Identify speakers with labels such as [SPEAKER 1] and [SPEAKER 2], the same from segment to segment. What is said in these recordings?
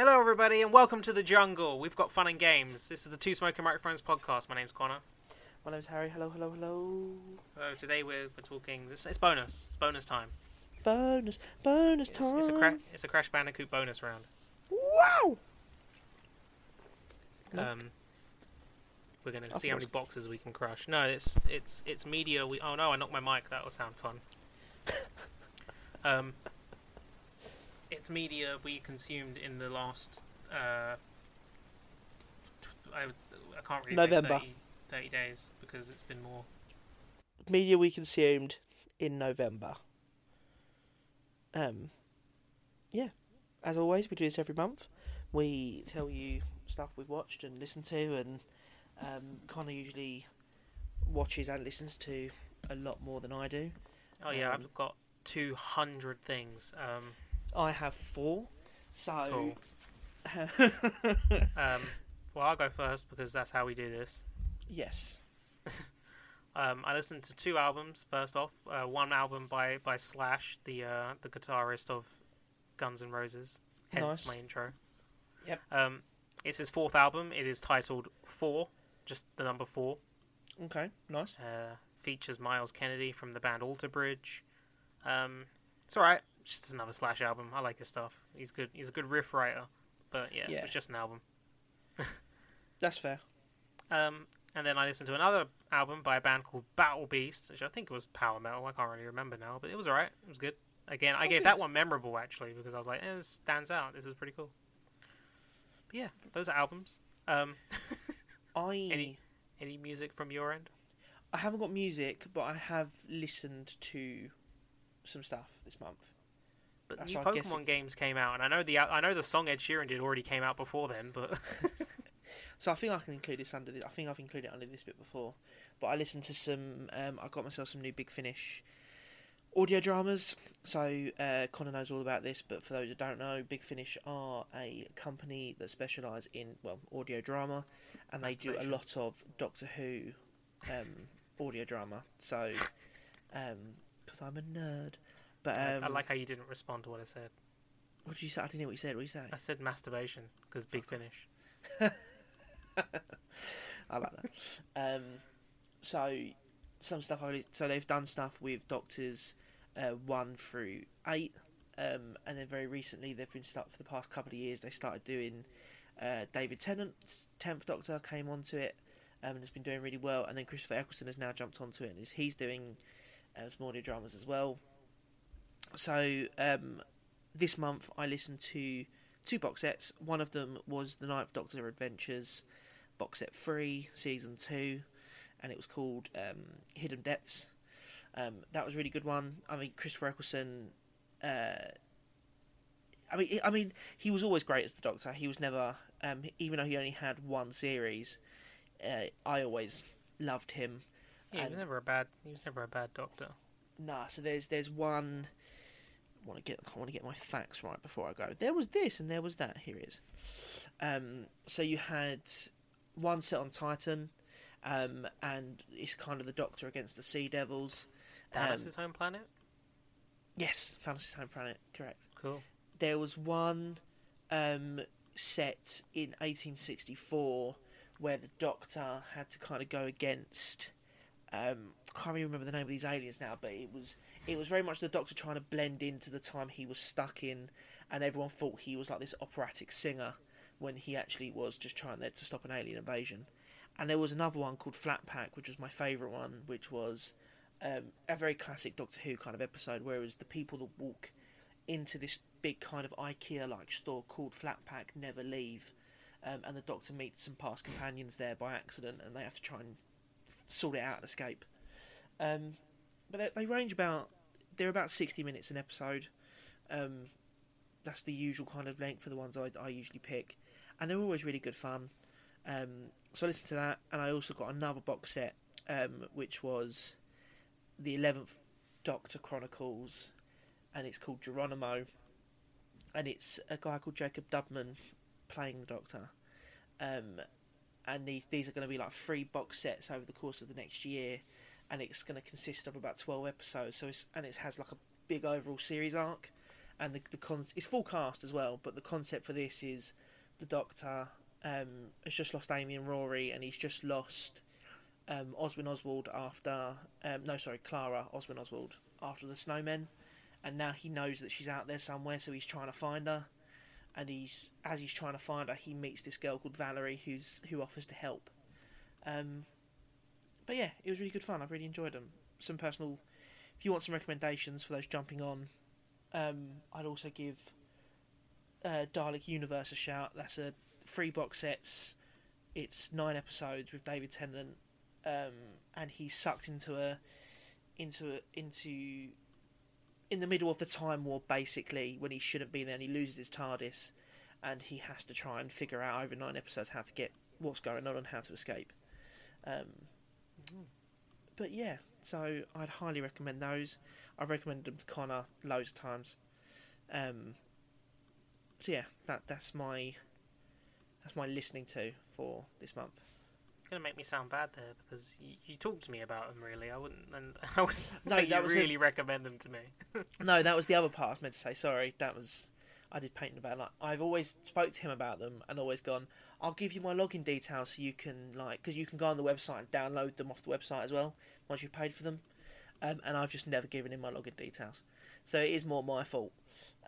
[SPEAKER 1] everybody, and welcome to the jungle. We've got fun and games. This is the Two Smoking Microphones podcast. My name's Connor.
[SPEAKER 2] My name's Harry. Hello, hello, hello.
[SPEAKER 1] So today we're, we're talking. This, it's bonus. It's bonus time.
[SPEAKER 2] Bonus, bonus
[SPEAKER 1] It's,
[SPEAKER 2] time.
[SPEAKER 1] it's a cra- it's a Crash Bandicoot bonus round.
[SPEAKER 2] Wow. Nope.
[SPEAKER 1] Um, we're going to
[SPEAKER 2] Of
[SPEAKER 1] see how many boxes we can crush. No, it's it's it's media. We oh no, I knocked my mic. That will sound fun. um, it's media we consumed in the last. Uh, tw- I, I can't really
[SPEAKER 2] November.
[SPEAKER 1] Say 30, 30 days because it's been more.
[SPEAKER 2] Media we consumed in November. Um, yeah. As always, we do this every month. We tell you stuff we've watched and listened to, and um, Connor usually watches and listens to a lot more than I do.
[SPEAKER 1] Oh yeah,
[SPEAKER 2] Um,
[SPEAKER 1] I've got two hundred things. Um,
[SPEAKER 2] I have four, so.
[SPEAKER 1] cool. Um, well, I'll go first because that's how we do this.
[SPEAKER 2] yes.
[SPEAKER 1] Um, I listened to two albums. First off, uh, one album by by Slash, the uh, the guitarist of Guns N' Roses. Hence
[SPEAKER 2] Nice.
[SPEAKER 1] my intro.
[SPEAKER 2] Yep.
[SPEAKER 1] Um, it's his fourth album. It is titled Four, just the number four.
[SPEAKER 2] Okay. Nice.
[SPEAKER 1] Uh, features Miles Kennedy from the band Alter Bridge. Um, it's all right. It's Just another Slash album. I like his stuff. He's good. He's a good riff writer. But yeah,
[SPEAKER 2] Yeah.
[SPEAKER 1] it's just an album.
[SPEAKER 2] That's fair.
[SPEAKER 1] Um, and then I listened to another album by a band called Battle Beast, which I think was power metal. I can't really remember now, but it was alright. It was good. Again, I
[SPEAKER 2] Oh,
[SPEAKER 1] gave
[SPEAKER 2] good.
[SPEAKER 1] that one memorable actually because I was like, eh, this stands out. This is pretty cool. But yeah, those are albums. Um,
[SPEAKER 2] I.
[SPEAKER 1] Any- any music from your end?
[SPEAKER 2] I haven't got music, but I have listened to some stuff this month.
[SPEAKER 1] But
[SPEAKER 2] That's
[SPEAKER 1] new
[SPEAKER 2] what I guess
[SPEAKER 1] Pokemon games came out, and I know the I know the song Ed Sheeran did already came out before then, but
[SPEAKER 2] So I think I can include this under this. I think I've included it under this bit before. But I listened to some. Um, I got myself some new Big Finish audio dramas. So uh, Connor knows all about this, but for those who don't know, Big Finish are a company that specialise in well audio drama, and they do a
[SPEAKER 1] Masturbation.
[SPEAKER 2] lot of Doctor Who um, audio drama. So because I'm a nerd, but
[SPEAKER 1] I-
[SPEAKER 2] um,
[SPEAKER 1] I like how you didn't respond to what I said.
[SPEAKER 2] what did you say? I didn't hear what you said. What did you say?
[SPEAKER 1] I said masturbation because Big Finish.
[SPEAKER 2] I like that. Um, so some stuff. I, so they've done stuff with Doctors uh, one through eight, um, and then very recently they've been start for the past couple of years. They started doing uh, David Tennant's tenth Doctor came onto it um, and has been doing really well. And then Christopher Eccleston has now jumped onto it and is, he's doing uh, some audio dramas as well. So um, this month I listened to two box sets. One of them was the Ninth Doctor Adventures box set three, season two, and it was called um, Hidden Depths. Um, that was a really good one. I mean, Christopher Eccleston. Uh, I mean, I mean, he was always great as the Doctor. He was never, um, even though he only had one series, uh, I always loved him.
[SPEAKER 1] Yeah, he was
[SPEAKER 2] And-
[SPEAKER 1] never a bad. He was never a bad doctor.
[SPEAKER 2] Nah, so there's there's one. Want to get I want to get my facts right before I go. There was this and there was that. Here it is. Um, so you had one set on Titan, um, and it's kind of the Doctor against the Sea Devils. Um,
[SPEAKER 1] Thanos' home planet.
[SPEAKER 2] yes, Thanos' home planet. Correct.
[SPEAKER 1] Cool.
[SPEAKER 2] There was one um, set in 1864 where the Doctor had to kind of go against. Um, I can't really remember the name of these aliens now, but it was it was very much the Doctor trying to blend into the time he was stuck in, and everyone thought he was like this operatic singer when he actually was just trying there to stop an alien invasion. And there was another one called Flatpack, which was my favourite one, which was um, a very classic Doctor Who kind of episode, whereas the people that walk into this big kind of IKEA like store called Flatpack never leave. Um, and the Doctor meets some past companions there by accident, and they have to try and sort it out and escape. Um, but they, they range about they're about sixty minutes an episode. Um, that's the usual kind of length for the ones I, I usually pick, and they're always really good fun. Um, so I listened to that, and I also got another box set, um, which was the Eleventh Doctor Chronicles, and it's called Geronimo, and it's a guy called Jacob Dubman playing the Doctor, um, and these these are going to be like three box sets over the course of the next year, and it's going to consist of about twelve episodes. So it's and it has like a big overall series arc, and the the con- it's full cast as well. But the concept for this is the Doctor um, has just lost Amy and Rory, and he's just lost um, Oswin Oswald after um, no, sorry, Clara Oswin Oswald after the Snowmen, and now he knows that she's out there somewhere, so he's trying to find her. And he's as he's trying to find her, he meets this girl called Valerie, who's who offers to help. Um, but yeah, it was really good fun. I've really enjoyed them. Some personal, if you want some recommendations for those jumping on, um, I'd also give uh, Dalek Universe a shout. That's a three box sets. It's nine episodes with David Tennant, um, and he's sucked into a into a, into in the middle of the time war basically when he shouldn't be there and he loses his TARDIS and he has to try and figure out over nine episodes how to get what's going on and how to escape. Um, but yeah, so I'd highly recommend those. I've recommended them to Connor loads of times. Um, so yeah, that that's my that's my listening to for this month.
[SPEAKER 1] You're gonna make me sound bad there because you, you talked to me about them. Really, I wouldn't. And I wouldn't
[SPEAKER 2] No,
[SPEAKER 1] say
[SPEAKER 2] that
[SPEAKER 1] you
[SPEAKER 2] was a-
[SPEAKER 1] really recommend them to me.
[SPEAKER 2] No, that was the other part I was meant to say. Sorry, that was I did paint about. Like I've always spoke to him about them and always gone. I'll give you my login details so you can like because you can go on the website and download them off the website as well once you've paid for them. Um, and I've just never given him my login details, so it is more my fault.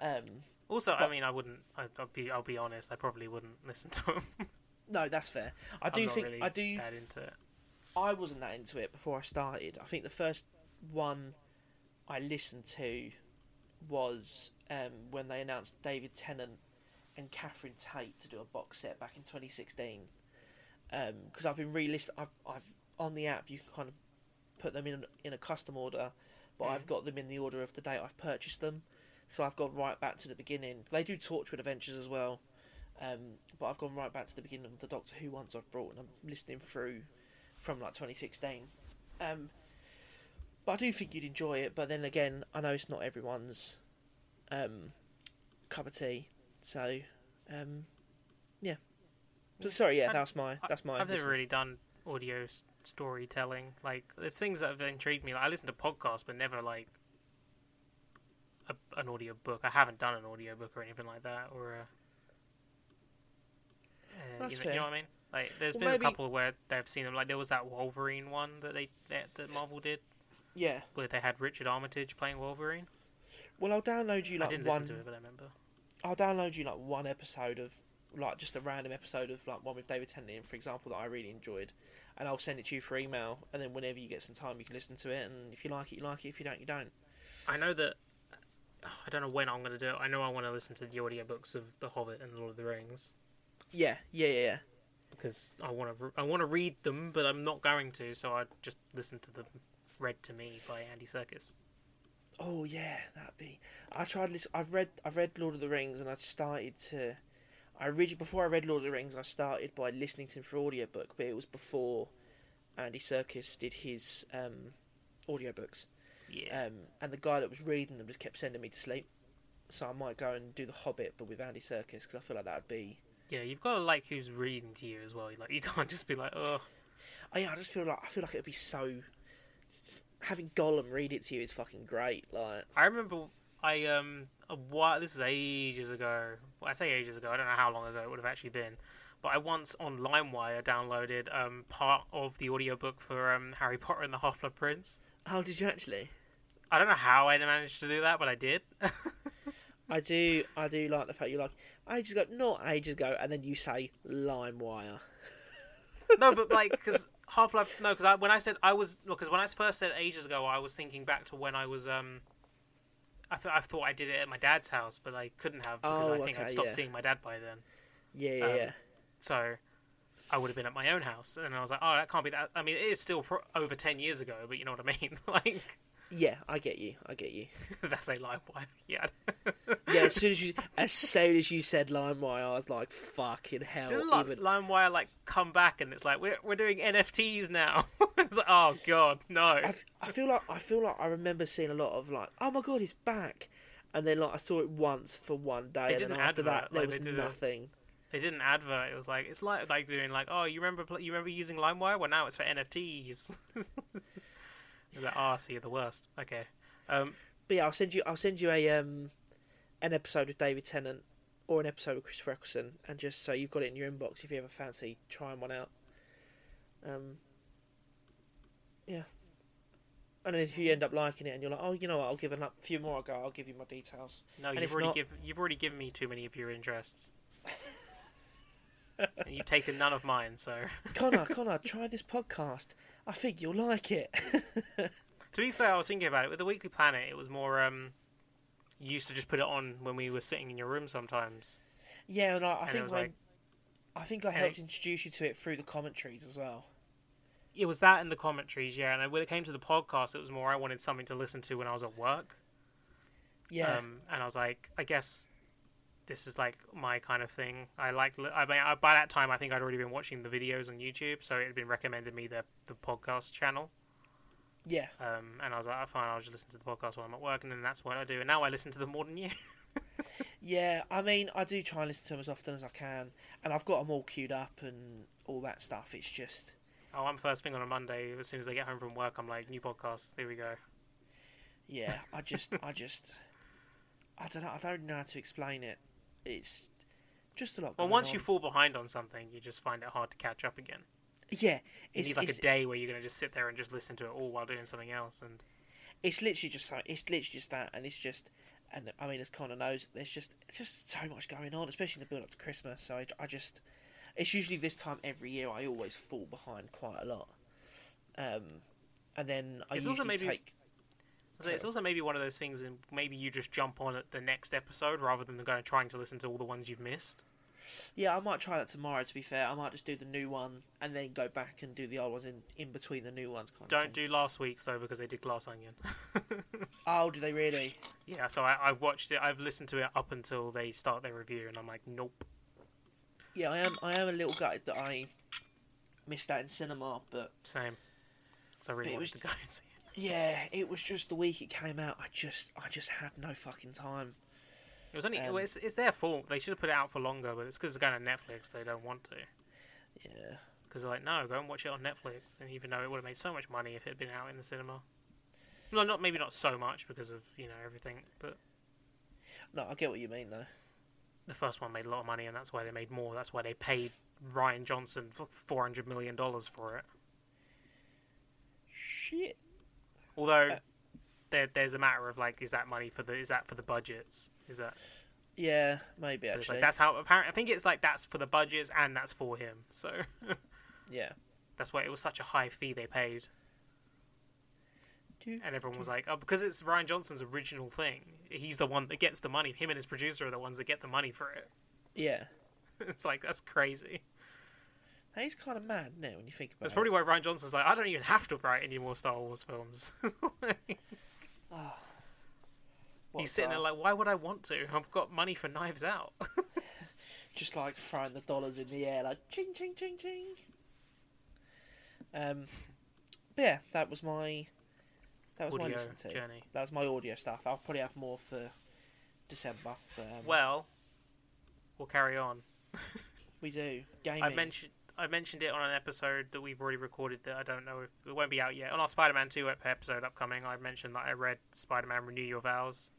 [SPEAKER 2] Um,
[SPEAKER 1] Also, I mean, I wouldn't. I, I'll be. I'll be honest. I probably wouldn't listen to them.
[SPEAKER 2] no, that's fair. I do
[SPEAKER 1] I'm not
[SPEAKER 2] think
[SPEAKER 1] really
[SPEAKER 2] I do.
[SPEAKER 1] that into it.
[SPEAKER 2] I wasn't that into it before I started. I think the first one I listened to was um, when they announced David Tennant and Catherine Tate to do a box set back in 2016. Because I've been re-list, I've, I've on the app you can kind of put them in in a custom order, but I've got them in the order of the date I've purchased them. So I've gone right back to the beginning. They do Torchwood Adventures as well, um, but I've gone right back to the beginning of the Doctor Who ones I've brought, and I'm listening through from like 2016. Um, but I do think you'd enjoy it. But then again, I know it's not everyone's um, cup of tea. So um, yeah. So, sorry, yeah,
[SPEAKER 1] I've-
[SPEAKER 2] that's my that's my.
[SPEAKER 1] I've never
[SPEAKER 2] listen.
[SPEAKER 1] really done audio s- storytelling. Like, there's things that have intrigued me. Like, I listen to podcasts, but never like a, an audio book. I haven't done an audio book or anything like that, or a, uh,
[SPEAKER 2] That's
[SPEAKER 1] you, know, you
[SPEAKER 2] fair.
[SPEAKER 1] know what I mean. Like, there's
[SPEAKER 2] Well,
[SPEAKER 1] been
[SPEAKER 2] maybe-
[SPEAKER 1] a couple where they've seen them. Like, there was that Wolverine one that they that, that Marvel did,
[SPEAKER 2] yeah.
[SPEAKER 1] where they had Richard Armitage playing Wolverine.
[SPEAKER 2] Well, I'll download you
[SPEAKER 1] I
[SPEAKER 2] like
[SPEAKER 1] didn't
[SPEAKER 2] one.
[SPEAKER 1] listen to it, but I remember.
[SPEAKER 2] I'll download you like one episode of like just a random episode of like one with David Tennant, in, for example, that I really enjoyed, and I'll send it to you for email. And then whenever you get some time, you can listen to it. And if you like it, you like it. If you don't, you don't.
[SPEAKER 1] I know that. I don't know when I'm going to do it. I know I want to listen to the audiobooks of The Hobbit and Lord of the Rings.
[SPEAKER 2] Yeah, yeah, yeah. yeah.
[SPEAKER 1] because I want to I want to read them, but I'm not going to. So I just listen to them read to me by Andy Serkis.
[SPEAKER 2] Oh yeah, that'd be. I tried. Listen, I've read. I've read Lord of the Rings, and I started to. I originally before I read Lord of the Rings, I started by listening to him for audiobook, but it was before Andy Serkis did his um, audiobooks.
[SPEAKER 1] Yeah,
[SPEAKER 2] Um, and the guy that was reading them just kept sending me to sleep. So I might go and do The Hobbit, but with Andy Serkis, because I feel like that would be.
[SPEAKER 1] yeah. You've got to like who's reading to you as well. You like you can't just be like, oh,
[SPEAKER 2] Oh, yeah, I just feel like I feel like it would be so. Having Gollum read it to you is fucking great. Like,
[SPEAKER 1] I remember I um a while this is ages ago. Well, I say ages ago. I don't know how long ago it would have actually been. But I once on LimeWire downloaded um, part of the audiobook for um, Harry Potter and the Half Blood Prince.
[SPEAKER 2] how Oh, did you actually?
[SPEAKER 1] I don't know how I managed to do that, but I did.
[SPEAKER 2] I do, I do like the fact you like ages ago, not ages ago, and then you say LimeWire.
[SPEAKER 1] no, but like because Half Life. No, because I, when I said I was because when I first said ages ago, I was thinking back to when I was um. I, th- I thought I did it at my dad's house, but I couldn't have because
[SPEAKER 2] Oh,
[SPEAKER 1] I think I
[SPEAKER 2] okay,
[SPEAKER 1] stopped
[SPEAKER 2] yeah.
[SPEAKER 1] seeing my dad by then.
[SPEAKER 2] Yeah, yeah,
[SPEAKER 1] Um,
[SPEAKER 2] yeah.
[SPEAKER 1] So I would have been at my own house, and I was like, "Oh, that can't be that." I mean, it is still pro- over ten years ago, but you know what I mean. like
[SPEAKER 2] yeah. I get you, I get you.
[SPEAKER 1] that's a live wire. Yeah.
[SPEAKER 2] Yeah, as soon as you, as soon as you said LimeWire, I was like, fucking hell.
[SPEAKER 1] Did Li-
[SPEAKER 2] even-
[SPEAKER 1] LimeWire like come back and it's like we're we're doing NFTs now? it's like, oh god, no.
[SPEAKER 2] I, f- I feel like I feel like I remember seeing a lot of like, oh my god, it's back, and then like I saw it once for one day, and then
[SPEAKER 1] didn't
[SPEAKER 2] after that
[SPEAKER 1] advert,
[SPEAKER 2] there
[SPEAKER 1] like,
[SPEAKER 2] was
[SPEAKER 1] they did a-
[SPEAKER 2] nothing.
[SPEAKER 1] they did an advert. It was like it's like like doing like oh you remember pl- you remember using LimeWire? Well now it's for NFTs. it's like oh so you're the worst. Okay, um,
[SPEAKER 2] But yeah, I'll send you I'll send you a um an episode with David Tennant or an episode with Christopher Eccleston, and just so you've got it in your inbox if you ever fancy trying one out. Um, yeah. And then if you end up liking it and you're like, oh, you know what, I'll give it a few more a go, I'll give you my details.
[SPEAKER 1] No,
[SPEAKER 2] And
[SPEAKER 1] you've
[SPEAKER 2] if
[SPEAKER 1] already
[SPEAKER 2] not-
[SPEAKER 1] give, you've already given me too many of your interests. and you've taken none of mine, so
[SPEAKER 2] Connor, Connor, try this podcast. I think you'll like it.
[SPEAKER 1] to be fair, I was thinking about it. With the Weekly Planet it was more um you used to just put it on when we were sitting in your room sometimes.
[SPEAKER 2] yeah, and I, I
[SPEAKER 1] And it
[SPEAKER 2] think
[SPEAKER 1] was
[SPEAKER 2] I,
[SPEAKER 1] like-
[SPEAKER 2] I think I
[SPEAKER 1] and it-
[SPEAKER 2] helped introduce you to it through the commentaries as well.
[SPEAKER 1] It was that and the commentaries, yeah, and when it came to the podcast it was more I wanted something to listen to when I was at work.
[SPEAKER 2] Yeah,
[SPEAKER 1] Um, and I was like, I guess this is like my kind of thing. I like. I mean, I, by that time, I think I'd already been watching the videos on YouTube, so it had been recommended me the the podcast channel.
[SPEAKER 2] yeah.
[SPEAKER 1] Um, and I was like, oh, fine, I'll just listen to the podcast while I'm at work, and then that's what I do. And now I listen to them more than you.
[SPEAKER 2] Yeah, I mean, I do try and listen to them as often as I can, and I've got them all queued up and all that stuff. It's just,
[SPEAKER 1] oh, I'm first thing on a Monday. As soon as I get home from work, I'm like, new podcast. Here we go.
[SPEAKER 2] yeah, I just, I just, I don't know, I don't know how to explain it. It's just a lot.
[SPEAKER 1] Well,
[SPEAKER 2] going
[SPEAKER 1] once
[SPEAKER 2] on.
[SPEAKER 1] you fall behind on something, you just find it hard to catch up again.
[SPEAKER 2] yeah,
[SPEAKER 1] You
[SPEAKER 2] it's
[SPEAKER 1] need like
[SPEAKER 2] it's,
[SPEAKER 1] a day where you're gonna just sit there and just listen to it all while doing something else. And
[SPEAKER 2] it's literally just, so- it's literally just that, and it's just, and I mean, as Connor knows, there's just, just so much going on, especially in the build up to Christmas. So I, I just, it's usually this time every year I always fall behind quite a lot, um, and then I
[SPEAKER 1] It's also
[SPEAKER 2] usually
[SPEAKER 1] maybe-
[SPEAKER 2] take.
[SPEAKER 1] So it's also maybe one of those things, and maybe you just jump on at the next episode rather than going trying to listen to all the ones you've missed.
[SPEAKER 2] Yeah, I might try that tomorrow. To be fair, I might just do the new one and then go back and do the old ones in, in between the new ones. Kind of
[SPEAKER 1] Don't do
[SPEAKER 2] thing.
[SPEAKER 1] last week's though because they did Glass Onion.
[SPEAKER 2] Oh, do they really?
[SPEAKER 1] yeah, so I, I watched it. I've listened to it up until they start their review, and I'm like, nope.
[SPEAKER 2] Yeah, I am. I am a little gutted that I missed that in cinema, but
[SPEAKER 1] Same. So I really
[SPEAKER 2] But it
[SPEAKER 1] wanted
[SPEAKER 2] was-
[SPEAKER 1] to go and see it.
[SPEAKER 2] yeah, it was just the week it came out. I just, I just had no fucking time.
[SPEAKER 1] It was only
[SPEAKER 2] Um,
[SPEAKER 1] well, it's, it's their fault. They should have put it out for longer, but it's because it's going to Netflix. They don't want to
[SPEAKER 2] Yeah,
[SPEAKER 1] because they're like, no, go and watch it on Netflix. And even though it would have made so much money if it had been out in the cinema. Well, not maybe not so much because of you know everything, but
[SPEAKER 2] no, I get what you mean though.
[SPEAKER 1] the first one made a lot of money, and that's why they made more. That's why they paid Ryan Johnson for four hundred million dollars for it.
[SPEAKER 2] Shit.
[SPEAKER 1] Although
[SPEAKER 2] Uh,
[SPEAKER 1] there, there's a matter of like, is that money for the is that for the budgets? Is that
[SPEAKER 2] Yeah, maybe
[SPEAKER 1] but it's
[SPEAKER 2] actually.
[SPEAKER 1] like that's how apparently I think it's like that's for the budgets and that's for him. So
[SPEAKER 2] Yeah.
[SPEAKER 1] that's why it was such a high fee they paid, and everyone was like, oh, because it's Ryan Johnson's original thing. He's the one that gets the money. Him and his producer are the ones that get the money for it.
[SPEAKER 2] Yeah,
[SPEAKER 1] It's like that's crazy.
[SPEAKER 2] that is kind of mad, isn't it? When you think about
[SPEAKER 1] That's
[SPEAKER 2] it.
[SPEAKER 1] probably why Ryan Johnson's like, I don't even have to write any more Star Wars films.
[SPEAKER 2] What
[SPEAKER 1] He's
[SPEAKER 2] a
[SPEAKER 1] sitting
[SPEAKER 2] guy.
[SPEAKER 1] there like, why would I want to? I've got money for Knives Out.
[SPEAKER 2] just like throwing the dollars in the air, like ching ching ching ching. Um, but yeah, that was my that was my
[SPEAKER 1] Audio
[SPEAKER 2] listen to.
[SPEAKER 1] journey.
[SPEAKER 2] That was my audio stuff. I'll probably have more for December. But, um,
[SPEAKER 1] Well, we'll carry on.
[SPEAKER 2] we do gaming.
[SPEAKER 1] I mentioned I mentioned it on an episode that we've already recorded that I don't know if it won't be out yet. On our Spider-Man Two ep- episode upcoming, I mentioned that I read Spider-Man Renew Your Vows.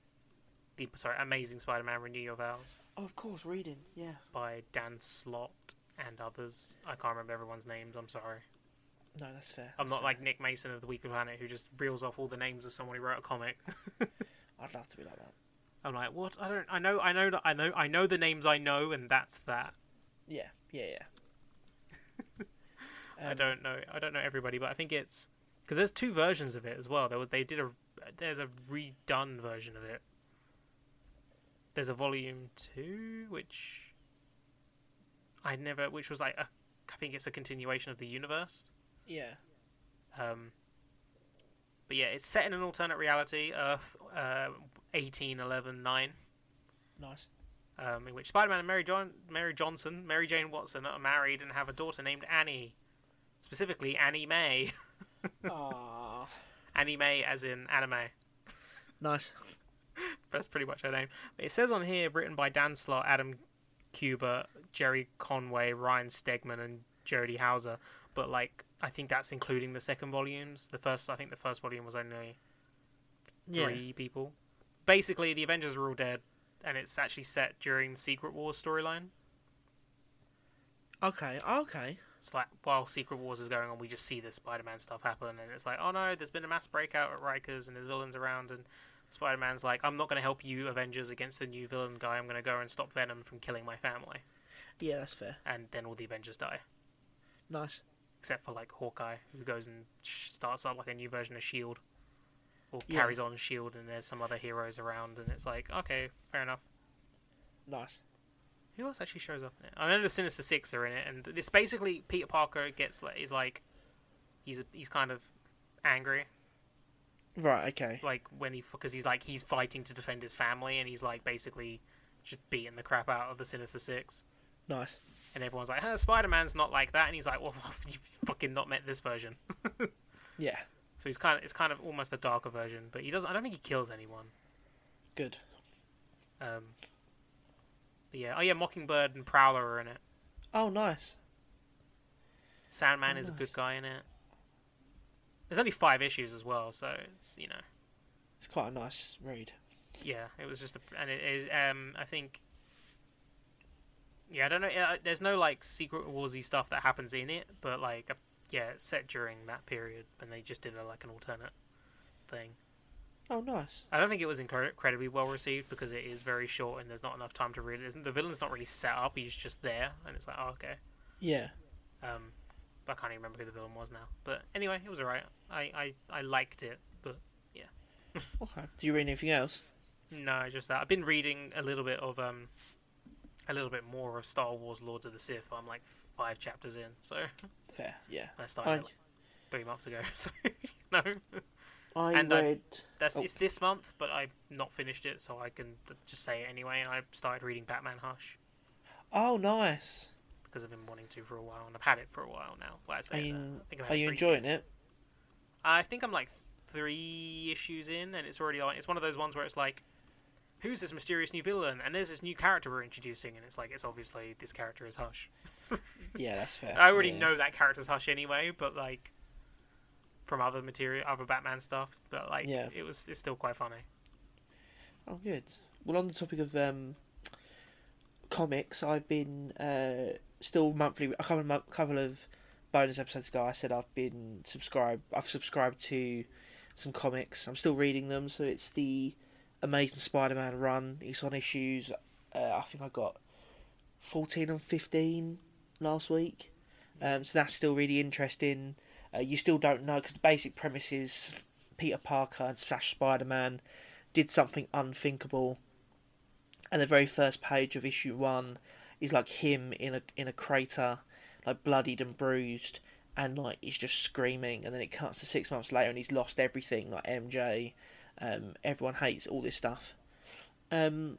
[SPEAKER 1] The sorry, Amazing Spider-Man Renew Your Vows
[SPEAKER 2] oh, of course, reading. Yeah,
[SPEAKER 1] by Dan Slott and others. I can't remember everyone's names. I'm sorry.
[SPEAKER 2] no, that's fair.
[SPEAKER 1] I'm
[SPEAKER 2] that's
[SPEAKER 1] not
[SPEAKER 2] fair.
[SPEAKER 1] like Nick Mason of the Weekly Planet who just reels off all the names of someone who wrote a comic.
[SPEAKER 2] I'd love to be like that.
[SPEAKER 1] I'm like, what? I don't. I know. I know. that- I know. I know the names I know, and that's that.
[SPEAKER 2] Yeah, yeah, yeah.
[SPEAKER 1] I
[SPEAKER 2] Um,
[SPEAKER 1] don't know. I don't know everybody, but I think it's because there's two versions of it as well. There was they did a there's a redone version of it. There's a volume two, which I never, which was like a, I think it's a continuation of the universe.
[SPEAKER 2] Yeah,
[SPEAKER 1] Um, but yeah, it's set in an alternate reality, Earth uh, eighteen eleven nine.
[SPEAKER 2] nice.
[SPEAKER 1] um, in which Spider-Man and Mary, John- Mary Johnson, Mary Jane Watson, are married and have a daughter named Annie, specifically Annie May.
[SPEAKER 2] Ah,
[SPEAKER 1] Annie May, as in anime.
[SPEAKER 2] nice.
[SPEAKER 1] That's pretty much her name. It says on here, written by Dan Slott, Adam Cuba, Jerry Conway, Ryan Stegman, and Jody Hauser. But like, I think that's including the second volumes. The first, I think, the first volume was only
[SPEAKER 2] Yeah,
[SPEAKER 1] three people. Basically, the Avengers are all dead. and it's actually set during the Secret Wars storyline.
[SPEAKER 2] Okay, okay.
[SPEAKER 1] It's like while Secret Wars is going on, we just see this Spider-Man stuff happen, and it's like, oh no, there's been a mass breakout at Rikers, and there's villains around, and Spider-Man's like, I'm not going to help you, Avengers, against the new villain guy. I'm going to go and stop Venom from killing my family,
[SPEAKER 2] Yeah, that's fair.
[SPEAKER 1] and then all the Avengers die,
[SPEAKER 2] Nice.
[SPEAKER 1] except for like Hawkeye, who goes and sh- starts up like a new version of Shield, E or
[SPEAKER 2] Yeah.
[SPEAKER 1] carries on Shield, E and there's some other heroes around, and it's like, okay, fair enough.
[SPEAKER 2] Nice.
[SPEAKER 1] Who else actually shows up in it? I know the Sinister Six are in it, and it's basically Peter Parker gets like is like, he's he's kind of angry,
[SPEAKER 2] Right, okay.
[SPEAKER 1] like when he because he's like he's fighting to defend his family, and he's like basically just beating the crap out of the Sinister Six,
[SPEAKER 2] Nice.
[SPEAKER 1] and everyone's like, huh, Spider Man's not like that, and he's like, well, you've fucking not met this version.
[SPEAKER 2] Yeah.
[SPEAKER 1] so he's kind of it's kind of almost a darker version, but he doesn't. I don't think he kills anyone.
[SPEAKER 2] Good.
[SPEAKER 1] Um, but yeah, oh yeah, Mockingbird and Prowler are in it.
[SPEAKER 2] Oh, nice.
[SPEAKER 1] Sandman
[SPEAKER 2] Oh,
[SPEAKER 1] is a
[SPEAKER 2] nice.
[SPEAKER 1] good guy in it. There's only five issues as well, so it's, you know,
[SPEAKER 2] It's quite a nice read.
[SPEAKER 1] yeah, it was just a, and it is um I think yeah I don't know uh, there's no like Secret Warsy stuff that happens in it, but like uh, yeah, it's set during that period and they just did a, like an alternate thing.
[SPEAKER 2] Oh, nice.
[SPEAKER 1] I don't think it was incre- incredibly well received because it is very short and there's not enough time to read. it. The villain's not really set up; he's just there, and it's like, oh, okay.
[SPEAKER 2] Yeah.
[SPEAKER 1] Um, I can't even remember who the villain was now. But anyway, it was alright. I, I, I liked it, but
[SPEAKER 2] Okay. Do you read anything else?
[SPEAKER 1] no, just that. I've been reading a little bit of um, a little bit more of Star Wars: Lords of the Sith. But I'm like five chapters in, so
[SPEAKER 2] Fair. Yeah.
[SPEAKER 1] I
[SPEAKER 2] I,
[SPEAKER 1] started it, like, three months ago. So no,
[SPEAKER 2] I
[SPEAKER 1] and I-
[SPEAKER 2] read.
[SPEAKER 1] that's
[SPEAKER 2] Oh.
[SPEAKER 1] it's this month, but I've not finished it, so I can th- just say it anyway. And I started reading Batman Hush
[SPEAKER 2] Oh, nice.
[SPEAKER 1] because I've been wanting to for a while, and I've had it for a while now. Well, I say
[SPEAKER 2] Are
[SPEAKER 1] that.
[SPEAKER 2] you,
[SPEAKER 1] I think I've
[SPEAKER 2] are
[SPEAKER 1] had
[SPEAKER 2] you
[SPEAKER 1] three-
[SPEAKER 2] enjoying it?
[SPEAKER 1] I think I'm like three issues in, and it's already like it's one of those ones where it's like, who's this mysterious new villain? And there's this new character we're introducing, and it's like it's obviously this character is Hush.
[SPEAKER 2] Yeah, that's fair.
[SPEAKER 1] I already
[SPEAKER 2] Yeah.
[SPEAKER 1] know that character's Hush anyway, but like from other material, other Batman stuff. But like,
[SPEAKER 2] Yeah.
[SPEAKER 1] it was it's still quite funny.
[SPEAKER 2] Oh, good. Well, on the topic of um, comics, I've been uh, still monthly. A couple of, mon- couple of bonus episodes ago, I said I've been subscribed. I've subscribed to some comics. I'm still reading them. So it's the Amazing Spider-Man run. It's on issues. Uh, I think I got fourteen and fifteen last week. Um, so that's still really interesting. Uh, you still don't know because the basic premise is Peter Parker and Slash Spider-Man did something unthinkable. And the very first page of issue one is like him in a in a crater, like bloodied and bruised, and like he's just screaming. And then it cuts to six months later, and he's lost everything, like MJ. Um, everyone hates all this stuff. Um,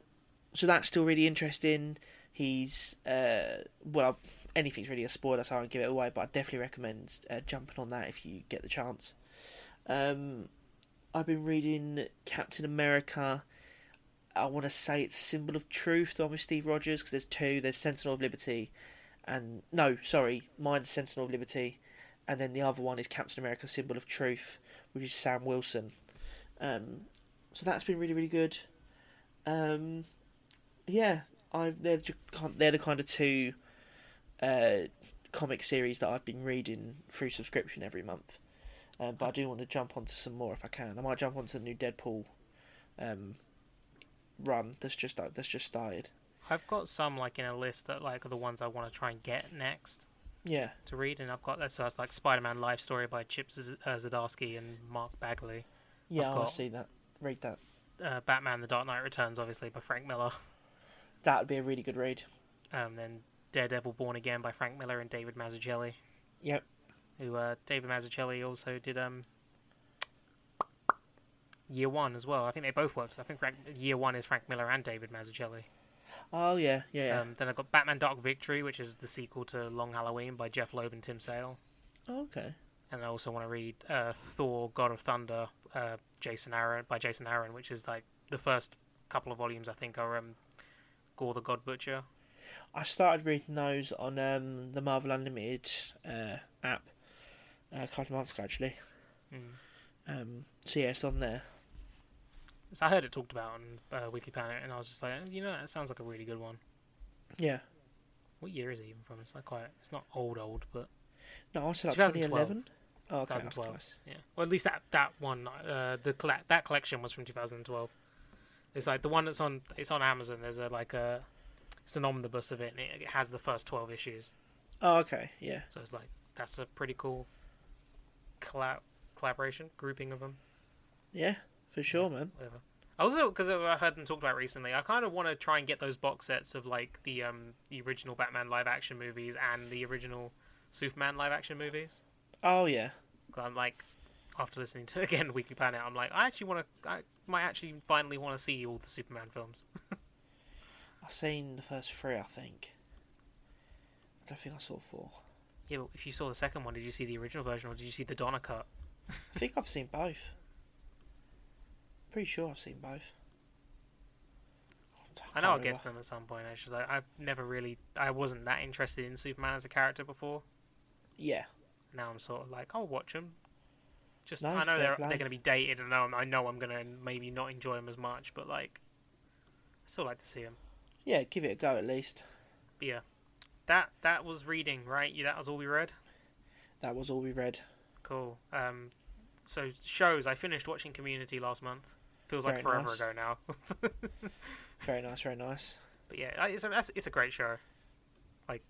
[SPEAKER 2] so that's still really interesting. He's uh, well, anything's really a spoiler, so I won't give it away. But I definitely recommend uh, jumping on that if you get the chance. Um, I've been reading Captain America. I want to say it's Symbol of Truth, the one with Steve Rogers, because there's two. There's Sentinel of Liberty, and no, sorry, mine's Sentinel of Liberty, and then the other one is Captain America: Symbol of Truth, which is Sam Wilson. Um, so that's been really, really good. Um, yeah, I've they're ju- kind- they're the kind of two uh, comic series that I've been reading through subscription every month. Um, but I do want to jump onto some more if I can. I might jump onto the new Deadpool um, run that's just uh, that's just started.
[SPEAKER 1] I've got some like in a list that like are the ones I want to try and get next
[SPEAKER 2] Yeah,
[SPEAKER 1] to read, and I've got that. So that's like Spider-Man Life Story by Chip Z- uh, Zdarsky and Mark Bagley.
[SPEAKER 2] yeah, I
[SPEAKER 1] I've
[SPEAKER 2] want
[SPEAKER 1] got-
[SPEAKER 2] to see that. Read that.
[SPEAKER 1] Uh, Batman: The Dark Knight Returns, obviously by Frank Miller.
[SPEAKER 2] That would be a really good read.
[SPEAKER 1] Um, then Daredevil Born Again by Frank Miller and David Mazzucchelli.
[SPEAKER 2] Yep.
[SPEAKER 1] Who uh, David Mazzucchelli also did um, Year One as well. I think they both worked. I think Frank, Year One is Frank Miller and David Mazzucchelli.
[SPEAKER 2] Oh yeah, yeah, yeah.
[SPEAKER 1] Um, then I've got Batman Dark Victory, which is the sequel to Long Halloween by Jeff Loeb and Tim Sale.
[SPEAKER 2] oh, okay.
[SPEAKER 1] And I also want to read uh, Thor: God of Thunder, uh, Jason Aaron by Jason Aaron, which is like the first couple of volumes. I think are um, Gore the God Butcher.
[SPEAKER 2] I started reading those on um, the Marvel Unlimited uh, app uh, a couple of months ago actually.
[SPEAKER 1] Mm.
[SPEAKER 2] Um, so yeah, it's on there.
[SPEAKER 1] So I heard it talked about on uh, Weekly Planet, and I was just like, you know, that sounds like a really good one.
[SPEAKER 2] Yeah.
[SPEAKER 1] What year is it even from? It's not quite. It's not old, old, but
[SPEAKER 2] No, I said like
[SPEAKER 1] 2012.
[SPEAKER 2] 2011. Oh, okay. that's
[SPEAKER 1] 2012.
[SPEAKER 2] close.
[SPEAKER 1] yeah. Well, at least that that one, uh, the colla- that collection was from 2012. It's like the one that's on. It's on Amazon. There's a like a. It's an omnibus of it, and it it has the first 12 issues.
[SPEAKER 2] Oh, okay. Yeah.
[SPEAKER 1] So it's like that's a pretty cool. Collab collaboration grouping of them.
[SPEAKER 2] Yeah. For sure, man.
[SPEAKER 1] whatever. I also because I heard them talk about recently. I kind of want to try and get those box sets of like the um the original Batman live action movies and the original Superman live action movies.
[SPEAKER 2] Oh, yeah.
[SPEAKER 1] 'Cause I'm like, after listening to again Weekly Planet, I'm like, I actually want to. I might actually finally want to see all the Superman films.
[SPEAKER 2] I've seen the first three, I think. I don't think I saw four.
[SPEAKER 1] Yeah, but if you saw the second one, did you see the original version or did you see the Donner cut?
[SPEAKER 2] I think I've seen both. Pretty sure I've seen both.
[SPEAKER 1] I know I'll
[SPEAKER 2] can't
[SPEAKER 1] get to
[SPEAKER 2] remember.
[SPEAKER 1] them at some point. It's just like I've never really, I wasn't that interested in Superman as a character before.
[SPEAKER 2] Yeah.
[SPEAKER 1] now I'm sort of like, I'll watch them. Just
[SPEAKER 2] No,
[SPEAKER 1] I know
[SPEAKER 2] fair
[SPEAKER 1] they're
[SPEAKER 2] play.
[SPEAKER 1] they're going to be dated, and I'm, I know I'm going to maybe not enjoy them as much, but like, I still like to see them.
[SPEAKER 2] Yeah, give it a go at least.
[SPEAKER 1] But yeah, that that was reading, right? Yeah, that was all we read.
[SPEAKER 2] That was all we read.
[SPEAKER 1] Cool. Um, so shows I finished watching Community last month. Feels like
[SPEAKER 2] Very
[SPEAKER 1] forever
[SPEAKER 2] nice.
[SPEAKER 1] ago now.
[SPEAKER 2] Very nice, very nice.
[SPEAKER 1] But yeah, I- it's a that's, it's a great show. Like,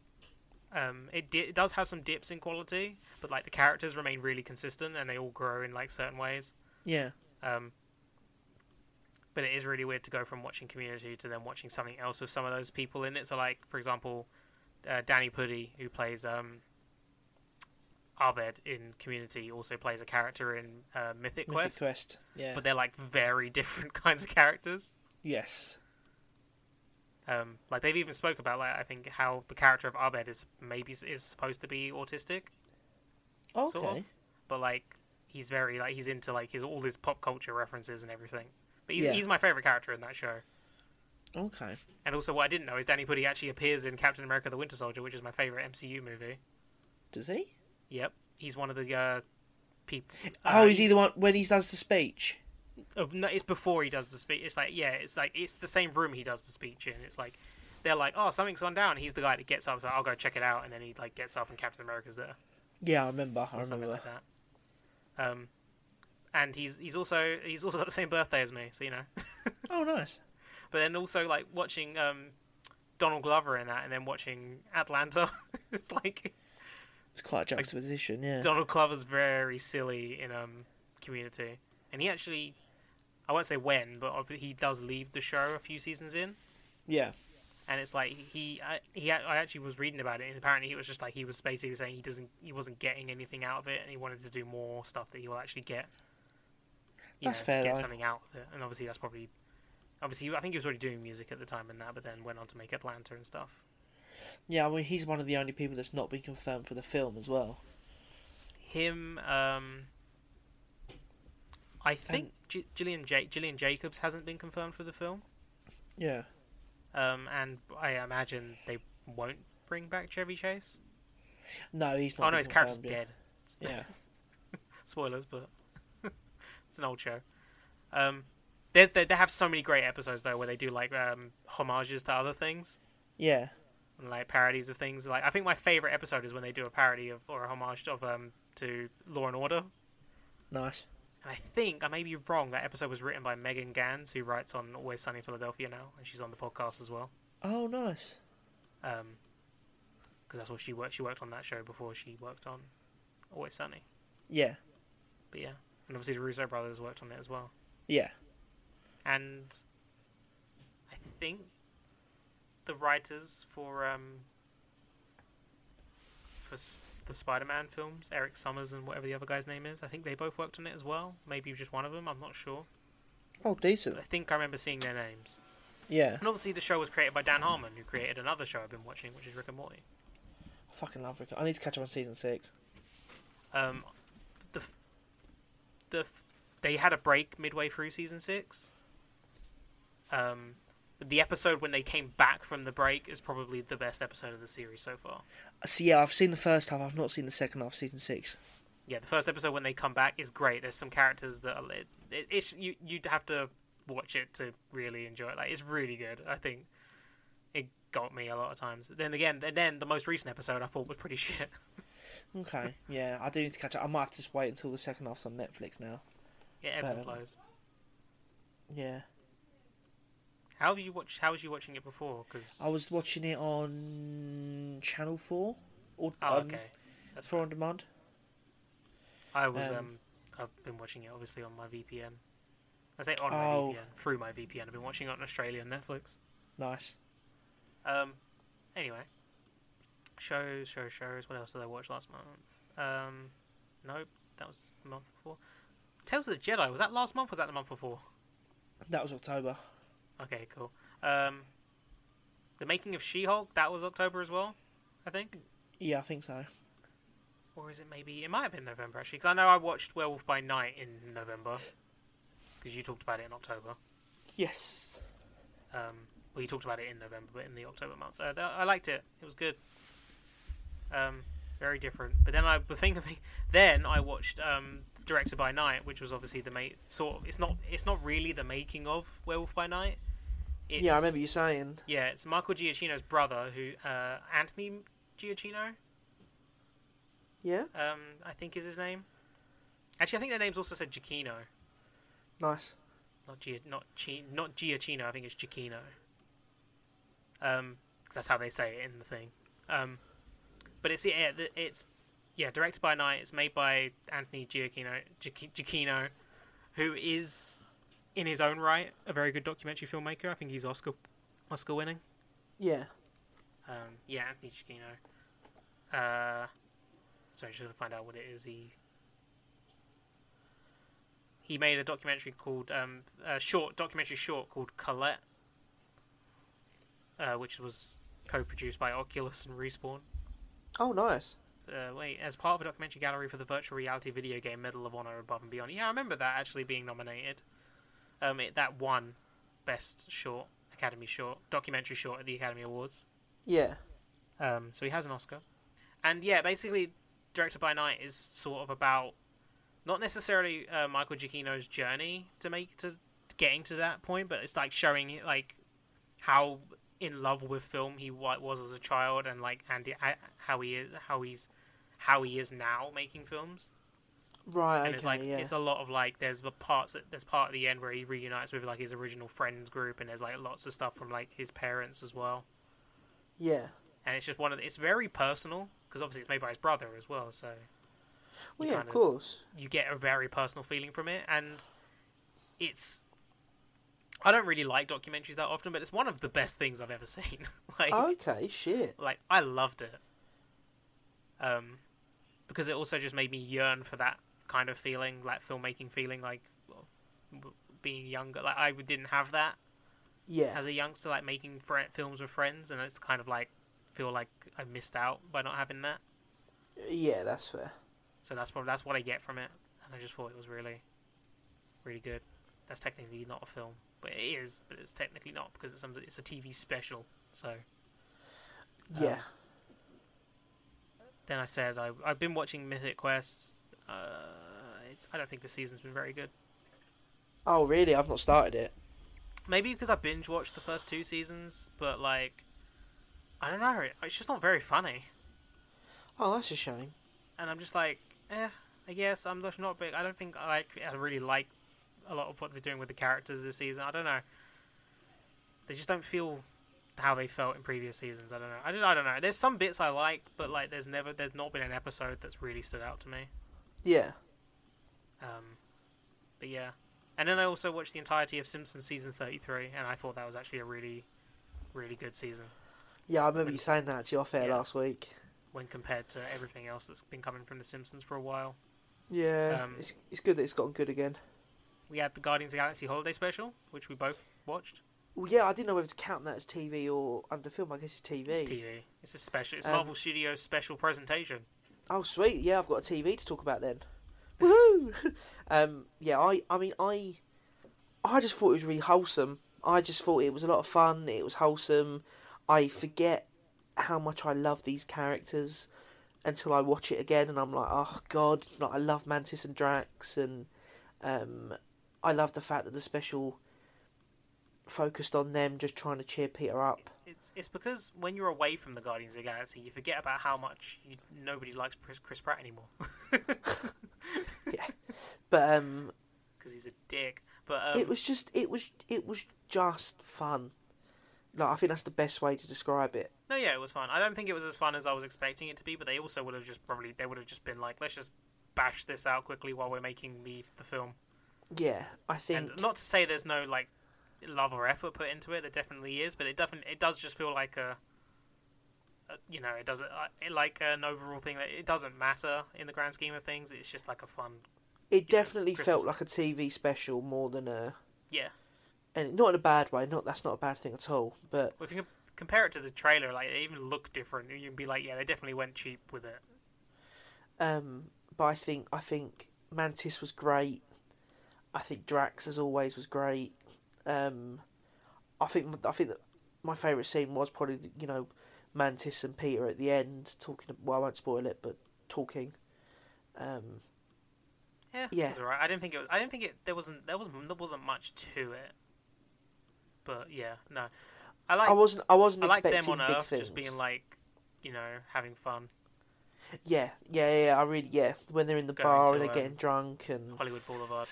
[SPEAKER 1] um, it di- it does have some dips in quality, but like the characters remain really consistent, and they all grow in like certain ways.
[SPEAKER 2] Yeah.
[SPEAKER 1] Um, but it is really weird to go from watching Community to then watching something else with some of those people in it. So, like for example, uh, Danny Pudi, who plays um, Abed in Community, also plays a character in uh, Mythic
[SPEAKER 2] Mythic
[SPEAKER 1] Quest.
[SPEAKER 2] Quest. Yeah.
[SPEAKER 1] But they're like very different kinds of characters.
[SPEAKER 2] yes.
[SPEAKER 1] Um, like they've even spoke about like I think how the character of Abed is maybe s- is supposed to be autistic,
[SPEAKER 2] Okay.
[SPEAKER 1] sort of. But like he's very like he's into like his all his pop culture references and everything. But he's,
[SPEAKER 2] Yeah.
[SPEAKER 1] he's my favorite character in that show.
[SPEAKER 2] Okay.
[SPEAKER 1] And also, what I didn't know is Danny Pudi actually appears in Captain America: The Winter Soldier, which is my favorite MCU movie.
[SPEAKER 2] Does he?
[SPEAKER 1] Yep, he's one of the uh, people.
[SPEAKER 2] oh, is he the one when he does the speech?
[SPEAKER 1] Oh, no, it's before he does the speech. It's like yeah, it's like it's the same room he does the speech in. It's like they're like, oh, something's gone down. He's the guy that gets up, so I'll go check it out, and then he like gets up, and Captain America's there.
[SPEAKER 2] Yeah, I remember. I
[SPEAKER 1] or something
[SPEAKER 2] remember.
[SPEAKER 1] like that. Um, and he's he's also he's also got the same birthday as me, so you know.
[SPEAKER 2] Oh, nice.
[SPEAKER 1] But then also like watching um, Donald Glover in that, and then watching Atlanta. it's like.
[SPEAKER 2] It's quite a juxtaposition, yeah.
[SPEAKER 1] Donald Glover's very silly in um Community, and he actually, I won't say when, but ob- he does leave the show a few seasons in,
[SPEAKER 2] Yeah.
[SPEAKER 1] and it's like he I, he a- I actually was reading about it, and apparently he was just like he was basically saying he doesn't he wasn't getting anything out of it, and he wanted to do more stuff that he will actually get. you
[SPEAKER 2] That's fair,
[SPEAKER 1] Get
[SPEAKER 2] though.
[SPEAKER 1] something out of it, and obviously that's probably. Obviously, I think he was already doing music at the time and that, but then went on to make Atlanta and stuff.
[SPEAKER 2] Yeah, I mean, he's one of the only people that's not been confirmed for the film as well.
[SPEAKER 1] him um I think J- Gillian Jake Gillian Jacobs hasn't been confirmed for the film.
[SPEAKER 2] Yeah.
[SPEAKER 1] Um and I imagine they won't bring back Chevy Chase.
[SPEAKER 2] No, he's not.
[SPEAKER 1] oh no,
[SPEAKER 2] been
[SPEAKER 1] his character's
[SPEAKER 2] confirmed yet.
[SPEAKER 1] dead.
[SPEAKER 2] Yeah.
[SPEAKER 1] Spoilers, but it's an old show. Um they, they, they have so many great episodes though where they do like um homages to other things
[SPEAKER 2] Yeah.
[SPEAKER 1] and like parodies of things. Like I think my favorite episode is when they do a parody of or a homage of um to Law and Order.
[SPEAKER 2] Nice.
[SPEAKER 1] And I think I may be wrong. That episode was written by Megan Gans, who writes on Always Sunny in Philadelphia now, and she's on the podcast as well.
[SPEAKER 2] Oh, nice.
[SPEAKER 1] Because that's what she worked. She worked on that show before she worked on Always Sunny.
[SPEAKER 2] Yeah.
[SPEAKER 1] But yeah, and obviously the Russo brothers worked on it as well.
[SPEAKER 2] Yeah.
[SPEAKER 1] And I think the writers for um, for s- the Spider-Man films, Eric Summers and whatever the other guy's name is, I think they both worked on it as well. Maybe just one of them. I'm not sure.
[SPEAKER 2] Oh, decent.
[SPEAKER 1] But I think I remember seeing their names.
[SPEAKER 2] Yeah.
[SPEAKER 1] And obviously, the show was created by Dan Harmon, who created another show I've been watching, which is Rick and Morty.
[SPEAKER 2] I fucking love Rick. I need to catch up on season six.
[SPEAKER 1] Um, the f- the f- they had a break midway through season six. Um, the episode when they came back from the break is probably the best episode of the series so far.
[SPEAKER 2] Uh, See, yeah, I've seen the first half. I've not seen the second half of season six.
[SPEAKER 1] Yeah, the first episode when they come back is great. There's some characters that are, it, it, it's you you'd have to watch it to really enjoy it. Like it's really good. I think it got me a lot of times. Then again, and then the most recent episode I thought was pretty shit.
[SPEAKER 2] Okay, yeah, I do need to catch up. I might have to just wait until the second half's on Netflix now.
[SPEAKER 1] It ebbs and
[SPEAKER 2] Well.
[SPEAKER 1] flows.
[SPEAKER 2] Yeah,
[SPEAKER 1] How have you watched? How was you watching it before? Because
[SPEAKER 2] I was watching it on Channel Four or
[SPEAKER 1] Oh,
[SPEAKER 2] um,
[SPEAKER 1] okay. That's
[SPEAKER 2] Four
[SPEAKER 1] fine.
[SPEAKER 2] on Demand.
[SPEAKER 1] I was um,
[SPEAKER 2] um,
[SPEAKER 1] I've been watching it obviously on my VPN. I say on
[SPEAKER 2] Oh.
[SPEAKER 1] my VPN through my VPN. I've been watching it on Australian Netflix.
[SPEAKER 2] Nice.
[SPEAKER 1] Um, anyway, shows, shows, shows. What else did I watch last month? Um, nope, that was the month before. Tales of the Jedi was that last month? or Was that the month before?
[SPEAKER 2] That was October.
[SPEAKER 1] Okay, cool. Um, the making of She-Hulk that was October as well, I think.
[SPEAKER 2] Yeah, I think so.
[SPEAKER 1] Or is it maybe it might have been November actually? Because I know I watched Werewolf by Night in November. Because you talked about it in October.
[SPEAKER 2] Yes.
[SPEAKER 1] Um, well, you talked about it in November, but in the October month, uh, th- I liked it. It was good. Um, very different. But then I, the thing, then I watched um, Directed by Night, which was obviously the mate. Sort of, it's not, it's not really the making of Werewolf by Night. It's,
[SPEAKER 2] Yeah, I remember you saying.
[SPEAKER 1] Yeah, it's Michael Giacchino's brother, who uh, Anthony Giacchino,
[SPEAKER 2] Yeah,
[SPEAKER 1] um, I think is his name. Actually, I think their names also said Giacchino,
[SPEAKER 2] nice.
[SPEAKER 1] not Gia, not Chi, not Giacchino. I think it's Giacchino. Um, 'cause that's how they say it in the thing. Um, but it's yeah, the- it's yeah, directed by Night. It's made by Anthony Giacchino, Giacchi- Giacchino, who is in his own right a very good documentary filmmaker. I think he's Oscar Oscar winning.
[SPEAKER 2] Yeah,
[SPEAKER 1] Um, yeah, Anthony Giacchino. Uh, so I'm just gonna find out what it is. He he made a documentary called um, a short documentary short called Colette, uh, which was co-produced by Oculus and Respawn.
[SPEAKER 2] Oh, nice.
[SPEAKER 1] Uh, wait, as part of a documentary gallery for the virtual reality video game Medal of Honor Above and Beyond. Yeah, I remember that actually being nominated. Um, it, that won best short Academy short documentary short at the Academy Awards.
[SPEAKER 2] Yeah,
[SPEAKER 1] Um, so he has an Oscar. And yeah, basically, Directed by Night is sort of about not necessarily uh, Michael Giacchino's journey to make to getting to that point, but it's like showing like how in love with film he wa- was as a child and like and uh, how he is how he's how he is now making films
[SPEAKER 2] right.
[SPEAKER 1] and
[SPEAKER 2] okay,
[SPEAKER 1] it's like
[SPEAKER 2] yeah,
[SPEAKER 1] it's a lot of like there's the parts that there's part at the end where he reunites with like his original friends group and there's like lots of stuff from like his parents as well
[SPEAKER 2] yeah.
[SPEAKER 1] and it's just one of the, it's very personal because obviously it's made by his brother as well so
[SPEAKER 2] Well,
[SPEAKER 1] you
[SPEAKER 2] yeah,
[SPEAKER 1] kind
[SPEAKER 2] of
[SPEAKER 1] of-
[SPEAKER 2] course.
[SPEAKER 1] you get a very personal feeling from it and it's i don't really like documentaries that often but it's one of the best things i've ever seen like
[SPEAKER 2] okay, shit.
[SPEAKER 1] like i loved it um because it also just made me yearn for that kind of feeling like filmmaking feeling like well, w- being younger like i didn't have that
[SPEAKER 2] Yeah,
[SPEAKER 1] as a youngster like making fr- films with friends and it's kind of like feel like i missed out by not having that
[SPEAKER 2] yeah, that's fair.
[SPEAKER 1] So that's probably that's what I get from it, and I just thought it was really, really good. That's technically not a film, but it is. But it's technically not because it's something. It's a TV special. So
[SPEAKER 2] Yeah,
[SPEAKER 1] then I said I, I've been watching Mythic Quest. Uh, it's, I don't think the season's been very good.
[SPEAKER 2] Oh, really? I've not started it.
[SPEAKER 1] Maybe because I binge watched the first two seasons, but like, I don't know. It's just not very funny,
[SPEAKER 2] Oh, that's a shame.
[SPEAKER 1] and I'm just like, eh. I guess I'm just not big. I don't think I like. I really like a lot of what they're doing with the characters this season. I don't know. they just don't feel how they felt in previous seasons. I don't know. I don't, I don't know. There's some bits I like, but like there's never there's not been an episode that's really stood out to me.
[SPEAKER 2] Yeah.
[SPEAKER 1] Um, but yeah, and then I also watched the entirety of Simpsons season 33, and I thought that was actually a really, really good season
[SPEAKER 2] Yeah, I remember you saying that to you off air
[SPEAKER 1] Yeah.
[SPEAKER 2] last week.
[SPEAKER 1] when compared to everything else that's been coming from the Simpsons for a while.
[SPEAKER 2] Yeah,
[SPEAKER 1] Um,
[SPEAKER 2] it's, it's good that it's gotten good again.
[SPEAKER 1] We had the Guardians of the Galaxy holiday special, which we both watched.
[SPEAKER 2] Well, yeah, I didn't know whether to count that as TV or under film. I guess it's TV.
[SPEAKER 1] It's TV. It's a special. It's
[SPEAKER 2] Um,
[SPEAKER 1] Marvel Studios special presentation.
[SPEAKER 2] Oh, sweet. Yeah, I've got a TV to talk about then. Woohoo! um, yeah, I, I mean, I, I just thought it was really wholesome. I just thought it was a lot of fun. It was wholesome. I forget how much I love these characters until I watch it again, and I'm like, oh god, like I love Mantis and Drax, and um, I love the fact that the special focused on them just trying to cheer Peter up.
[SPEAKER 1] It's it's because when you're away from the Guardians of the Galaxy, you forget about how much you, nobody likes Chris, Chris Pratt anymore
[SPEAKER 2] But um,
[SPEAKER 1] because he's a dick. But um,
[SPEAKER 2] it was just it was it was just fun. Like I think that's the best way to describe it.
[SPEAKER 1] no, yeah, it was fun. I don't think it was as fun as I was expecting it to be, but they also would have just probably they would have just been like, let's just bash this out quickly while we're making the the film.
[SPEAKER 2] Yeah, I think
[SPEAKER 1] And not to say there's no like love or effort put into it, there definitely is, but it definitely it does just feel like a, a you know, it doesn't uh, it, like an overall thing that it doesn't matter in the grand scheme of things. It's just like a fun,
[SPEAKER 2] it definitely
[SPEAKER 1] Christmas.
[SPEAKER 2] felt like a TV special more than a
[SPEAKER 1] yeah.
[SPEAKER 2] and not in a bad way. Not that's not a bad thing at all. But
[SPEAKER 1] Well, if you can compare it to the trailer, like they even look different. You can be like, yeah, they definitely went cheap with it.
[SPEAKER 2] um, but I think I think Mantis was great. I think Drax as always was great. Um, I think I think that my favourite scene was probably you know Mantis and Peter at the end talking. Well, I won't spoil it, but talking. Um,
[SPEAKER 1] Yeah,
[SPEAKER 2] Yeah.
[SPEAKER 1] It was alright. I didn't think it was. I didn't think it. There wasn't. There wasn't. There wasn't much to it. But yeah, no. I like.
[SPEAKER 2] I wasn't I wasn't
[SPEAKER 1] I like them
[SPEAKER 2] expecting
[SPEAKER 1] on
[SPEAKER 2] big
[SPEAKER 1] Earth
[SPEAKER 2] things.
[SPEAKER 1] just being like, you know, having fun.
[SPEAKER 2] yeah, yeah, yeah, yeah. I really yeah. When they're in the
[SPEAKER 1] Going
[SPEAKER 2] bar
[SPEAKER 1] to,
[SPEAKER 2] and they're
[SPEAKER 1] um,
[SPEAKER 2] getting drunk and
[SPEAKER 1] Hollywood Boulevard.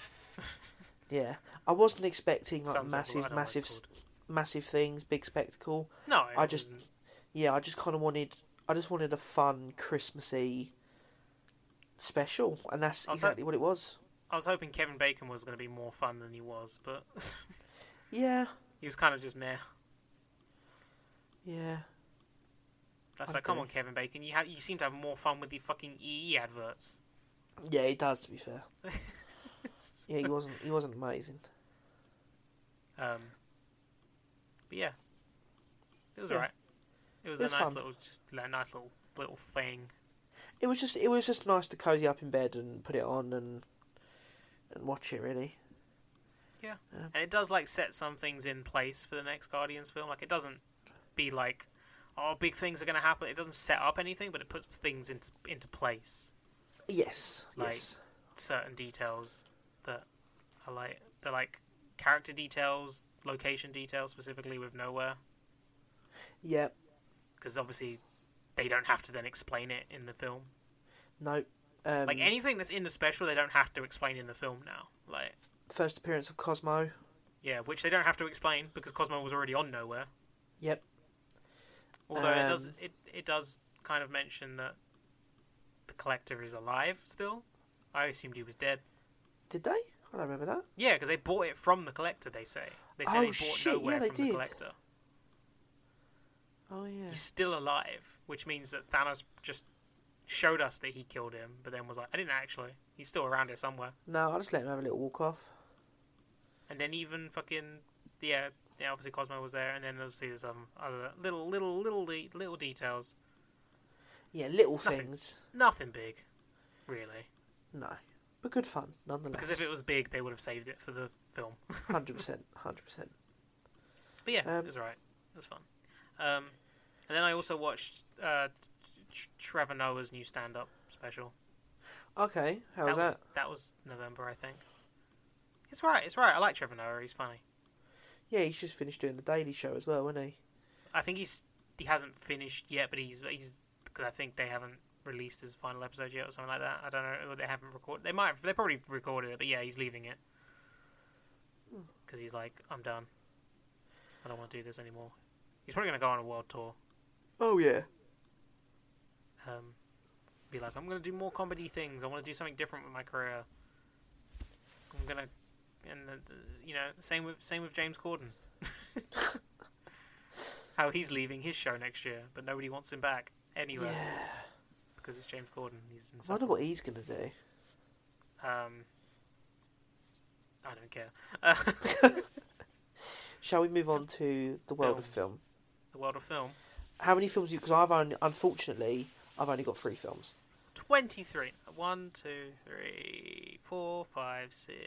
[SPEAKER 2] yeah, I wasn't expecting like
[SPEAKER 1] Sunset Boulevard, I don't know
[SPEAKER 2] massive,
[SPEAKER 1] what it's
[SPEAKER 2] massive, s-
[SPEAKER 1] called.
[SPEAKER 2] massive things, big spectacle.
[SPEAKER 1] No,
[SPEAKER 2] I
[SPEAKER 1] it
[SPEAKER 2] just-
[SPEAKER 1] wasn't.
[SPEAKER 2] yeah, I just kind of wanted, I just wanted a fun Christmassy special, and that's
[SPEAKER 1] Also-
[SPEAKER 2] exactly what it was.
[SPEAKER 1] I was hoping Kevin Bacon was going to be more fun than he was, but
[SPEAKER 2] Yeah,
[SPEAKER 1] he was kind of just meh.
[SPEAKER 2] yeah,
[SPEAKER 1] That's
[SPEAKER 2] I
[SPEAKER 1] like, come
[SPEAKER 2] agree.
[SPEAKER 1] on, Kevin Bacon, you ha- you seem to have more fun with the fucking EE adverts.
[SPEAKER 2] yeah. He does, to be fair. Yeah, he wasn't, he wasn't amazing.
[SPEAKER 1] Um, but yeah, it was
[SPEAKER 2] Yeah.
[SPEAKER 1] alright. It was
[SPEAKER 2] It was
[SPEAKER 1] a nice
[SPEAKER 2] fun.
[SPEAKER 1] little, just a nice little little thing.
[SPEAKER 2] It was just, it was just nice to cozy up in bed and put it on and and watch it. Really,
[SPEAKER 1] and it does like set some things in place for the next Guardians film. Like it doesn't be like, oh, big things are going to happen. It doesn't set up anything, but it puts things into into place.
[SPEAKER 2] yes,
[SPEAKER 1] Like-
[SPEAKER 2] yes,
[SPEAKER 1] Certain details that are like they're like character details, location details specifically with nowhere,
[SPEAKER 2] yeah.
[SPEAKER 1] because obviously they don't have to then explain it in the film.
[SPEAKER 2] No, um,
[SPEAKER 1] Like anything that's in the special, they don't have to explain in the film now. Like
[SPEAKER 2] first appearance of Cosmo.
[SPEAKER 1] yeah, which they don't have to explain because Cosmo was already on nowhere.
[SPEAKER 2] Yep.
[SPEAKER 1] Although it does
[SPEAKER 2] Um,
[SPEAKER 1] it, it does kind of mention that the collector is alive still. I assumed he was dead.
[SPEAKER 2] Did they? I don't remember that.
[SPEAKER 1] Yeah, because they bought it from the collector. They say they said
[SPEAKER 2] Oh,
[SPEAKER 1] they bought
[SPEAKER 2] shit, yeah,
[SPEAKER 1] nowhere
[SPEAKER 2] they
[SPEAKER 1] from
[SPEAKER 2] did.
[SPEAKER 1] the collector.
[SPEAKER 2] Oh yeah.
[SPEAKER 1] He's still alive, which means that Thanos just showed us that he killed him, but then was like, "I didn't actually. He's still around here somewhere."
[SPEAKER 2] No, I just let him have a little walk off.
[SPEAKER 1] And then even fucking yeah, yeah obviously Cosmo was there, and then obviously there's some other little little little de- little details.
[SPEAKER 2] Yeah, little
[SPEAKER 1] Nothing.
[SPEAKER 2] things.
[SPEAKER 1] Nothing big, really.
[SPEAKER 2] No, but good fun nonetheless.
[SPEAKER 1] Because if it was big, they would have saved it for the film.
[SPEAKER 2] hundred percent, hundred percent.
[SPEAKER 1] But yeah,
[SPEAKER 2] Um,
[SPEAKER 1] it was alright. It was fun. Um, and then I also watched uh, Tr- Trevor Noah's new stand-up special.
[SPEAKER 2] Okay, how was that?
[SPEAKER 1] That was November, I think. It's right. It's right. I like Trevor Noah. He's funny.
[SPEAKER 2] Yeah, he's just finished doing the Daily Show as well, wasn't he?
[SPEAKER 1] I think he's he hasn't finished yet, but he's he's because I think they haven't released his final episode yet or something like that. I don't know. Or they haven't recorded. They might. Have, they probably recorded it, but yeah, he's leaving it
[SPEAKER 2] Hmm.
[SPEAKER 1] because he's like, I'm done. I don't want to do this anymore. He's probably gonna go on a world tour.
[SPEAKER 2] Oh yeah.
[SPEAKER 1] um, be like, I'm going to do more comedy things. I want to do something different with my career. I'm going to, and the, the- you know, same with same with James Corden. How he's leaving his show next year, but nobody wants him back anyway
[SPEAKER 2] Yeah.
[SPEAKER 1] because it's James Corden. He's
[SPEAKER 2] I wonder
[SPEAKER 1] insufferable.
[SPEAKER 2] what he's gonna do.
[SPEAKER 1] Um, I don't care. Uh,
[SPEAKER 2] Shall we move on to the world of
[SPEAKER 1] Films.
[SPEAKER 2] film?
[SPEAKER 1] the world of film,
[SPEAKER 2] How many films? Because I've only, unfortunately, I've only got three films.
[SPEAKER 1] twenty-three. One, two, three, four, five, six,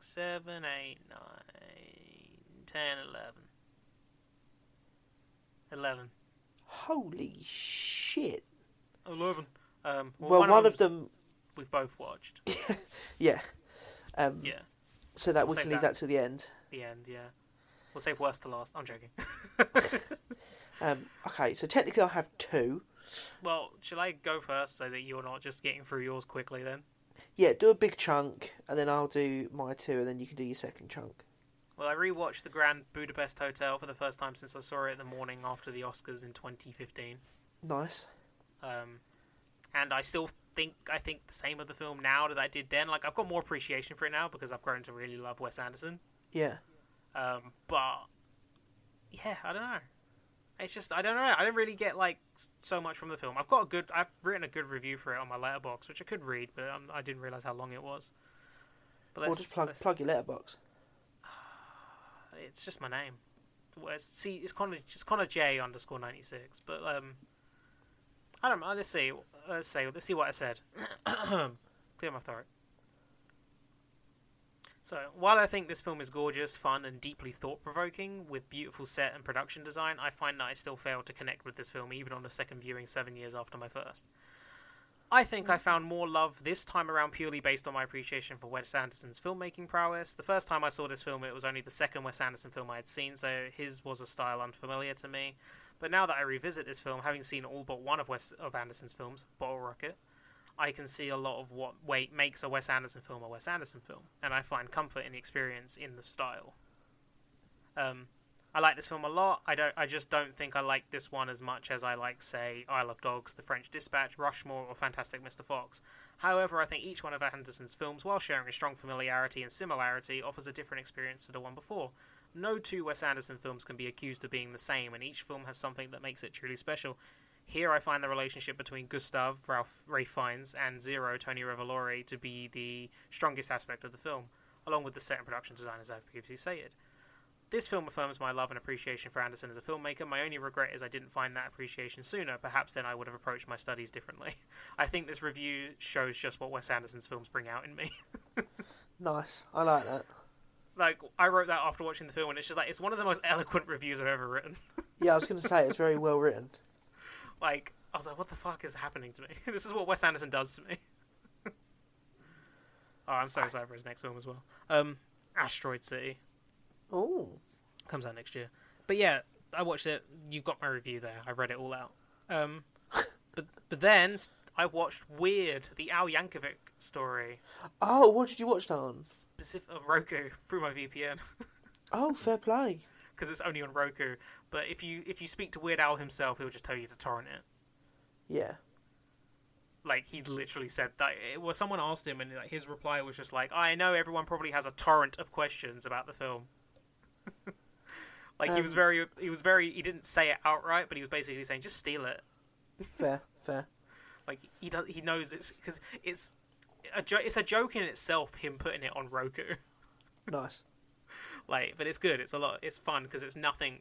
[SPEAKER 1] seven, eight, nine, ten, eleven. Eleven.
[SPEAKER 2] Holy shit!
[SPEAKER 1] Eleven. Um,
[SPEAKER 2] Well, one, of
[SPEAKER 1] them's
[SPEAKER 2] them,
[SPEAKER 1] we've both watched.
[SPEAKER 2] yeah. Um,
[SPEAKER 1] Yeah,
[SPEAKER 2] So that
[SPEAKER 1] We'll
[SPEAKER 2] we
[SPEAKER 1] save
[SPEAKER 2] can leave
[SPEAKER 1] that.
[SPEAKER 2] that to the end.
[SPEAKER 1] the end. Yeah, We'll save worst to last. I'm joking.
[SPEAKER 2] Um, okay, so technically I have two.
[SPEAKER 1] well, shall I go first so that you're not just getting through yours quickly then?
[SPEAKER 2] Yeah, do a big chunk, and then I'll do my two, and then you can do your second chunk.
[SPEAKER 1] Well, I rewatched The Grand Budapest Hotel for the first time since I saw it the morning after the Oscars in 2015.
[SPEAKER 2] Nice.
[SPEAKER 1] um, and I still think I think the same of the film now that I did then. Like I've got more appreciation for it now because I've grown to really love Wes Anderson.
[SPEAKER 2] Yeah.
[SPEAKER 1] Um, but yeah, I don't know. It's just I don't know. I don't really get like s- so much from the film. I've got a good. I've written a good review for it on my letterbox, which I could read, but um, I didn't realize how long it was. But
[SPEAKER 2] Or
[SPEAKER 1] let's,
[SPEAKER 2] just plug
[SPEAKER 1] let's-
[SPEAKER 2] plug your letterbox.
[SPEAKER 1] it's just my name. Well, It's see, it's Connor, it's Connor J underscore ninety six. But um, I don't. know, Let's see. Let's see. Let's see what I said. Clear my throat. So, while I think this film is gorgeous, fun, and deeply thought provoking, with beautiful set and production design, I find that I still fail to connect with this film even on a second viewing seven years after my first. I think I found more love this time around purely based on my appreciation for Wes Anderson's filmmaking prowess. The first time I saw this film, it was only the second Wes Anderson film I had seen, so his was a style unfamiliar to me. But now that I revisit this film, having seen all but one of Wes of Anderson's films, Bottle Rocket, I can see a lot of what wait makes a Wes Anderson film a Wes Anderson film, and I find comfort in the experience in the style. Um, I like this film a lot. I don't. I just don't think I like this one as much as I like, say, Isle of Dogs, The French Dispatch, Rushmore, or Fantastic Mr. Fox. However, I think each one of Anderson's films, while sharing a strong familiarity and similarity, offers a different experience to the one before. No two Wes Anderson films can be accused of being the same, and each film has something that makes it truly special. Here, I find the relationship between Gustav, Ralph, Ray Fiennes, and Zero, Tony Revolori, to be the strongest aspect of the film, along with the set and production design, as I've previously stated. This film affirms my love and appreciation for Anderson as a filmmaker. My only regret is I didn't find that appreciation sooner. Perhaps then I would have approached my studies differently. I think this review shows just what Wes Anderson's films bring out in me.
[SPEAKER 2] Nice. I like that.
[SPEAKER 1] like, I wrote that after watching the film, and it's just like, it's one of the most eloquent reviews I've ever written.
[SPEAKER 2] Yeah, I was going to say it's very well written.
[SPEAKER 1] like, I was like, what the fuck is happening to me? this is what Wes Anderson does to me. oh, I'm so excited for his next film as well. Um, Asteroid City.
[SPEAKER 2] Oh,
[SPEAKER 1] comes out next year. But yeah, I watched it. You got my review there. I read it all out. Um, but but then s- I watched Weird, the Al Yankovic story,
[SPEAKER 2] oh, what did you watch that on?
[SPEAKER 1] specific uh, Roku through my VPN
[SPEAKER 2] Oh, fair play.
[SPEAKER 1] because it's only on Roku. But if you if you speak to Weird Al himself, he'll just tell you to torrent it.
[SPEAKER 2] Yeah.
[SPEAKER 1] Like he literally said that. It was someone asked him, and like, his reply was just like, "I know everyone probably has a torrent of questions about the film." like he was
[SPEAKER 2] Um,
[SPEAKER 1] very he was very he didn't say it outright, but he was basically saying, "Just steal it."
[SPEAKER 2] Fair, fair.
[SPEAKER 1] Like he does, he knows it's because it's a jo- it's a joke in itself. Him putting it on Roku,
[SPEAKER 2] Nice.
[SPEAKER 1] like, but it's good. It's a lot. It's fun because it's nothing.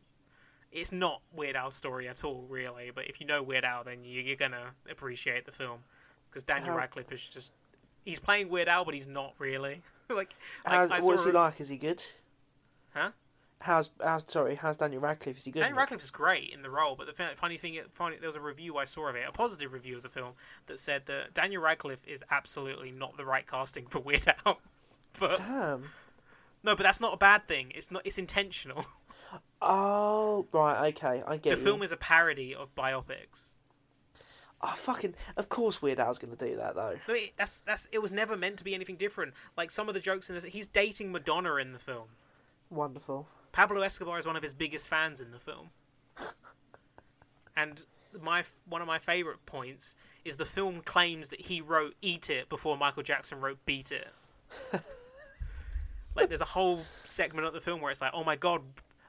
[SPEAKER 1] It's not Weird Al's story at all, really. But if you know Weird Al, then you, you're gonna appreciate the film because Daniel
[SPEAKER 2] How-
[SPEAKER 1] Radcliffe is just he's playing Weird Al, but he's not really. like,
[SPEAKER 2] How's,
[SPEAKER 1] I
[SPEAKER 2] what's
[SPEAKER 1] saw
[SPEAKER 2] he
[SPEAKER 1] a-
[SPEAKER 2] like? Is he good?
[SPEAKER 1] Huh?
[SPEAKER 2] How's, how's sorry? How's Daniel Radcliffe? Is he good?
[SPEAKER 1] Daniel
[SPEAKER 2] in it?
[SPEAKER 1] Radcliffe is great in the role, but the fin- funny thing, funny, there was a review I saw of it, a positive review of the film, that said that Daniel Radcliffe is absolutely not the right casting for Weird Al. But
[SPEAKER 2] Damn.
[SPEAKER 1] No, but that's not a bad thing. It's not. It's intentional.
[SPEAKER 2] Oh, right. Okay, I
[SPEAKER 1] the
[SPEAKER 2] get you.
[SPEAKER 1] film is a parody of biopics.
[SPEAKER 2] Oh, fucking. Of course, Weird Al's going to do that though.
[SPEAKER 1] I mean, that's that's. It was never meant to be anything different. Like some of the jokes in the. He's dating Madonna in the film.
[SPEAKER 2] Wonderful.
[SPEAKER 1] Pablo Escobar is one of his biggest fans in the film. And my one of my favorite points is the film claims that he wrote "Eat It" before Michael Jackson wrote "Beat It." like, there's a whole segment of the film where it's like, "Oh my god,"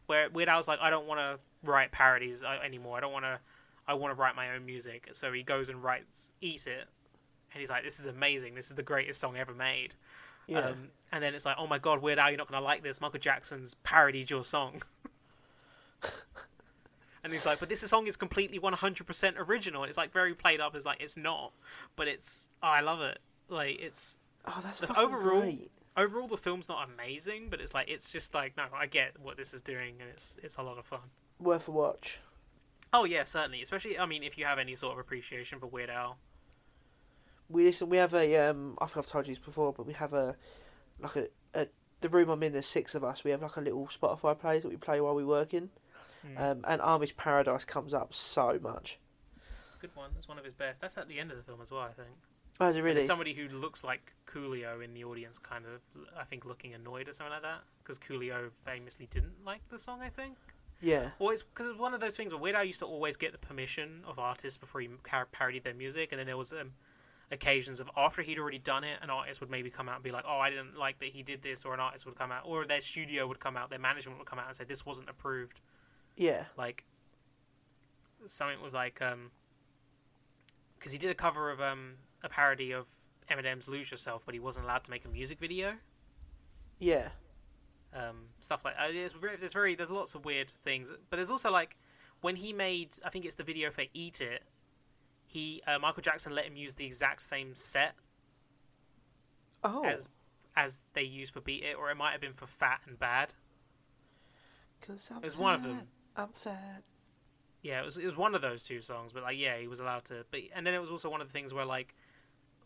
[SPEAKER 1] where Weird Al's like, "I don't want to write parodies uh, anymore. I don't want to. I want to write my own music." So he goes and writes "Eat It," and he's like, "This is amazing. This is the greatest song ever made."
[SPEAKER 2] Yeah.
[SPEAKER 1] Um, and then it's like, oh my god, Weird Al, you're not going to like this. Michael Jackson's parodied your song. and he's like, but this song is completely 100% original. It's like very played up as like, it's not. But it's, oh, I love it. Like, it's,
[SPEAKER 2] oh, that's
[SPEAKER 1] the
[SPEAKER 2] fucking
[SPEAKER 1] overall-
[SPEAKER 2] great.
[SPEAKER 1] overall, the film's not amazing, but it's like, it's just like, no, I get what this is doing and it's, it's a lot of fun.
[SPEAKER 2] Worth a watch.
[SPEAKER 1] Oh, yeah, certainly. Especially, I mean, if you have any sort of appreciation for Weird Al.
[SPEAKER 2] We listen. We have a. Um, I think I've told you this before, but we have a like a, a the room I'm in, there's six of us. We have like a little Spotify plays that we play while we work in,
[SPEAKER 1] Hmm.
[SPEAKER 2] um, and Amish Paradise comes up so much.
[SPEAKER 1] Good one. That's one of his best. That's at the end of the film as well, I think.
[SPEAKER 2] Oh, is it
[SPEAKER 1] There's
[SPEAKER 2] really?
[SPEAKER 1] Somebody who looks like Coolio in the audience, kind of, I think, looking annoyed or something like that, because Coolio famously didn't like the song, I think.
[SPEAKER 2] Yeah,
[SPEAKER 1] Or it's because it's one of those things where Weird Al used to always get the permission of artists before he par- parodied their music, and then there was um, occasions of after he'd already done it, an artist would maybe come out and be like, "Oh, I didn't like that he did this," or an artist would come out, or their studio would come out, their management would come out and say, "This wasn't approved."
[SPEAKER 2] yeah,
[SPEAKER 1] Like something with like um, because he did a cover of um a parody of Eminem's "Lose Yourself," but he wasn't allowed to make a music video
[SPEAKER 2] yeah,
[SPEAKER 1] um, stuff like uh, there's, re- there's very there's lots of weird things but there's also like when he made i think it's the video for eat it he uh, michael jackson let him use the exact same set
[SPEAKER 2] oh,
[SPEAKER 1] as as they used for beat it or it might have been for fat and bad
[SPEAKER 2] 'cause I'm
[SPEAKER 1] it's one of them.
[SPEAKER 2] fat, I'm fat.
[SPEAKER 1] yeah it was, it was one of those two songs but like yeah he was allowed to but and then it was also one of the things where like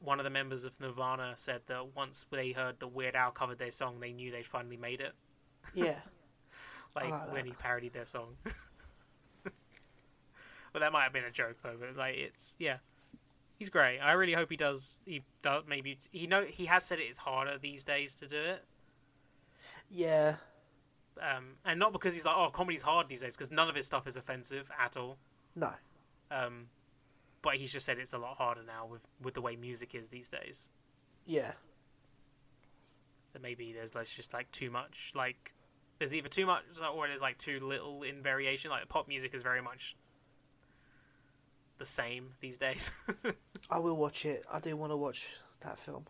[SPEAKER 1] one of the members of nirvana said that once they heard that weird al covered their song they knew they'd finally made it
[SPEAKER 2] Yeah,
[SPEAKER 1] like
[SPEAKER 2] like
[SPEAKER 1] when
[SPEAKER 2] that.
[SPEAKER 1] he parodied their song. well, that might have been a joke though, but like it's yeah, he's great. I really hope he does. He does maybe he know he has said it is harder these days to do it,
[SPEAKER 2] yeah,
[SPEAKER 1] um, and not because he's like oh comedy's hard these days because none of his stuff is offensive at all.
[SPEAKER 2] no,
[SPEAKER 1] Um, but he's just said it's a lot harder now with with the way music is these days.
[SPEAKER 2] yeah,
[SPEAKER 1] That maybe there's like just like too much like. There's either too much or there's like too little in variation. Like pop music is very much the same these days.
[SPEAKER 2] I will watch it. I do want to watch that film.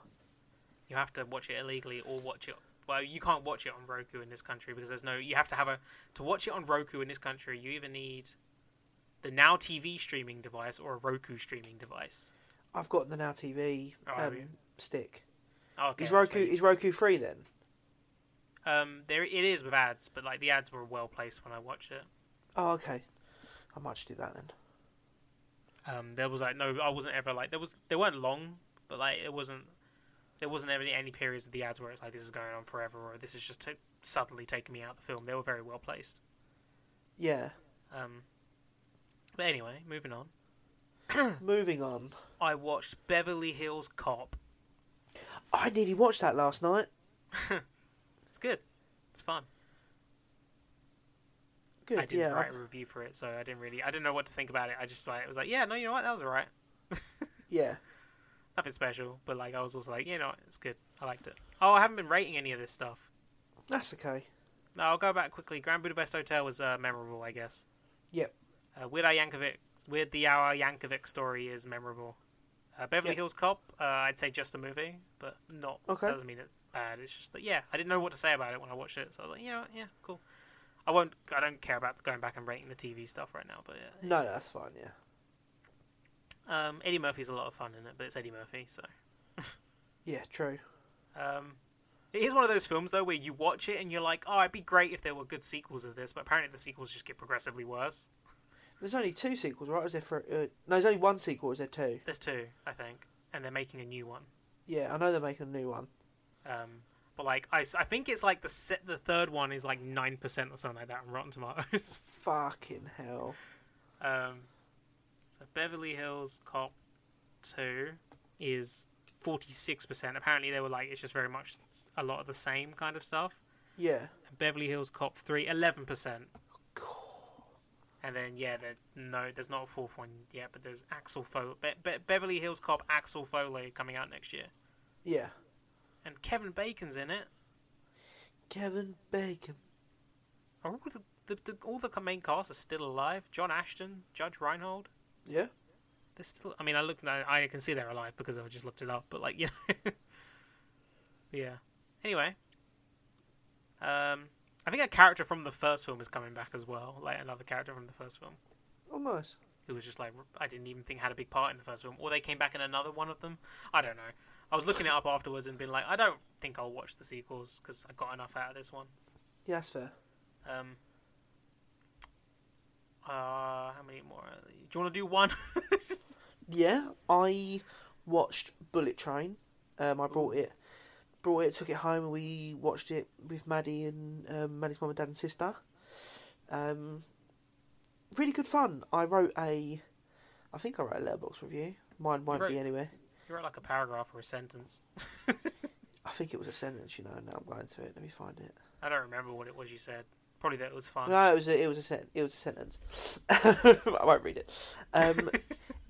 [SPEAKER 1] You have to watch it illegally or watch it. Well, you can't watch it on Roku in this country because there's no. You have to have a to watch it on Roku in this country. You either need the Now TV streaming device or a Roku streaming device.
[SPEAKER 2] I've got the Now TV
[SPEAKER 1] Oh, have
[SPEAKER 2] um,
[SPEAKER 1] you?
[SPEAKER 2] stick.
[SPEAKER 1] Oh, okay,
[SPEAKER 2] Is
[SPEAKER 1] that's
[SPEAKER 2] Roku
[SPEAKER 1] right.
[SPEAKER 2] is Roku free then?
[SPEAKER 1] Um, there it is with ads, but like the ads were well placed when I watched it.
[SPEAKER 2] Oh, okay. I might just do that then.
[SPEAKER 1] Um, there was like no, I wasn't ever like there was. They weren't long, but like it wasn't. There wasn't ever any periods of the ads where it's like this is going on forever or this is just t- suddenly taking me out of the film. They were very well placed.
[SPEAKER 2] Yeah.
[SPEAKER 1] Um, but anyway, moving on. Hmm.
[SPEAKER 2] Moving on.
[SPEAKER 1] I watched Beverly Hills Cop.
[SPEAKER 2] I nearly watched that last night.
[SPEAKER 1] It's good. It's fun.
[SPEAKER 2] Good.
[SPEAKER 1] I didn't
[SPEAKER 2] yeah.
[SPEAKER 1] write a review for it, so I didn't really. I didn't know what to think about it. I just like it was like, yeah, no, you know what, that was alright.
[SPEAKER 2] Yeah.
[SPEAKER 1] Nothing special, but like I was also like, you know, what, it's good. I liked it. Oh, I haven't been rating any of this stuff.
[SPEAKER 2] That's okay.
[SPEAKER 1] No, I'll go back quickly. Grand Budapest Hotel was uh, memorable, I guess.
[SPEAKER 2] Yep.
[SPEAKER 1] Uh, Weird Al Yankovic, Weird the Hour Yankovic story is memorable. Uh, Beverly
[SPEAKER 2] Yep.
[SPEAKER 1] Hills Cop, uh, I'd say just a movie, but not.
[SPEAKER 2] Okay.
[SPEAKER 1] Doesn't mean it's bad. It's just that yeah, I didn't know what to say about it when I watched it, so I was like, you know, what, yeah, cool. I won't. I don't care about going back and rating the TV stuff right now, but yeah.
[SPEAKER 2] No, no, that's fine. Yeah.
[SPEAKER 1] Um, Eddie Murphy's a lot of fun in it, but it's Eddie Murphy, so.
[SPEAKER 2] Yeah. True.
[SPEAKER 1] Um, it is one of those films though where you watch it and you're like, oh, it'd be great if there were good sequels of this, but apparently the sequels just get progressively worse.
[SPEAKER 2] There's only two sequels, right? Is there for, uh, no? There's only one sequel. Is there two?
[SPEAKER 1] There's two, I think, and they're making a new one.
[SPEAKER 2] Yeah. I know they're making a new one.
[SPEAKER 1] Um, but like I, s- I think it's like the se- the third one is like nine percent or something like that on Rotten Tomatoes.
[SPEAKER 2] Fucking hell.
[SPEAKER 1] um, so Beverly Hills Cop Two is forty six percent. Apparently they were like it's just very much a lot of the same kind of stuff.
[SPEAKER 2] Yeah.
[SPEAKER 1] And Beverly Hills Cop 3, 11 percent.
[SPEAKER 2] Cool.
[SPEAKER 1] And then yeah, there, no, there's not a fourth one yet, but there's Axel Foley, Be- Be- Beverly Hills Cop Axel Foley coming out next year,
[SPEAKER 2] Yeah.
[SPEAKER 1] and Kevin Bacon's in it.
[SPEAKER 2] Kevin Bacon.
[SPEAKER 1] Are all the, the, the all the main cast are still alive? John Ashton, Judge Reinhold.
[SPEAKER 2] Yeah.
[SPEAKER 1] They're still. I mean, I looked. I I can see they're alive because I just looked it up. But like, you know. yeah. Anyway. Um, I think a character from the first film is coming back as well. Like another character from the first film
[SPEAKER 2] Oh, nice.
[SPEAKER 1] who was just like I didn't even think had a big part in the first film, or they came back in another one of them. I don't know. I was looking it up afterwards and been like, I don't think I'll watch the sequels because I got enough out of this one.
[SPEAKER 2] Yeah, that's fair.
[SPEAKER 1] Um. Uh, how many more? Are there? Do you want to do one?
[SPEAKER 2] Yeah, I watched Bullet Train. Um, I brought it brought it, took it home, and we watched it with Maddie and um, Maddie's mum and dad and sister. Um, really good fun. I wrote a, I think I wrote a letterbox review. Mine won't
[SPEAKER 1] wrote-
[SPEAKER 2] be anywhere.
[SPEAKER 1] You wrote like a paragraph or a sentence.
[SPEAKER 2] I think it was a sentence, you know. Now I'm going to it. Let me find it.
[SPEAKER 1] I don't remember what it was you said. Probably that it was fun.
[SPEAKER 2] No, it was a, it was a sen- it was a sentence. I won't read it. Um,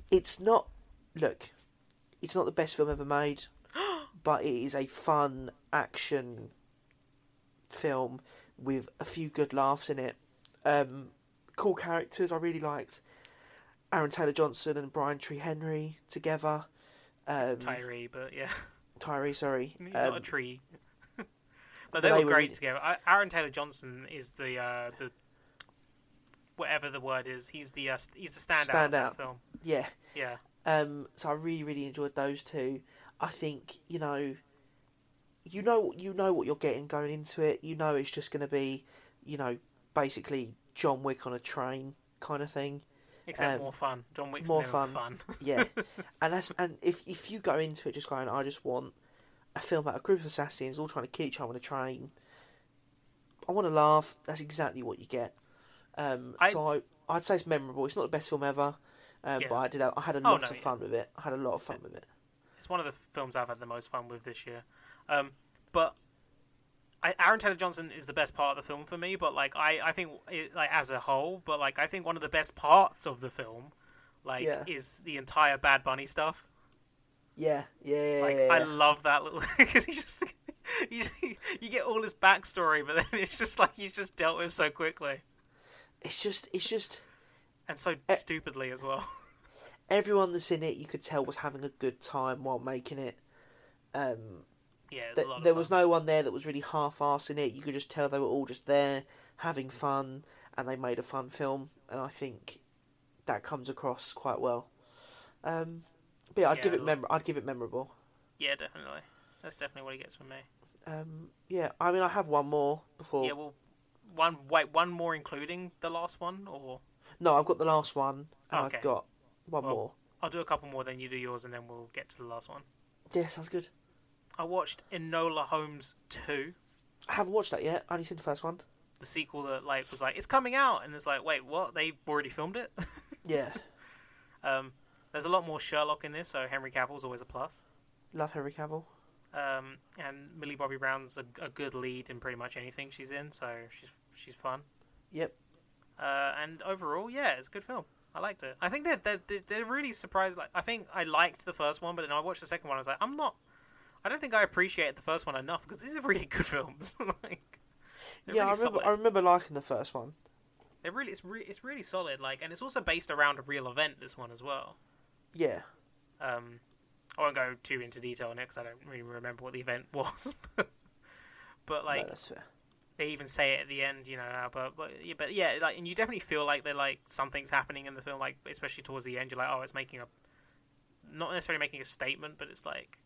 [SPEAKER 2] it's not. Look, it's not the best film ever made, but it is a fun action film with a few good laughs in it. Um, cool characters. I really liked Aaron Taylor Johnson and Brian Tree Henry together.
[SPEAKER 1] It's
[SPEAKER 2] Um,
[SPEAKER 1] Tyree, but yeah,
[SPEAKER 2] Tyree, sorry.
[SPEAKER 1] he's
[SPEAKER 2] Um,
[SPEAKER 1] not a tree. but
[SPEAKER 2] they
[SPEAKER 1] they were
[SPEAKER 2] were
[SPEAKER 1] great
[SPEAKER 2] really-
[SPEAKER 1] together. I, Aaron Taylor Johnson is the uh, the whatever the word is. He's the uh, he's the standout, in
[SPEAKER 2] Standout.
[SPEAKER 1] that film.
[SPEAKER 2] yeah.
[SPEAKER 1] Yeah,
[SPEAKER 2] Um, so I really, really enjoyed those two. I think you know, you know, you know what you're getting going into it. You know, it's just going to be, you know, basically John Wick on a train kind of thing.
[SPEAKER 1] except
[SPEAKER 2] Um,
[SPEAKER 1] more fun. John Wick's
[SPEAKER 2] more
[SPEAKER 1] never
[SPEAKER 2] fun.
[SPEAKER 1] fun.
[SPEAKER 2] Yeah, and that's and if if you go into it just going, I just want a film about a group of assassins all trying to kill each other on a train. I want to laugh. That's exactly what you get. Um,
[SPEAKER 1] I-
[SPEAKER 2] So I, I'd say it's memorable. It's not the best film ever, um,
[SPEAKER 1] Yeah.
[SPEAKER 2] but I did. Have, I had a
[SPEAKER 1] Oh,
[SPEAKER 2] lot
[SPEAKER 1] no,
[SPEAKER 2] of
[SPEAKER 1] yeah.
[SPEAKER 2] fun with it. I had a lot of fun with it.
[SPEAKER 1] It's one of the films I've had the most fun with this year. Um, but I, Aaron Taylor Johnson is the best part of the film for me. But like, I, I think it, like as a whole, but like I think one of the best parts of the film, like,
[SPEAKER 2] Yeah.
[SPEAKER 1] is the entire Bad Bunny stuff.
[SPEAKER 2] Yeah, yeah.
[SPEAKER 1] Like, I love that little because he just. You, just- you get all his backstory, but then it's just like he's just dealt with so quickly
[SPEAKER 2] it's just, it's just
[SPEAKER 1] and so
[SPEAKER 2] Eh.
[SPEAKER 1] stupidly as well.
[SPEAKER 2] everyone that's in it. You could tell was having a good time while making it. Um,
[SPEAKER 1] Yeah, it's
[SPEAKER 2] th-
[SPEAKER 1] a lot
[SPEAKER 2] there
[SPEAKER 1] of
[SPEAKER 2] was
[SPEAKER 1] fun.
[SPEAKER 2] no one there that was really half-assed in it. You could just tell they were all just there having fun, and they made a fun film. And I think that comes across quite well. Um, but yeah, I'd
[SPEAKER 1] Yeah,
[SPEAKER 2] give
[SPEAKER 1] I
[SPEAKER 2] it
[SPEAKER 1] like-
[SPEAKER 2] mem- I'd give it memorable.
[SPEAKER 1] Yeah, definitely. That's definitely what he gets from me.
[SPEAKER 2] Um, yeah, I mean, I have one more before.
[SPEAKER 1] Yeah, well, one wait, one more including the last one, or
[SPEAKER 2] No, I've got the last one, and
[SPEAKER 1] Okay. Oh.
[SPEAKER 2] I've got one
[SPEAKER 1] Well-
[SPEAKER 2] more.
[SPEAKER 1] I'll do a couple more, then you do yours, and then we'll get to the last one.
[SPEAKER 2] Yeah, sounds good.
[SPEAKER 1] I watched Enola Holmes two,
[SPEAKER 2] I haven't watched that yet. I only seen the first one.
[SPEAKER 1] the sequel that like was like it's coming out, and it's like wait what they've already filmed it.
[SPEAKER 2] Yeah,
[SPEAKER 1] um, there's a lot more Sherlock in this, so Henry Cavill's always a plus.
[SPEAKER 2] love Henry Cavill.
[SPEAKER 1] Um, and Millie Bobby Brown's a, a good lead in pretty much anything she's in, so she's she's fun.
[SPEAKER 2] Yep.
[SPEAKER 1] Uh, and overall, yeah, it's a good film. I liked it. I think they're, they're, they're- they're really surprised. Like, I think I liked the first one, but then I watched the second one. I was like, I'm not. I don't think I appreciate the first one enough because these are really good films. like, they're really
[SPEAKER 2] yeah, I remember. I
[SPEAKER 1] solid.
[SPEAKER 2] remember liking the first one.
[SPEAKER 1] They're really, it's, re- it's really solid. Like, and it's also based around a real event. This one as well.
[SPEAKER 2] Yeah,
[SPEAKER 1] Um, I won't go too into detail on it 'cause I don't really remember what the event was. but
[SPEAKER 2] no,
[SPEAKER 1] like,
[SPEAKER 2] that's fair.
[SPEAKER 1] they even say it at the end, you know. uh, But but yeah, but yeah, like, and you definitely feel like they're like something's happening in the film, like especially towards the end. You're like, oh, it's making a, not necessarily making a statement, but it's like,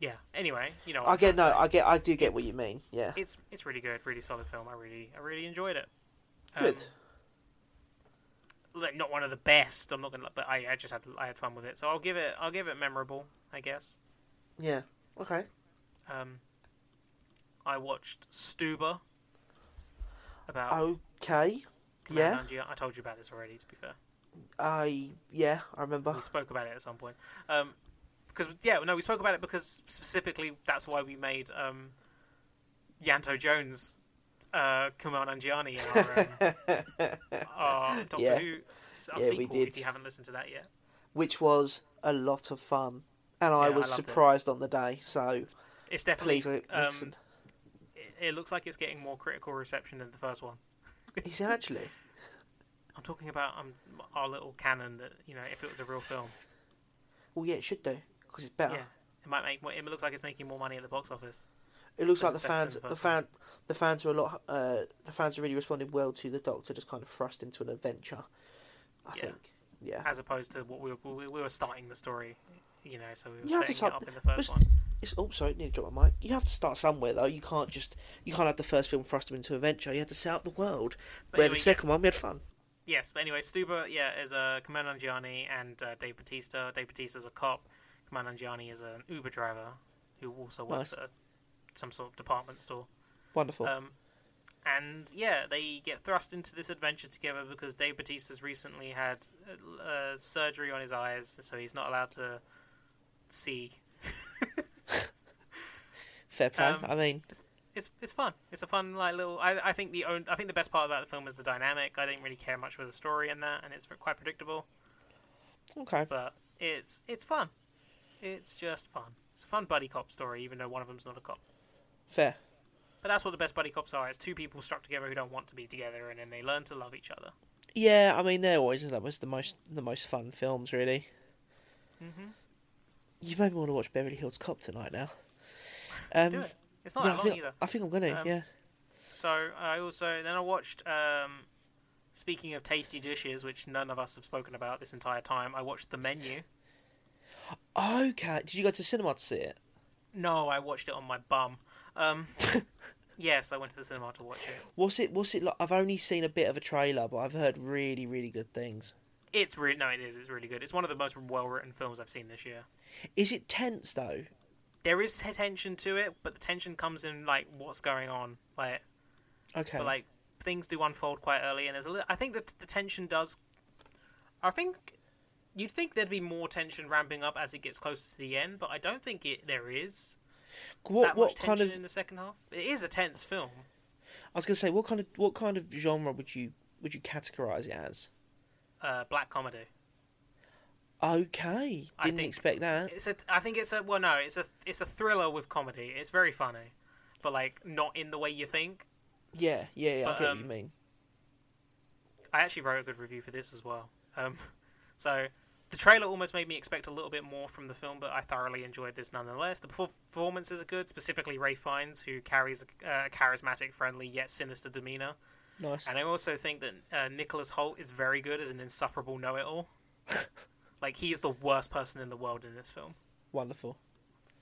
[SPEAKER 1] yeah. Anyway, you know, what
[SPEAKER 2] I
[SPEAKER 1] I'm
[SPEAKER 2] get no.
[SPEAKER 1] trying to
[SPEAKER 2] I get. I do get what
[SPEAKER 1] It's-
[SPEAKER 2] you mean. Yeah,
[SPEAKER 1] say. It's it's really good, really solid film. I really I really enjoyed it. Um,
[SPEAKER 2] good.
[SPEAKER 1] like not one of the best. I'm not gonna, but I, I just had I had fun with it, so I'll give it I'll give it memorable, I guess.
[SPEAKER 2] Yeah. Okay.
[SPEAKER 1] Um, I watched Stuber. About
[SPEAKER 2] Okay.
[SPEAKER 1] Command
[SPEAKER 2] Oh, yeah.
[SPEAKER 1] Angier. I told you about this already. To be fair.
[SPEAKER 2] I. Yeah. I remember.
[SPEAKER 1] we spoke about it at some point. Um, because yeah, no, we spoke about it because specifically that's why we made um, Yanto Jones, uh, Kumail Nanjiani in our, um, our Doctor
[SPEAKER 2] Yeah.
[SPEAKER 1] Who s- our
[SPEAKER 2] Yeah, we
[SPEAKER 1] sequel.
[SPEAKER 2] did.
[SPEAKER 1] If you haven't listened to that yet,
[SPEAKER 2] Which was a lot of fun, and
[SPEAKER 1] Yeah,
[SPEAKER 2] I
[SPEAKER 1] I
[SPEAKER 2] was
[SPEAKER 1] loved it.
[SPEAKER 2] surprised on the day. So
[SPEAKER 1] it's definitely.
[SPEAKER 2] please uh,
[SPEAKER 1] um,
[SPEAKER 2] listen.
[SPEAKER 1] it- it looks like it's getting more critical reception than the first one.
[SPEAKER 2] Is it actually?
[SPEAKER 1] I'm talking about um, our little canon that you know, if it was a real film,
[SPEAKER 2] Well, yeah, it should do because it's better.
[SPEAKER 1] yeah, it might make. more It looks like it's making more money at the box office.
[SPEAKER 2] It looks
[SPEAKER 1] Than
[SPEAKER 2] like
[SPEAKER 1] the
[SPEAKER 2] the
[SPEAKER 1] second
[SPEAKER 2] fans,
[SPEAKER 1] and the
[SPEAKER 2] the
[SPEAKER 1] first one.
[SPEAKER 2] fan, the fans are a lot. Uh, the fans are really responding well to the Doctor, just kind of thrust into an adventure. I
[SPEAKER 1] Yeah.
[SPEAKER 2] think. Yeah.
[SPEAKER 1] as opposed to what we were, we we were starting the story, you know, so we were
[SPEAKER 2] You have
[SPEAKER 1] setting
[SPEAKER 2] to
[SPEAKER 1] it
[SPEAKER 2] start-
[SPEAKER 1] up in the first
[SPEAKER 2] let's-
[SPEAKER 1] one.
[SPEAKER 2] It's oh sorry, need to drop my mic. You have to start somewhere though. You can't just you can't have the first film thrust them into adventure. You had to set up the world.
[SPEAKER 1] But
[SPEAKER 2] where
[SPEAKER 1] anyway,
[SPEAKER 2] the second
[SPEAKER 1] yes.
[SPEAKER 2] one we had fun.
[SPEAKER 1] Yes, but anyway, Stuber, yeah, is a uh, Command Nanjiani and uh, Dave Batista. Dave Batista's a cop. Command Nanjiani is an Uber driver who also works
[SPEAKER 2] Nice.
[SPEAKER 1] at a, some sort of department store.
[SPEAKER 2] Wonderful.
[SPEAKER 1] Um, and yeah, they get thrust into this adventure together because Dave Batista's recently had uh, surgery on his eyes, so he's not allowed to see.
[SPEAKER 2] Fair play.
[SPEAKER 1] um,
[SPEAKER 2] I mean,
[SPEAKER 1] It's it's fun. It's a fun like little. I, I think the own, I think the best part about the film is the dynamic. I didn't really care much for the story and that, and it's quite predictable.
[SPEAKER 2] okay.
[SPEAKER 1] But it's it's fun. It's just fun. It's a fun buddy cop story, even though one of them's not a cop.
[SPEAKER 2] Fair.
[SPEAKER 1] But that's what the best buddy cops are. It's two people stuck together who don't want to be together, and then they learn to love each other.
[SPEAKER 2] Yeah, I mean, they're always that was the most the most fun films, really.
[SPEAKER 1] Mhm.
[SPEAKER 2] You made me want to watch Beverly Hills Cop tonight now. Um,
[SPEAKER 1] Do it. It's not
[SPEAKER 2] yeah,
[SPEAKER 1] that
[SPEAKER 2] I,
[SPEAKER 1] long
[SPEAKER 2] think,
[SPEAKER 1] either.
[SPEAKER 2] I think I'm gonna.
[SPEAKER 1] Um,
[SPEAKER 2] yeah.
[SPEAKER 1] So I also then I watched. Um, speaking of tasty dishes, which none of us have spoken about this entire time, I watched the menu.
[SPEAKER 2] Okay. Did you go to the cinema to see it?
[SPEAKER 1] No, I watched it on my bum. Um, yes, I went to the cinema to watch it.
[SPEAKER 2] What's it? What's it like? I've only seen a bit of a trailer, but I've heard really, really good things.
[SPEAKER 1] It's really no, it is. It's really good. It's one of the most well-written films I've seen this year.
[SPEAKER 2] Is it tense though?
[SPEAKER 1] There is tension to it, but the tension comes in like what's going on, like
[SPEAKER 2] Okay.
[SPEAKER 1] but like things do unfold quite early, and there's a little. I think that the tension does. I think you'd think there'd be more tension ramping up as it gets closer to the end, but I don't think it there is
[SPEAKER 2] what
[SPEAKER 1] that
[SPEAKER 2] what
[SPEAKER 1] much
[SPEAKER 2] kind
[SPEAKER 1] tension
[SPEAKER 2] of?
[SPEAKER 1] in the second half. It is a tense film.
[SPEAKER 2] I was gonna say, what kind of what kind of genre would you would you categorize it as?
[SPEAKER 1] Uh, black comedy.
[SPEAKER 2] Okay.
[SPEAKER 1] I
[SPEAKER 2] Didn't
[SPEAKER 1] think
[SPEAKER 2] expect that.
[SPEAKER 1] It's a. I think it's a. Well, no, it's a. It's a thriller with comedy. It's very funny, but like not in the way you think.
[SPEAKER 2] Yeah, yeah, yeah I
[SPEAKER 1] but,
[SPEAKER 2] get
[SPEAKER 1] um,
[SPEAKER 2] what you mean.
[SPEAKER 1] I actually wrote a good review for this as well. Um, so the trailer almost made me expect a little bit more from the film, but I thoroughly enjoyed this nonetheless. The perfor- performances are good, specifically Ray Fiennes, who carries a, a charismatic, friendly yet sinister demeanor.
[SPEAKER 2] Nice.
[SPEAKER 1] And I also think that uh, Nicholas Holt is very good as an insufferable know-it-all. like he is the worst person in the world in this film.
[SPEAKER 2] Wonderful.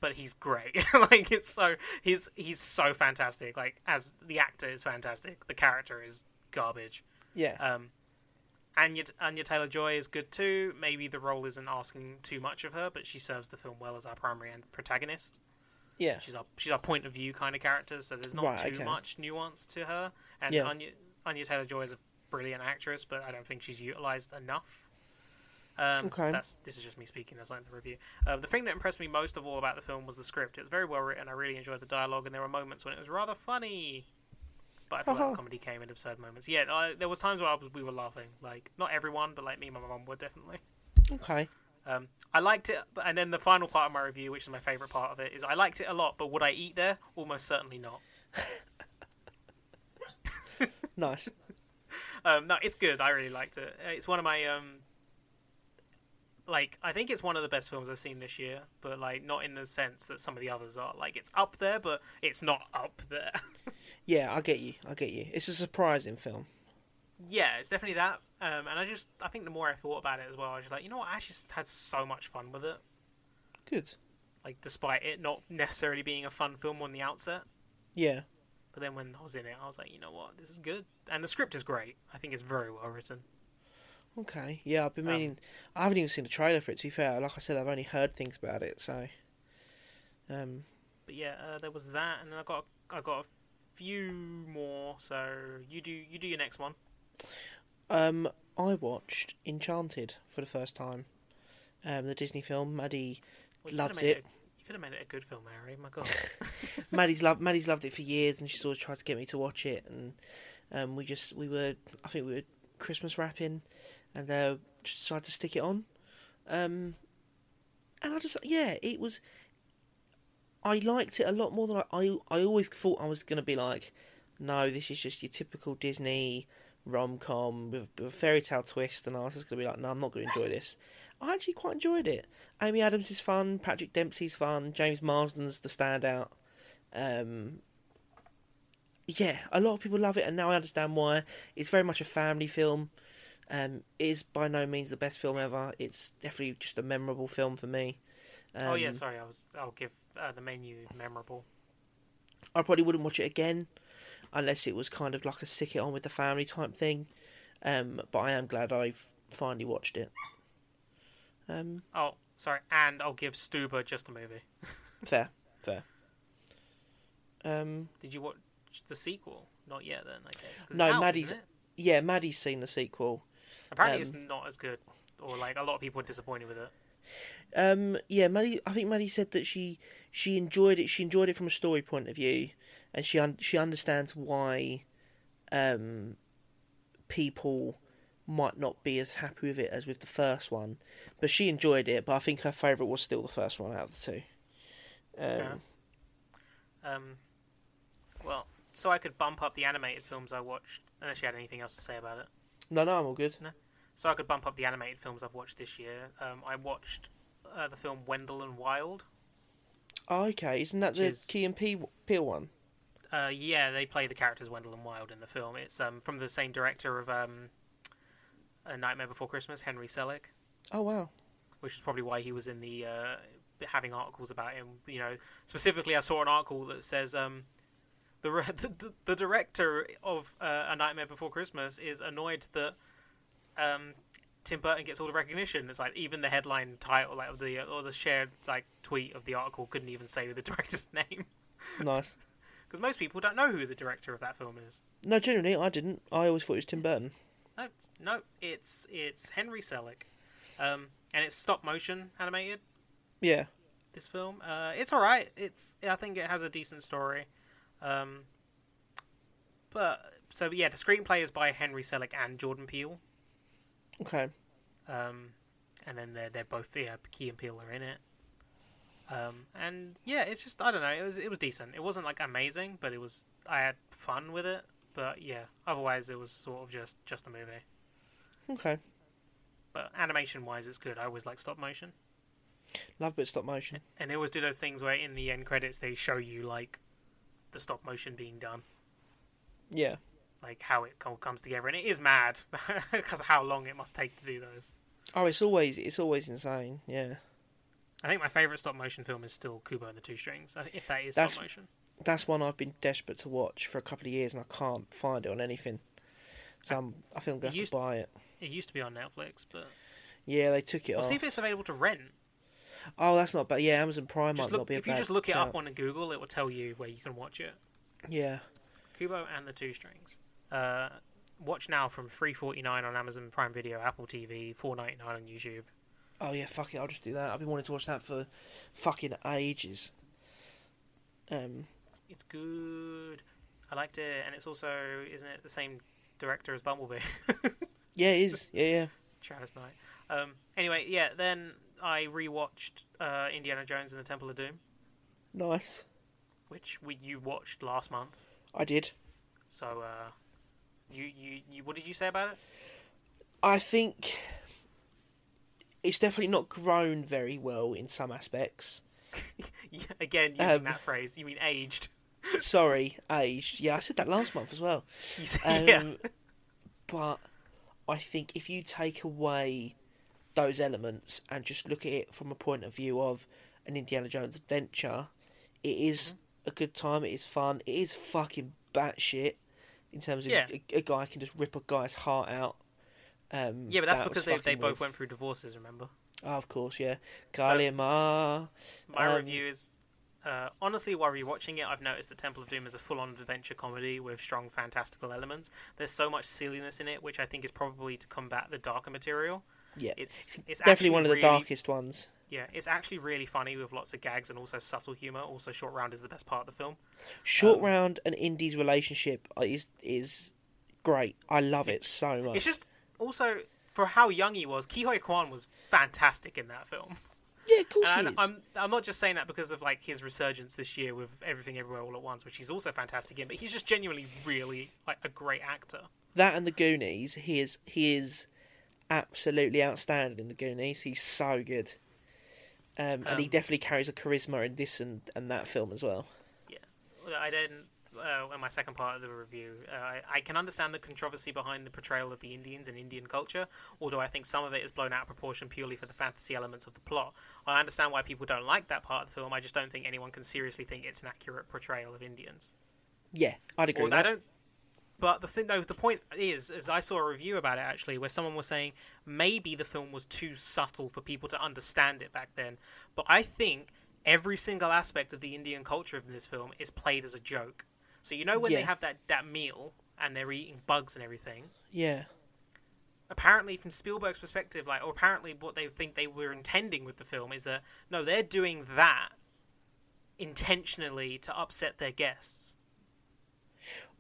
[SPEAKER 1] but he's great. like it's so he's he's so fantastic. Like as the actor is fantastic, the character is garbage.
[SPEAKER 2] Yeah.
[SPEAKER 1] Um, Anya Anya Taylor Joy is good too. Maybe the role isn't asking too much of her, but she serves the film well as our primary and protagonist.
[SPEAKER 2] yeah.
[SPEAKER 1] She's our she's our point of view kind of character, so there's not
[SPEAKER 2] Right,
[SPEAKER 1] too
[SPEAKER 2] okay.
[SPEAKER 1] much nuance to her. And
[SPEAKER 2] Yeah.
[SPEAKER 1] Anya Anya Taylor Joy is a brilliant actress, but I don't think she's utilized enough. Um,
[SPEAKER 2] Okay.
[SPEAKER 1] That's this is just me speaking. That's not in the review. Um, the thing that impressed me most of all about the film was the script. It was very well written. I really enjoyed the dialogue, and there were moments when it was rather funny. But I feel like
[SPEAKER 2] Uh-huh.
[SPEAKER 1] the comedy came in absurd moments. Yeah, I, there was times where I was, we were laughing. Like not everyone, but like me and my mum were definitely.
[SPEAKER 2] Okay.
[SPEAKER 1] Um, I liked it, but- and then the final part of my review, which is my favorite part of it, is I liked it a lot. But would I eat there? Almost certainly not.
[SPEAKER 2] Nice.
[SPEAKER 1] Um, no, it's good. I really liked it. It's one of my um, like I think it's one of the best films I've seen this year, but like not in the sense that some of the others are. Like it's up there, but it's not up there.
[SPEAKER 2] Yeah, I get you. I get you. It's a surprising film.
[SPEAKER 1] yeah, it's definitely that. Um, and I just I think the more I thought about it as well, I was just like, you know what, I just had so much fun with it.
[SPEAKER 2] Good.
[SPEAKER 1] Like despite it not necessarily being a fun film on the outset.
[SPEAKER 2] Yeah.
[SPEAKER 1] But then when I was in it, I was like, you know what, this is good, and the script is great. I think it's very well written.
[SPEAKER 2] Okay. Yeah, I've been meaning. I haven't even seen the trailer for it. To be fair, like I said, I've only heard things about it. So, um,
[SPEAKER 1] But yeah, uh, there was that, and then I got I got a few more. So you do you do your next one.
[SPEAKER 2] um, I watched Enchanted for the first time. Um, the Disney film. Maddie,
[SPEAKER 1] Well, you
[SPEAKER 2] Loves
[SPEAKER 1] could've made
[SPEAKER 2] it.
[SPEAKER 1] a- you could have made it a good film, Harry. My God.
[SPEAKER 2] Maddie's loved. Maddie's loved it for years, and she's always tried to get me to watch it. And um, we just we were. I think we were Christmas wrapping, and uh, just decided to stick it on. Um, and I just yeah, it was. I liked it a lot more than I. I, I always thought I was gonna be like, no, this is just your typical Disney rom com with, with a fairy tale twist, and I was just gonna be like, no, I'm not gonna enjoy this. I actually quite enjoyed it. Amy Adams is fun. Patrick Dempsey's fun. James Marsden's the standout. Um, yeah, a lot of people love it, and now I understand why. It's very much a family film. Um, it is by no means the best film ever. It's definitely just a memorable film for me. Um,
[SPEAKER 1] oh yeah, sorry. I was. I'll give uh, the menu memorable.
[SPEAKER 2] I probably wouldn't watch it again unless it was kind of like a stick it on with the family type thing. Um, but I am glad I've finally watched it. Um,
[SPEAKER 1] Oh, sorry. And I'll give Stuber just a movie.
[SPEAKER 2] fair. Fair. Um,
[SPEAKER 1] Did you watch the sequel? Not yet, then I guess. 'cause it's
[SPEAKER 2] No,
[SPEAKER 1] out,
[SPEAKER 2] Maddie's-
[SPEAKER 1] isn't it?
[SPEAKER 2] yeah, Maddie's seen the sequel.
[SPEAKER 1] Apparently, it's not as good, or like a lot of people are disappointed with it.
[SPEAKER 2] Um, yeah, Maddie. I think Maddie said that she she enjoyed it. She enjoyed it from a story point of view, and she un- she understands why um, people might not be as happy with it as with the first one. But she enjoyed it. But I think her favourite was still the first one out of the two.
[SPEAKER 1] Fair
[SPEAKER 2] Um,
[SPEAKER 1] enough. um, well, so I could bump up the animated films I watched, unless you had anything else to say about it.
[SPEAKER 2] no, no, I'm all good.
[SPEAKER 1] So I could bump up the animated films I've watched this year. Um, I watched uh, the film Wendell and Wild.
[SPEAKER 2] Oh, okay, isn't that the
[SPEAKER 1] Cheers.
[SPEAKER 2] Key and P- Peel one?
[SPEAKER 1] Uh, yeah, they play the characters Wendell and Wild in the film. It's um, from the same director of um, A Nightmare Before Christmas, Henry Selick.
[SPEAKER 2] Oh wow.
[SPEAKER 1] which is probably why he was in the uh, having articles about him. You know, specifically, I saw an article that says um, the, re- the the- the director of uh, A Nightmare Before Christmas is annoyed that um, Tim Burton gets all the recognition. It's like even the headline title, like of the uh, or the shared like tweet of the article, couldn't even say the director's name
[SPEAKER 2] Nice.
[SPEAKER 1] because most people don't know who the director of that film is.
[SPEAKER 2] No, generally I didn't. I always thought it was Tim Burton.
[SPEAKER 1] No, it's- no, it's it's Henry Selick, um, and it's stop motion animated.
[SPEAKER 2] Yeah.
[SPEAKER 1] this film. Uh, it's all right. It's I think it has a decent story, um, but so yeah, the screenplay is by Henry Selick and Jordan Peele,
[SPEAKER 2] Okay.
[SPEAKER 1] um, and then they're they're both yeah, Key and Peele are in it, um, and yeah, it's just I don't know. It was it was decent. It wasn't like amazing, but it was I had fun with it. But yeah, otherwise it was sort of just just a movie.
[SPEAKER 2] Okay.
[SPEAKER 1] But animation wise, it's good. I always like stop motion.
[SPEAKER 2] Love a bit of stop motion.
[SPEAKER 1] and they always do those things where in the end credits they show you like the stop motion being done
[SPEAKER 2] Yeah.
[SPEAKER 1] like how it all comes together and it is mad because of how long it must take to do those
[SPEAKER 2] Oh, it's always it's always insane. Yeah,
[SPEAKER 1] i think my favorite stop motion film is still kubo and the two strings I think if that is
[SPEAKER 2] That's-
[SPEAKER 1] stop motion
[SPEAKER 2] that's one I've been desperate to watch for a couple of years, and I can't find it on anything. So I'm, I think I'm gonna have
[SPEAKER 1] used-
[SPEAKER 2] to buy it.
[SPEAKER 1] it used to be on netflix but
[SPEAKER 2] Oh. Yeah, they took it
[SPEAKER 1] we'll
[SPEAKER 2] off.
[SPEAKER 1] see if it's available to rent
[SPEAKER 2] Oh, that's not bad. Yeah, Amazon Prime
[SPEAKER 1] just
[SPEAKER 2] might
[SPEAKER 1] look,
[SPEAKER 2] not be a
[SPEAKER 1] if you
[SPEAKER 2] bad
[SPEAKER 1] just look it up
[SPEAKER 2] shout.
[SPEAKER 1] on google it will tell you where you can watch it
[SPEAKER 2] Yeah,
[SPEAKER 1] kubo and the two strings uh, watch now from 349 on amazon prime video apple tv 499 on youtube
[SPEAKER 2] Oh yeah, fuck it. I'll just do that. I've been wanting to watch that for fucking ages. Um.
[SPEAKER 1] It's good. I liked it, and it's also isn't it the same director as Bumblebee,
[SPEAKER 2] Yeah, it is. Yeah, yeah.
[SPEAKER 1] Travis Knight. Um, anyway, yeah. Then I rewatched uh, Indiana Jones and the Temple of Doom,
[SPEAKER 2] Nice.
[SPEAKER 1] which we, you watched last month.
[SPEAKER 2] I did.
[SPEAKER 1] So, uh, you, you you what did you say about it?
[SPEAKER 2] I think it's definitely not grown very well in some aspects.
[SPEAKER 1] Yeah, Again, using
[SPEAKER 2] Um,
[SPEAKER 1] that phrase, you mean aged?
[SPEAKER 2] Sorry, aged. Yeah, I said that last month as well.
[SPEAKER 1] You say,
[SPEAKER 2] Um,
[SPEAKER 1] yeah,
[SPEAKER 2] But I think if you take away those elements and just look at it from a point of view of an Indiana Jones adventure, it is
[SPEAKER 1] Mm-hmm.
[SPEAKER 2] a good time. It is fun. It is fucking batshit in terms of
[SPEAKER 1] Yeah.
[SPEAKER 2] a, a guy can just rip a guy's heart out. Um,
[SPEAKER 1] yeah, but that's
[SPEAKER 2] that
[SPEAKER 1] because
[SPEAKER 2] was
[SPEAKER 1] they, they
[SPEAKER 2] fucking
[SPEAKER 1] both
[SPEAKER 2] weird.
[SPEAKER 1] went through divorces. Remember,
[SPEAKER 2] Oh, of course, yeah. Kalima.
[SPEAKER 1] my
[SPEAKER 2] Um,
[SPEAKER 1] review is. Uh, honestly, while rewatching it, I've noticed that Temple of Doom is a full-on adventure comedy with strong fantastical elements. There's so much silliness in it, which I think is probably to combat the darker material.
[SPEAKER 2] yeah,
[SPEAKER 1] It's it's
[SPEAKER 2] definitely one of the
[SPEAKER 1] actually really-
[SPEAKER 2] darkest ones.
[SPEAKER 1] Yeah, it's actually really funny with lots of gags and also subtle humor. Also, short round is the best part of the film.
[SPEAKER 2] Short
[SPEAKER 1] um,
[SPEAKER 2] round and Indy's relationship is is great. I love it so much.
[SPEAKER 1] It's just also for how young he was, Kihoi Kwan was fantastic in that film.
[SPEAKER 2] Yeah, of course
[SPEAKER 1] And
[SPEAKER 2] he is.
[SPEAKER 1] I'm I'm not just saying that because of like his resurgence this year with Everything Everywhere All at Once, which he's also fantastic in. But he's just genuinely really like a great actor.
[SPEAKER 2] That and the Goonies, he is he is absolutely outstanding in the Goonies. He's so good, um, and he
[SPEAKER 1] Um,
[SPEAKER 2] definitely carries a charisma in this and, and that film as well.
[SPEAKER 1] Well, I didn't. Uh, in my second part of the review, uh, I, I can understand the controversy behind the portrayal of the Indians and Indian culture, although I think some of it is blown out of proportion purely for the fantasy elements of the plot. I understand why people don't like that part of the film. I just don't think anyone can seriously think it's an accurate portrayal of Indians.
[SPEAKER 2] Yeah, I'd agree.
[SPEAKER 1] Or
[SPEAKER 2] with
[SPEAKER 1] I
[SPEAKER 2] that.
[SPEAKER 1] don't. But the thing, though, the point is, is I saw a review about it actually, where someone was saying maybe the film was too subtle for people to understand it back then. But I think every single aspect of the Indian culture in this film is played as a joke. So you know when they
[SPEAKER 2] Yeah.
[SPEAKER 1] have that, that meal and they're eating bugs and everything.
[SPEAKER 2] Yeah.
[SPEAKER 1] Apparently, from Spielberg's perspective, like, or apparently what they think they were intending with the film is that no, they're doing that intentionally to upset their guests.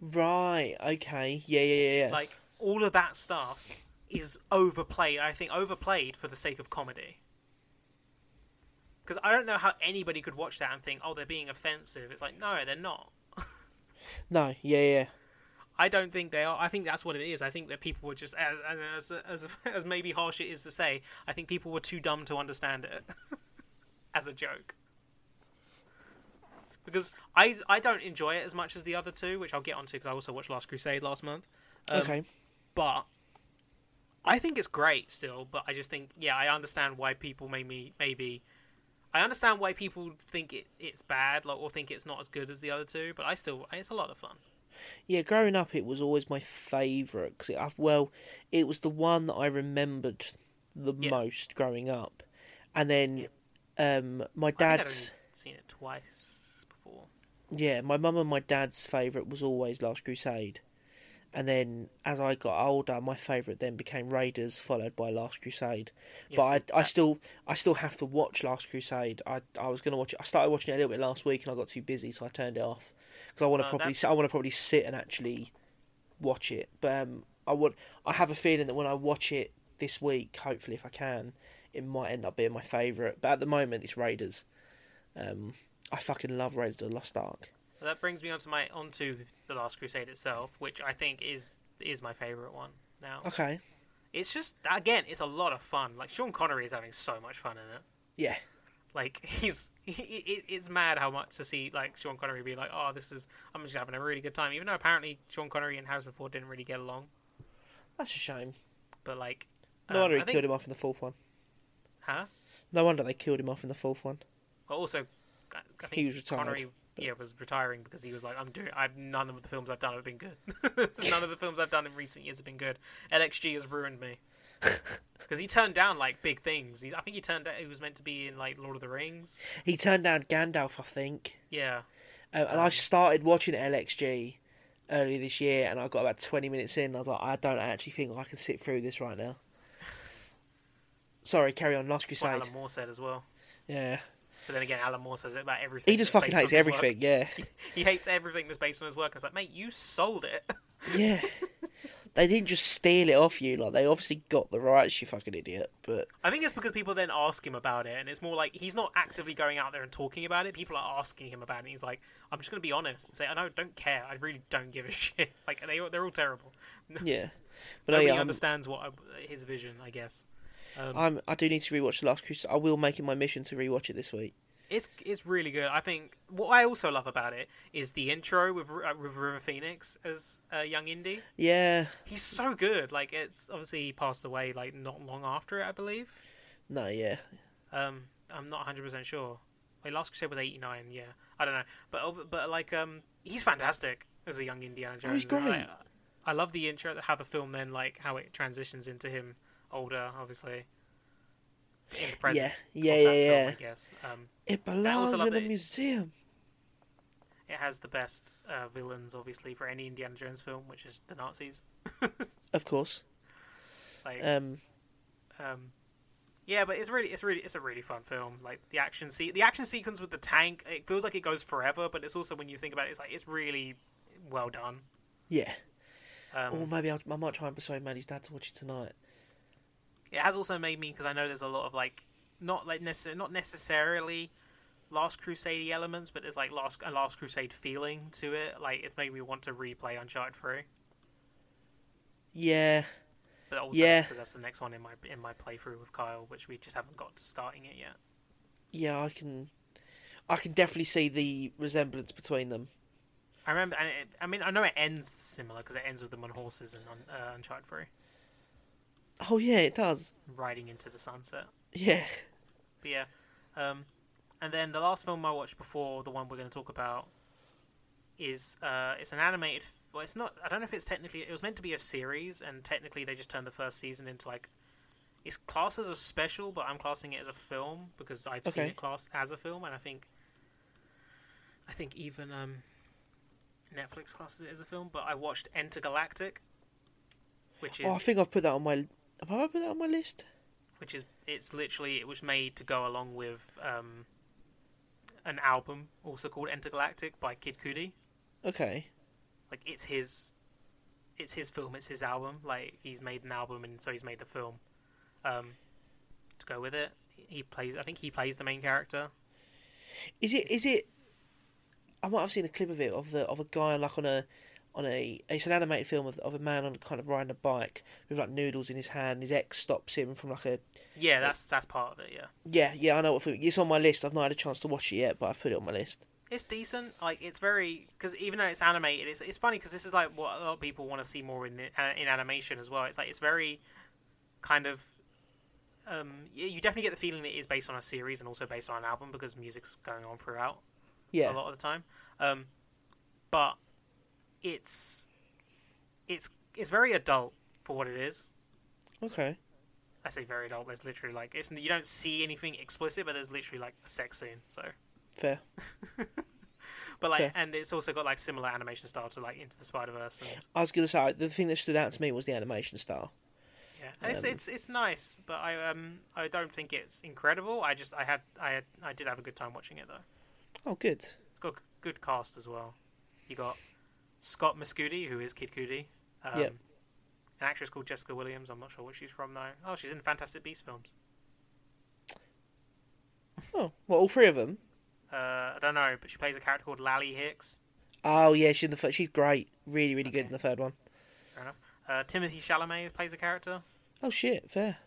[SPEAKER 2] Right. Okay. Yeah. Yeah. Yeah. yeah.
[SPEAKER 1] Like all of that stuff is overplayed. I think overplayed for the sake of comedy. Because I don't know how anybody could watch that and think, oh, they're being offensive. It's like, no, they're not.
[SPEAKER 2] no. Yeah. Yeah.
[SPEAKER 1] I don't think they are. I think that's what it is. I think that people were just as as as, as maybe harsh it is to say. I think people were too dumb to understand it as a joke. Because I I don't enjoy it as much as the other two, which I'll get onto because I also watched Last Crusade last month. Um,
[SPEAKER 2] okay.
[SPEAKER 1] But I think it's great still. But I just think yeah, I understand why people maybe maybe. I understand why people think it, it's bad, like, or think it's not as good as the other two, but I still, it's a lot of fun.
[SPEAKER 2] Yeah. Growing up, it was always my favourite because I've well, it was the one that I remembered the
[SPEAKER 1] Yeah.
[SPEAKER 2] most growing up, and then um, my
[SPEAKER 1] I think I'd
[SPEAKER 2] dad's
[SPEAKER 1] only seen it twice before.
[SPEAKER 2] yeah, my mum and my dad's favourite was always Last Crusade. And then, as I got older, my favourite then became Raiders, followed by Last Crusade.
[SPEAKER 1] Yes,
[SPEAKER 2] but I, I
[SPEAKER 1] that-
[SPEAKER 2] still, I still have to watch Last Crusade. I, I was gonna watch it. I started watching it a little bit last week, and I got too busy, so I turned it off because I want to
[SPEAKER 1] Uh,
[SPEAKER 2] probably,
[SPEAKER 1] that's-
[SPEAKER 2] sit, I want to probably sit and actually watch it. But um, I want, I have a feeling that when I watch it this week, hopefully if I can, it might end up being my favourite. But at the moment, it's Raiders. Um, I fucking love Raiders of the Lost Ark.
[SPEAKER 1] That brings me onto my onto the Last Crusade itself, which I think is is my favorite one. Now
[SPEAKER 2] Okay.
[SPEAKER 1] it's just again, it's a lot of fun. Like Sean Connery is having so much fun in it.
[SPEAKER 2] Yeah.
[SPEAKER 1] Like he's he, it, it's mad how much to see like Sean Connery be like, oh, this is I'm just having a really good time. Even though apparently Sean Connery and Harrison Ford didn't really get along,
[SPEAKER 2] That's a shame.
[SPEAKER 1] but like
[SPEAKER 2] No wonder
[SPEAKER 1] um,
[SPEAKER 2] he
[SPEAKER 1] I think-
[SPEAKER 2] killed him off in the fourth one.
[SPEAKER 1] Huh?
[SPEAKER 2] No wonder they killed him off in the fourth one.
[SPEAKER 1] But also, I I think
[SPEAKER 2] He was retired,
[SPEAKER 1] Connery,
[SPEAKER 2] but-
[SPEAKER 1] yeah, was retiring because he was like, "I'm doing. I've none of the films I've done have been good. none of the films I've done in recent years have been good. LXG has ruined me." Because he turned down like big things. He, I think he turned. He was meant to be in like Lord of the Rings.
[SPEAKER 2] He turned down Gandalf, I think.
[SPEAKER 1] Yeah,
[SPEAKER 2] Um, and I started watching LXG earlier this year, and I got about twenty minutes in. And I was like, I don't actually think I can sit through this right now. Sorry, carry on. Last
[SPEAKER 1] what
[SPEAKER 2] Crusade.
[SPEAKER 1] Alan Moore said as well.
[SPEAKER 2] Yeah,
[SPEAKER 1] But then again, Alan Moore says it about everything.
[SPEAKER 2] he just
[SPEAKER 1] that's
[SPEAKER 2] fucking
[SPEAKER 1] based
[SPEAKER 2] hates
[SPEAKER 1] on his work.
[SPEAKER 2] everything. Yeah,
[SPEAKER 1] He hates everything that's based on his work. It's like, mate, you sold it.
[SPEAKER 2] yeah. they didn't just steal it off you. Like they obviously got the rights. You fucking idiot. But
[SPEAKER 1] I think it's because people then ask him about it, and it's more like he's not actively going out there and talking about it. People are asking him about it. And he's like, "I'm just going to be honest and say, I know, don't care. I really don't give a shit. Like they, they're all terrible.
[SPEAKER 2] yeah, but um,
[SPEAKER 1] Nobody
[SPEAKER 2] yeah, I'm,
[SPEAKER 1] understands what I, his vision, I guess. Um,
[SPEAKER 2] I'm. I do need to rewatch the Last Crusade. I will make it my mission to rewatch it this week.
[SPEAKER 1] it's it's really good. I think what I also love about it is the intro with uh, with River Phoenix as uh, young Indy.
[SPEAKER 2] Yeah.
[SPEAKER 1] He's so good. Like it's obviously he passed away like not long after it, I believe.
[SPEAKER 2] No, yeah.
[SPEAKER 1] Um, I'm not 100 percent sure. Wait, Last Crusade was 89. Yeah, I don't know, but but like um, he's fantastic as a young Indiana Jones.
[SPEAKER 2] Oh, he's
[SPEAKER 1] and
[SPEAKER 2] great.
[SPEAKER 1] I, I love the intro, how the film then like how it transitions into him older, obviously. In the present.
[SPEAKER 2] Yeah,
[SPEAKER 1] of
[SPEAKER 2] yeah,
[SPEAKER 1] that
[SPEAKER 2] yeah,
[SPEAKER 1] film,
[SPEAKER 2] yeah.
[SPEAKER 1] I guess um,
[SPEAKER 2] It belongs
[SPEAKER 1] love
[SPEAKER 2] in a
[SPEAKER 1] that it-
[SPEAKER 2] museum.
[SPEAKER 1] it has the best uh, villains, obviously, for any Indiana Jones film, which is the Nazis.
[SPEAKER 2] Of course.
[SPEAKER 1] like,
[SPEAKER 2] Um,
[SPEAKER 1] um yeah but it's really it's really it's a really fun film like the action se- the action sequence with the tank it feels like it goes forever but it's also when you think about it it's like it's really well done
[SPEAKER 2] yeah.
[SPEAKER 1] um,
[SPEAKER 2] or maybe I'll, I might try and persuade Maddie's dad to watch it tonight.
[SPEAKER 1] it has also made me because i know there's a lot of like not like necess- not necessarily last crusade elements but there's like last a last crusade feeling to it like it made me want to replay uncharted 3
[SPEAKER 2] Yeah.
[SPEAKER 1] but also
[SPEAKER 2] Yeah.
[SPEAKER 1] because that's the next one in my in my playthrough with kyle which we just haven't got to starting it yet
[SPEAKER 2] Yeah, I can. I can definitely see the resemblance between them.
[SPEAKER 1] i remember and it, i mean i know it ends similar because it ends with them on horses and on uh, uncharted 3
[SPEAKER 2] Oh yeah, it does.
[SPEAKER 1] riding into the sunset.
[SPEAKER 2] Yeah.
[SPEAKER 1] But yeah, um, and then the last film I watched before the one we're going to talk about is uh, it's an animated. Well, it's not. I don't know if it's technically. It was meant to be a series, and technically they just turned the first season into like It's classed as a special, but I'm classing it as a film because I've seen
[SPEAKER 2] Okay.
[SPEAKER 1] it classed as a film, and I think, I think even um, Netflix classes it as a film. But I watched Enter Galactic, which is
[SPEAKER 2] Oh, I think I've put that on my. Have I put that on my list?
[SPEAKER 1] which is it's literally it was made to go along with um, an album also called Enter Galactic by Kid Cudi.
[SPEAKER 2] Okay.
[SPEAKER 1] Like it's his, it's his film. It's his album. Like he's made an album, and so he's made the film. Um, to go with it, he plays. I think he plays the main character.
[SPEAKER 2] Is it? Is it? I might have seen a clip of it of the of a guy like on a on a. It's an animated film of, of a man on kind of riding a bike with like noodles in his hand. His ex stops him from like a.
[SPEAKER 1] Yeah, that's that's part of it. Yeah,
[SPEAKER 2] Yeah, yeah, I know what film. It's on my list. I've not had a chance to watch it yet, but I've put it on my list.
[SPEAKER 1] it's decent. Like it's very because even though it's animated, it's it's funny because this is like what a lot of people want to see more in the- uh, in animation as well. It's like it's very kind of. Um, y- you definitely get the feeling it is based on a series and also based on an album because music's going on throughout. a
[SPEAKER 2] Yeah,
[SPEAKER 1] lot of the time. Um, but it's it's it's very adult for what it is.
[SPEAKER 2] okay.
[SPEAKER 1] I say very adult. There's literally like it's you don't see anything explicit, but there's literally like a sex scene. So,
[SPEAKER 2] Fair.
[SPEAKER 1] but like,
[SPEAKER 2] Fair.
[SPEAKER 1] and it's also got like similar animation style to like Into the Spider Verse. And,
[SPEAKER 2] I was gonna say the thing that stood out to me was the animation style.
[SPEAKER 1] yeah, And it's,
[SPEAKER 2] Um,
[SPEAKER 1] it's it's nice, but I um I don't think it's incredible. I just I had I had I did have a good time watching it though.
[SPEAKER 2] Oh, good.
[SPEAKER 1] It's got a good cast as well. You got Scott Muscudi, who is Kid Cudi. Um,
[SPEAKER 2] Yep.
[SPEAKER 1] An actress called Jessica Williams. I'm not sure what she's from though. Oh, she's in Fantastic Beasts films.
[SPEAKER 2] Oh, well, all three of them.
[SPEAKER 1] Uh, I don't know, but she plays a character called Lally Hicks.
[SPEAKER 2] Oh yeah, she's in the fir- she's great. Really, really good
[SPEAKER 1] Okay.
[SPEAKER 2] in the third one.
[SPEAKER 1] Fair enough. Uh, Timothy Chalamet plays a character.
[SPEAKER 2] Oh shit, fair.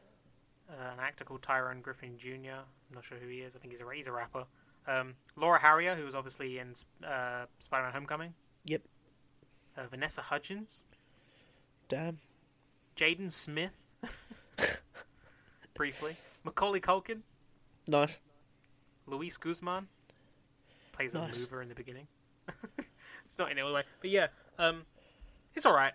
[SPEAKER 1] Uh, an actor called Tyrone Griffin Jr. I'm not sure who he is. I think he's a ra- he's a rapper. Um, Laura Harrier, who was obviously in Sp- uh, Spider-Man: Homecoming.
[SPEAKER 2] Yep.
[SPEAKER 1] Uh, Vanessa Hudgens.
[SPEAKER 2] Damn.
[SPEAKER 1] Jaden Smith. Briefly. Macaulay Culkin.
[SPEAKER 2] Nice.
[SPEAKER 1] Luis Guzman plays
[SPEAKER 2] Nice.
[SPEAKER 1] a mover in the beginning. it's not in it all the way, but yeah, um, it's all right.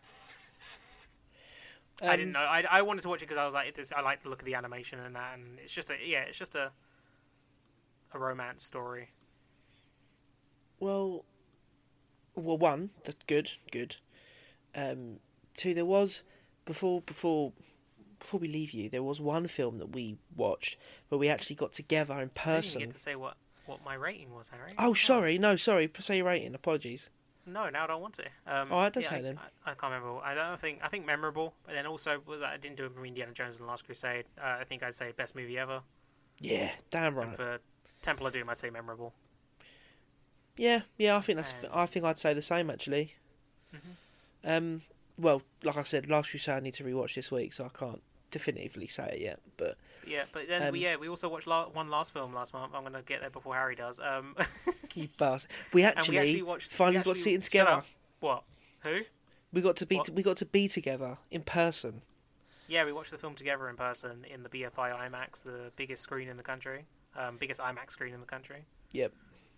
[SPEAKER 1] I didn't
[SPEAKER 2] Um,
[SPEAKER 1] know. I, I wanted to watch it because I was like, this, I like the look of the animation and that, and it's just a yeah, it's just a a romance story.
[SPEAKER 2] Well, well, one that's good, good. Um, two, there was before before before we leave you, there was one film that we watched where we actually got together in
[SPEAKER 1] I didn't
[SPEAKER 2] person.
[SPEAKER 1] even get to say what what my rating was, Harry.
[SPEAKER 2] Oh, sorry, no, sorry. p- Say your rating. Apologies.
[SPEAKER 1] No, now I don't want to. Um,
[SPEAKER 2] All right, that's
[SPEAKER 1] I,
[SPEAKER 2] fine then.
[SPEAKER 1] I, I can't remember. I don't think. I think memorable, but then also was I didn't do it for Indiana Jones and the Last Crusade. Uh, I think I'd say best movie ever.
[SPEAKER 2] Yeah,
[SPEAKER 1] And
[SPEAKER 2] damn right.
[SPEAKER 1] for Temple of Doom, I'd say memorable.
[SPEAKER 2] Yeah, yeah. I think that's.
[SPEAKER 1] Um, mm-hmm.
[SPEAKER 2] I think I'd say the same actually. Um, well, like I said, last Crusade I need to rewatch this week, so I can't definitively say it yet. But
[SPEAKER 1] Yeah, but then we,
[SPEAKER 2] Um,
[SPEAKER 1] yeah, we also watched la- one last film last month. I'm gonna get there before Harry does. Um,
[SPEAKER 2] you bastard, we
[SPEAKER 1] and
[SPEAKER 2] actually,
[SPEAKER 1] we actually watched.
[SPEAKER 2] finally
[SPEAKER 1] we
[SPEAKER 2] got
[SPEAKER 1] actually-
[SPEAKER 2] sitting
[SPEAKER 1] shut
[SPEAKER 2] together.
[SPEAKER 1] up. What? Who?
[SPEAKER 2] We got to be
[SPEAKER 1] What?
[SPEAKER 2] we got to be together in person.
[SPEAKER 1] Yeah, we watched the film together in person in the BFI IMAX, the biggest screen in the country, um, biggest IMAX screen in the country.
[SPEAKER 2] Yep.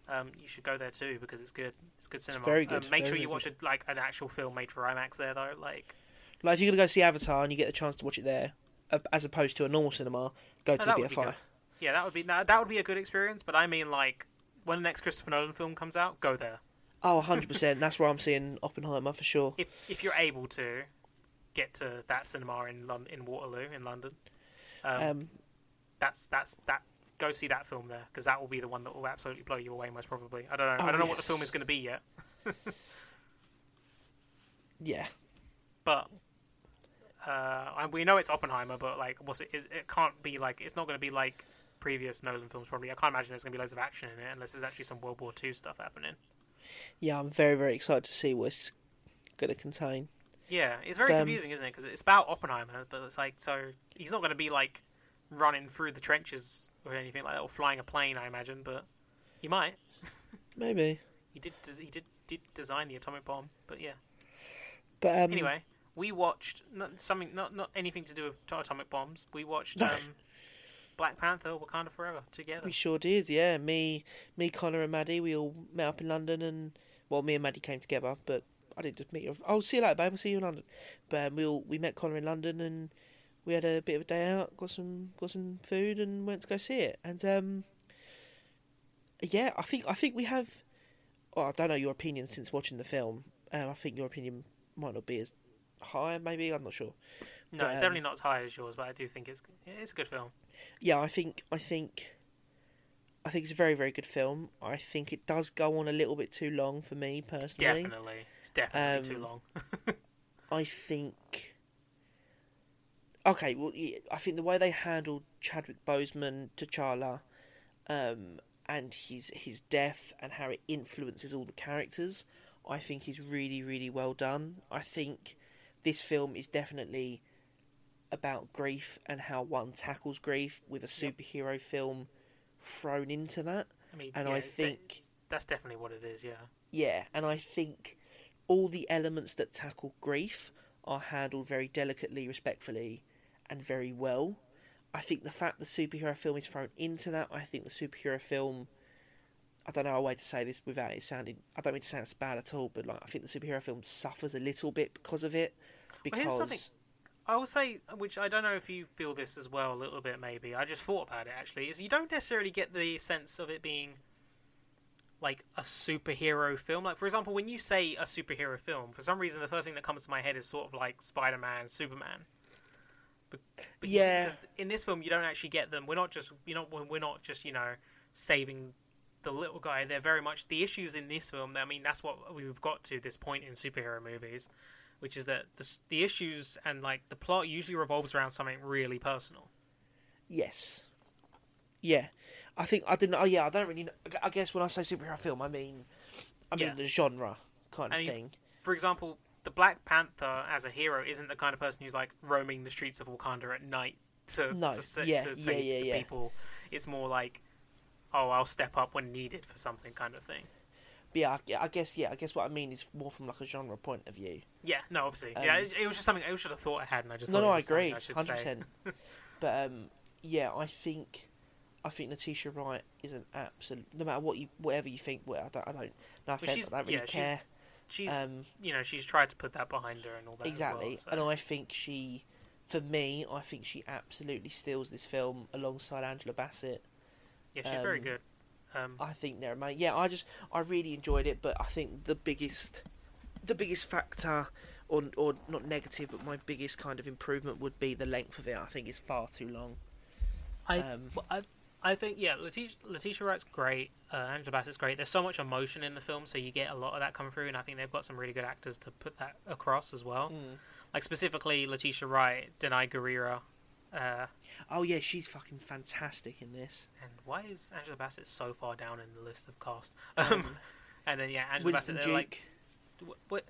[SPEAKER 1] Um, you should go there too because it's good. It's good cinema.
[SPEAKER 2] very good,
[SPEAKER 1] Um, make
[SPEAKER 2] very,
[SPEAKER 1] sure
[SPEAKER 2] very
[SPEAKER 1] you watch a, like an actual film made for IMAX there though. Like
[SPEAKER 2] Like if you're gonna go see Avatar and you get the chance to watch it there, a- as opposed to a normal cinema, go to
[SPEAKER 1] Oh, that
[SPEAKER 2] the
[SPEAKER 1] would be
[SPEAKER 2] BFI.
[SPEAKER 1] good. yeah, that would be no, that would be a good experience. But I mean like when the next Christopher Nolan film comes out, go there
[SPEAKER 2] Oh, 100 percent. That's where I'm seeing Oppenheimer for sure.
[SPEAKER 1] if if you're able to get to that cinema in Lon- in Waterloo in London. Um,
[SPEAKER 2] Um,
[SPEAKER 1] that's that's that. Go see that film there because that will be the one that will absolutely blow you away, most probably. I don't know.
[SPEAKER 2] Oh,
[SPEAKER 1] I don't know what the
[SPEAKER 2] yes.
[SPEAKER 1] film is going to be yet,
[SPEAKER 2] yeah.
[SPEAKER 1] but uh, and we know it's Oppenheimer. But like, what's it? Is, it can't be like it's not going to be like previous Nolan films. Probably, I can't imagine there's going to be loads of action in it unless there's actually some World War II stuff happening.
[SPEAKER 2] Yeah, I'm very, very excited to see what it's going to contain.
[SPEAKER 1] Yeah, it's very
[SPEAKER 2] Um,
[SPEAKER 1] confusing, isn't it? Because it's about Oppenheimer, but it's like so he's not going to be like running through the trenches or anything like that, or flying a plane, I imagine. But he might.
[SPEAKER 2] Maybe.
[SPEAKER 1] He did. des- He did. Did design the atomic bomb. But yeah.
[SPEAKER 2] But um,
[SPEAKER 1] Anyway, we watched not something, not not anything to do with to- atomic bombs. We watched um, Black Panther: Wakanda Forever together.
[SPEAKER 2] we sure did. Yeah, me, me, Connor, and Maddie, we all met up in London, and well, me and Maddie came together, but I didn't just meet. Her. I'll see you later, babe. I'll see you in London. But um, we all we met Connor in London, and we had a bit of a day out, got some got some food, and went to go see it. And um, yeah, I think I think we have. Oh, I don't know your opinion since watching the film. Um, I think your opinion might not be as high. Maybe I'm not sure.
[SPEAKER 1] No,
[SPEAKER 2] But,
[SPEAKER 1] it's
[SPEAKER 2] um,
[SPEAKER 1] definitely not as high as yours, but I do think it's it's a good film.
[SPEAKER 2] yeah, I think I think I think it's a very very good film. I think it does go on a little bit too long for me personally.
[SPEAKER 1] Definitely, it's definitely
[SPEAKER 2] Um,
[SPEAKER 1] too long.
[SPEAKER 2] I think. Okay, well, yeah, I think the way they handled Chadwick Boseman, T'Challa, um, and his his death and how it influences all the characters, I think is really really well done. I think this film is definitely about grief and how one tackles grief with a superhero film thrown into that.
[SPEAKER 1] I mean,
[SPEAKER 2] and
[SPEAKER 1] yeah,
[SPEAKER 2] I
[SPEAKER 1] it's de-
[SPEAKER 2] think
[SPEAKER 1] that's definitely what it is. Yeah,
[SPEAKER 2] yeah, and I think all the elements that tackle grief are handled very delicately, respectfully, and very well. I think the fact the superhero film is thrown into that, I think the superhero film. I don't know a way to say this without it sounding. I don't mean to sound bad at all, but like I think the superhero film suffers a little bit because of it.
[SPEAKER 1] Well, here's
[SPEAKER 2] Because
[SPEAKER 1] something- I will say, which I don't know if you feel this as well a little bit. Maybe I just thought about it actually. Is you don't necessarily get the sense of it being like a superhero film. Like for example, when you say a superhero film, for some reason the first thing that comes to my head is sort of like Spider Man, Superman. But, but you-
[SPEAKER 2] Yeah.
[SPEAKER 1] because In this film, you don't actually get them. We're not just you know we're not just you know saving the little guy. They're very much the issues in this film. I mean, that's what we've got to this point in superhero movies, which is that the, s- the issues and like the plot usually revolves around something really personal.
[SPEAKER 2] Yes. Yeah, I think I didn't. Oh yeah, I don't really. Know, I guess when I say superhero film, I mean, I mean
[SPEAKER 1] Yeah.
[SPEAKER 2] the genre kind of
[SPEAKER 1] I mean,
[SPEAKER 2] thing.
[SPEAKER 1] For example, the Black Panther as a hero isn't the kind of person who's like roaming the streets of Wakanda at night to
[SPEAKER 2] No,
[SPEAKER 1] to, sa-
[SPEAKER 2] yeah,
[SPEAKER 1] to
[SPEAKER 2] yeah,
[SPEAKER 1] save
[SPEAKER 2] yeah,
[SPEAKER 1] the
[SPEAKER 2] yeah.
[SPEAKER 1] people. It's more like, oh, I'll step up when needed for something kind of thing.
[SPEAKER 2] But yeah, I, I guess yeah, I guess what I mean is more from like a genre point of view.
[SPEAKER 1] Yeah, no, obviously, yeah.
[SPEAKER 2] Um,
[SPEAKER 1] It, it was just something I should have thought I had, and I just
[SPEAKER 2] no,
[SPEAKER 1] thought
[SPEAKER 2] no,
[SPEAKER 1] it
[SPEAKER 2] I
[SPEAKER 1] was something
[SPEAKER 2] agree,
[SPEAKER 1] should
[SPEAKER 2] hundred
[SPEAKER 1] say.
[SPEAKER 2] percent. But um, yeah, I think I think Letitia Wright is an absolute. No matter what you, whatever you think, well, I don't, I don't, no offense,
[SPEAKER 1] she's-
[SPEAKER 2] I don't really
[SPEAKER 1] yeah, she's-
[SPEAKER 2] care.
[SPEAKER 1] She's,
[SPEAKER 2] um,
[SPEAKER 1] you know, she's tried to put that behind her and all that. as well,
[SPEAKER 2] exactly,
[SPEAKER 1] so-
[SPEAKER 2] and I think she, for me, I think she absolutely steals this film alongside Angela Bassett.
[SPEAKER 1] yeah, she's very
[SPEAKER 2] um,
[SPEAKER 1] good. Um,
[SPEAKER 2] I think they're amazing. Yeah, I just I really enjoyed it, but I think the biggest the biggest factor or or not negative, but my biggest kind of improvement would be the length of it. I think it's far too long.
[SPEAKER 1] I,
[SPEAKER 2] um,
[SPEAKER 1] well, I, I think yeah, Letitia, Letitia Wright's great. Uh, Angela Bassett's great. There's so much emotion in the film, so you get a lot of that coming through, and I think they've got some really good actors to put that across as well.
[SPEAKER 2] Hmm.
[SPEAKER 1] Like specifically Letitia Wright, Denai Guerrera, uh,
[SPEAKER 2] Oh yeah, she's fucking fantastic in this.
[SPEAKER 1] and why is Angela Bassett so far down in the list of cast? Um, and then yeah, Angela
[SPEAKER 2] Winston
[SPEAKER 1] Bassett. they're
[SPEAKER 2] Duke.
[SPEAKER 1] Like, what, what,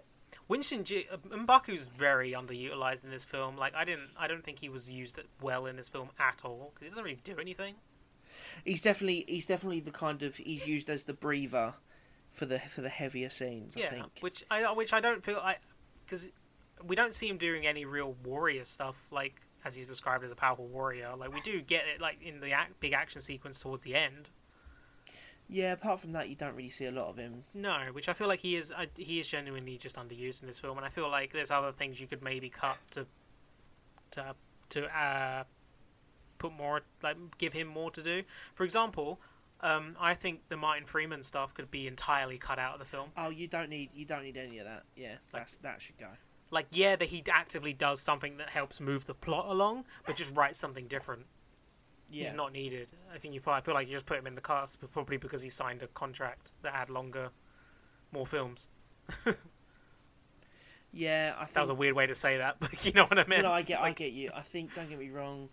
[SPEAKER 1] Winston Duke. Mbaku's very underutilized in this film. Like I didn't, I don't think he was used well in this film at all because he doesn't really do anything.
[SPEAKER 2] He's definitely he's definitely the kind of he's used as the breather for the for the heavier scenes. I think.
[SPEAKER 1] which I which I don't feel I because we don't see him doing any real warrior stuff like as he's described as a powerful warrior. Like we do get it like in the ac big action sequence towards the end.
[SPEAKER 2] Yeah, apart from that, you don't really see a lot of him.
[SPEAKER 1] No, which I feel like he is I, he is genuinely just underused in this film, and I feel like there's other things you could maybe cut to to to uh, put more like give him more to do. For example. Um, I think the Martin Freeman stuff could be entirely cut out of the film.
[SPEAKER 2] Oh, you don't need you don't need any of that. Yeah, that's that should go.
[SPEAKER 1] like yeah that he actively does something that helps move the plot along but just writes something different
[SPEAKER 2] Yeah.
[SPEAKER 1] he's not needed i think you fi- i feel like you just put him in the cast but probably because he signed a contract that had longer more films
[SPEAKER 2] Yeah, I think
[SPEAKER 1] that was a weird way to say that but you know what i mean
[SPEAKER 2] No, I get, I get you. I think don't get me wrong.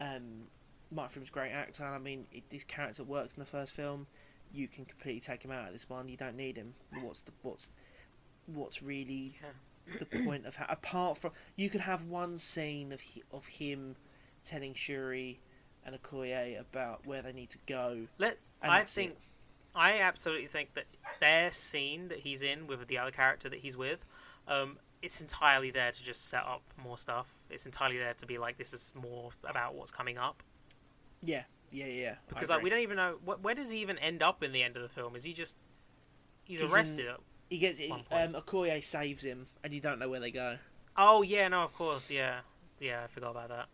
[SPEAKER 2] Um, Martin Freeman's a great actor. and I mean, it, his character works in the first film. You can completely take him out of this one. You don't need him. What's the what's what's really
[SPEAKER 1] Yeah.
[SPEAKER 2] the point of how? Apart from you could have one scene of hi- of him telling Shuri and Okoye about where they need to go.
[SPEAKER 1] Let,
[SPEAKER 2] And
[SPEAKER 1] I
[SPEAKER 2] that's it.
[SPEAKER 1] think I absolutely think that their scene that he's in with the other character that he's with, um, it's entirely there to just set up more stuff. It's entirely there to be like this is more about what's coming up.
[SPEAKER 2] Yeah, yeah, yeah. I
[SPEAKER 1] because like
[SPEAKER 2] agree.
[SPEAKER 1] we don't even know wh- where does he even end up in the end of the film. Is he just he's
[SPEAKER 2] He's in-
[SPEAKER 1] arrested?
[SPEAKER 2] he gets
[SPEAKER 1] one
[SPEAKER 2] um,
[SPEAKER 1] point.
[SPEAKER 2] Okoye saves him, and you don't know where they go.
[SPEAKER 1] Oh yeah, no, of course, yeah. Yeah, I forgot about that.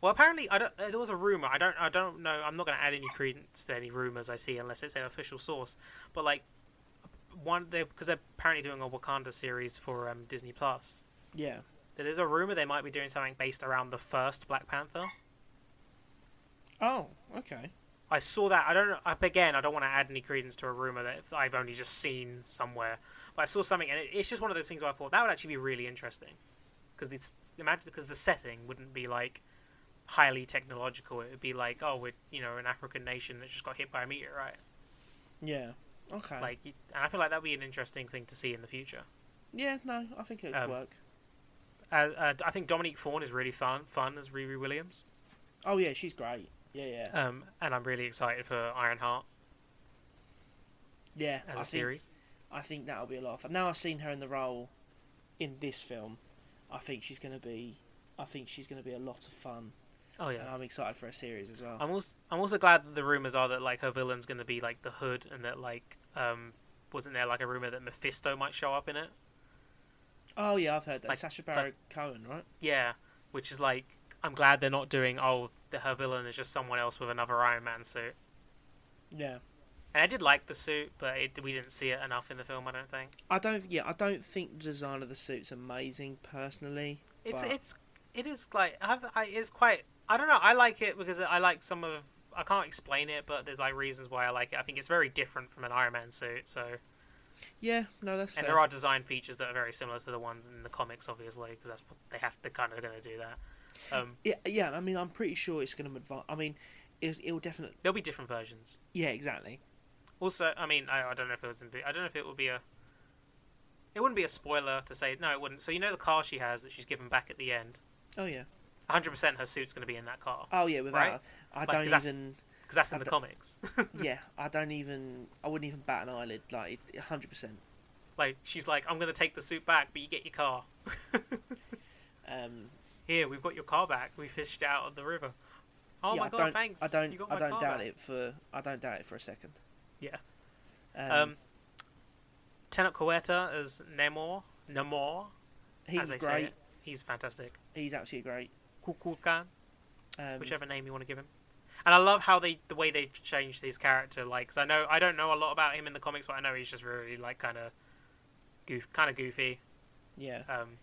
[SPEAKER 1] Well, apparently, I don't. There was a rumor. I don't. I don't know. I'm not going to add any credence to any rumors I see unless it's an official source. But like, one they because they're apparently doing a Wakanda series for um, Disney Plus.
[SPEAKER 2] Yeah.
[SPEAKER 1] There's a rumor they might be doing something based around the first Black Panther.
[SPEAKER 2] Oh, okay.
[SPEAKER 1] I saw that. I don't know. Again, I don't want to add any credence to a rumor that I've only just seen somewhere. But I saw something, and it, it's just one of those things where I thought that would actually be really interesting, because it's imagine because the setting wouldn't be like highly technological. It would be like, oh, we're you know an African nation that just got hit by a meteorite.
[SPEAKER 2] Yeah. Okay.
[SPEAKER 1] Like, you- and I feel like that'd be an interesting thing to see in the future.
[SPEAKER 2] yeah, no, I think it would
[SPEAKER 1] Um,
[SPEAKER 2] work.
[SPEAKER 1] Uh, uh, I think Dominique Fawn is really fun, fun as Riri Williams,
[SPEAKER 2] Oh yeah, she's great. Yeah, yeah,
[SPEAKER 1] um, and I'm really excited for Ironheart
[SPEAKER 2] yeah.
[SPEAKER 1] as
[SPEAKER 2] I
[SPEAKER 1] a
[SPEAKER 2] think,
[SPEAKER 1] series.
[SPEAKER 2] I think that'll be a lot. of fun. Now I've seen her in the role in this film. I think she's gonna be. I think she's gonna be a lot of fun,
[SPEAKER 1] Oh
[SPEAKER 2] and
[SPEAKER 1] yeah, Um,
[SPEAKER 2] I'm excited for a series as well.
[SPEAKER 1] I'm also I'm also glad that the rumors are that like her villain's going to be like the Hood, and that like um, wasn't there like a rumor that Mephisto might show up in it?
[SPEAKER 2] oh yeah, I've heard that.
[SPEAKER 1] like-
[SPEAKER 2] Sasha Baron Cohen, right?
[SPEAKER 1] Yeah, which is like I'm glad they're not doing oh the, her villain is just someone else with another Iron Man suit.
[SPEAKER 2] Yeah.
[SPEAKER 1] And I did like the suit, but it, we didn't see it enough in the film. I don't think.
[SPEAKER 2] I don't. Yeah, I don't think the design of the suit's amazing personally.
[SPEAKER 1] It's
[SPEAKER 2] but-
[SPEAKER 1] it's it is like I have I it's quite I don't know I like it because I like some of I can't explain it but there's like reasons why I like it. I think it's very different from an Iron Man suit so
[SPEAKER 2] Yeah, no, that's
[SPEAKER 1] and
[SPEAKER 2] fair.
[SPEAKER 1] there are design features that are very similar to the ones in the comics obviously because that's what they have to kind of going to do that. Um,
[SPEAKER 2] Yeah, yeah. I mean, I'm pretty sure it's going to advance. I mean, it, it'll definitely.
[SPEAKER 1] there'll be different versions.
[SPEAKER 2] Yeah, exactly.
[SPEAKER 1] Also, I mean I, I don't know if it was in, I don't know if it would be a it wouldn't be a spoiler to say no it wouldn't. So you know the car she has that she's given back at the end.
[SPEAKER 2] Oh yeah.
[SPEAKER 1] 100% her suit's going to be in that car
[SPEAKER 2] Oh yeah. Without.
[SPEAKER 1] Right?
[SPEAKER 2] I
[SPEAKER 1] Like,
[SPEAKER 2] don't
[SPEAKER 1] 'cause that's-
[SPEAKER 2] even.
[SPEAKER 1] because that's in
[SPEAKER 2] I
[SPEAKER 1] the
[SPEAKER 2] d-
[SPEAKER 1] comics.
[SPEAKER 2] yeah, I don't even. I wouldn't even bat an eyelid. Like, hundred percent.
[SPEAKER 1] Like she's like, I'm gonna take the suit back, but you get your car.
[SPEAKER 2] Um,
[SPEAKER 1] Here, we've got your car back. We fished it out of the river. Oh
[SPEAKER 2] yeah,
[SPEAKER 1] my
[SPEAKER 2] I
[SPEAKER 1] god,
[SPEAKER 2] don't,
[SPEAKER 1] thanks.
[SPEAKER 2] I
[SPEAKER 1] You
[SPEAKER 2] don't.
[SPEAKER 1] got
[SPEAKER 2] I
[SPEAKER 1] my
[SPEAKER 2] don't
[SPEAKER 1] car
[SPEAKER 2] doubt
[SPEAKER 1] back.
[SPEAKER 2] it for. I don't doubt it for a second.
[SPEAKER 1] Yeah.
[SPEAKER 2] Um,
[SPEAKER 1] Um, Tenoch Huerta as Namor. Namor,
[SPEAKER 2] he's
[SPEAKER 1] as they say
[SPEAKER 2] great.
[SPEAKER 1] it. He's fantastic.
[SPEAKER 2] He's absolutely great.
[SPEAKER 1] Kukulkan,
[SPEAKER 2] Um,
[SPEAKER 1] whichever name you want to give him. And I love how they the way they've changed his character. Like, 'cause I know I don't know a lot about him in the comics, but I know he's just really like kind of goof, kind of goofy.
[SPEAKER 2] yeah,
[SPEAKER 1] Um,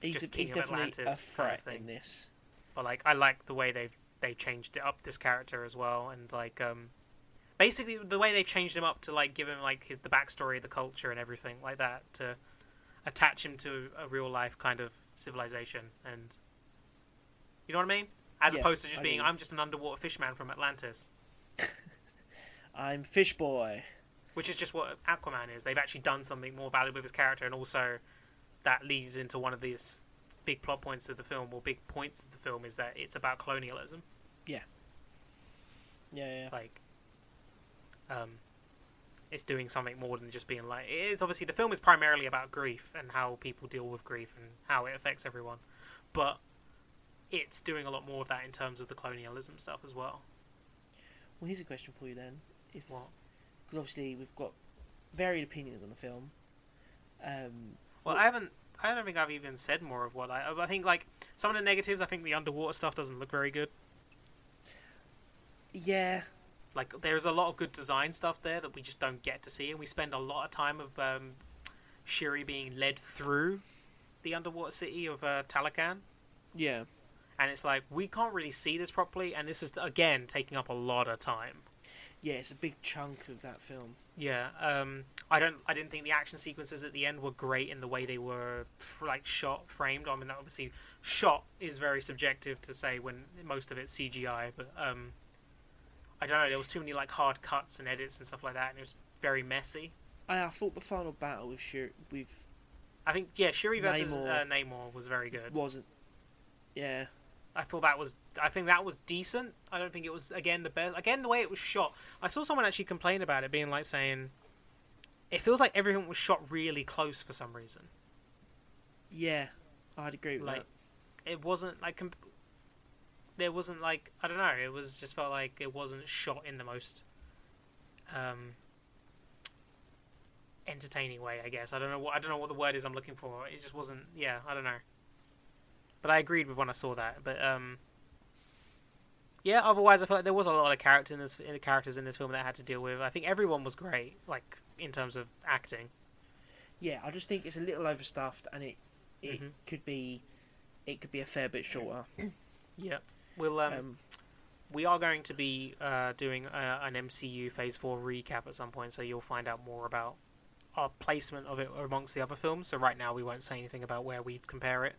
[SPEAKER 2] he's,
[SPEAKER 1] just
[SPEAKER 2] a,
[SPEAKER 1] King
[SPEAKER 2] he's
[SPEAKER 1] of
[SPEAKER 2] definitely a
[SPEAKER 1] Atlantis kind
[SPEAKER 2] threat
[SPEAKER 1] of thing.
[SPEAKER 2] in this.
[SPEAKER 1] but like I like the way they've they changed it up this character as well, and like um, basically the way they've changed him up to like give him like his the backstory, the culture, and everything like that to attach him to a real life kind of civilization, and you know what I mean. As
[SPEAKER 2] Yeah,
[SPEAKER 1] opposed to just
[SPEAKER 2] I
[SPEAKER 1] being,
[SPEAKER 2] do.
[SPEAKER 1] I'm just an underwater fishman from Atlantis,
[SPEAKER 2] I'm Fish Boy.
[SPEAKER 1] which is just what Aquaman is. They've actually done something more valuable with his character, and also that leads into one of these big plot points of the film, or big points of the film, is that it's about colonialism.
[SPEAKER 2] Yeah, yeah.
[SPEAKER 1] like um it's doing something more than just being like it's obviously the film is primarily about grief and how people deal with grief and how it affects everyone but it's doing a lot more of that in terms of the colonialism stuff as well
[SPEAKER 2] Well, here's a question for you then. If
[SPEAKER 1] What?
[SPEAKER 2] Because obviously we've got varied opinions on the film. Um,
[SPEAKER 1] well i haven't i don't think i've even said more of what i i think like some of the negatives i think the underwater stuff doesn't look very good
[SPEAKER 2] yeah,
[SPEAKER 1] like there's a lot of good design stuff there that we just don't get to see and we spend a lot of time of um shiri being led through the underwater city of uh, talakan
[SPEAKER 2] yeah.
[SPEAKER 1] and it's like we can't really see this properly and this is again taking up a lot of time
[SPEAKER 2] Yeah, it's a big chunk of that film.
[SPEAKER 1] yeah um i don't i didn't think the action sequences at the end were great in the way they were f- like shot framed i mean that obviously shot is very subjective to say when most of it's cgi but um i don't know there was too many like hard cuts and edits and stuff like that and it was very messy
[SPEAKER 2] I, I thought the final battle with Shuri with
[SPEAKER 1] i think yeah shuri versus
[SPEAKER 2] Namor.
[SPEAKER 1] Uh, namor was very good
[SPEAKER 2] wasn't. Yeah,
[SPEAKER 1] I thought that was I think that was decent. I don't think it was again the best. Again, the way it was shot, I saw someone actually complain about it, being like saying, "It feels like everything was shot really close for some reason.
[SPEAKER 2] yeah. I'd agree with
[SPEAKER 1] Like, it wasn't like comp- there wasn't like I don't know. It was just felt like it wasn't shot in the most um entertaining way. I guess I don't know what I don't know what the word is I'm looking for. It just wasn't. Yeah, I don't know. But I agreed with when I saw that. But um, yeah. Otherwise, I feel like there was a lot of character in this in the characters in this film that I had to deal with. I think everyone was great, like in terms of acting.
[SPEAKER 2] Yeah, I just think it's a little overstuffed, and it it
[SPEAKER 1] Mhm.
[SPEAKER 2] could be it could be a fair bit shorter.
[SPEAKER 1] Yeah. We'll um,
[SPEAKER 2] Um,
[SPEAKER 1] we are going to be uh, doing uh, an MCU Phase Four recap at some point, so you'll find out more about our placement of it amongst the other films. So right now, we won't say anything about where we compare it.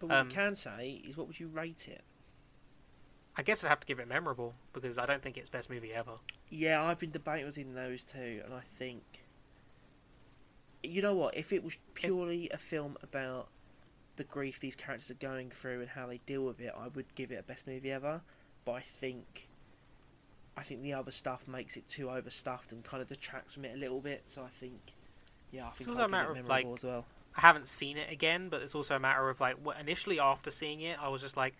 [SPEAKER 2] but what I
[SPEAKER 1] um,
[SPEAKER 2] can say is, what would you rate it?
[SPEAKER 1] I guess I'd have to give it memorable because I don't think it's best movie ever.
[SPEAKER 2] Yeah, I've been debating between those two, and I think you know what? If it was purely a film about the grief these characters are going through and how they deal with it, I would give it a best movie ever. But I think I think the other stuff makes it too overstuffed and kind of detracts from it a little bit. So I think, yeah, I think
[SPEAKER 1] also
[SPEAKER 2] I'll
[SPEAKER 1] a
[SPEAKER 2] give
[SPEAKER 1] matter
[SPEAKER 2] it
[SPEAKER 1] of,
[SPEAKER 2] memorable
[SPEAKER 1] like,
[SPEAKER 2] as well.
[SPEAKER 1] I haven't seen it again, but it's also a matter of like wh- initially after seeing it, I was just like,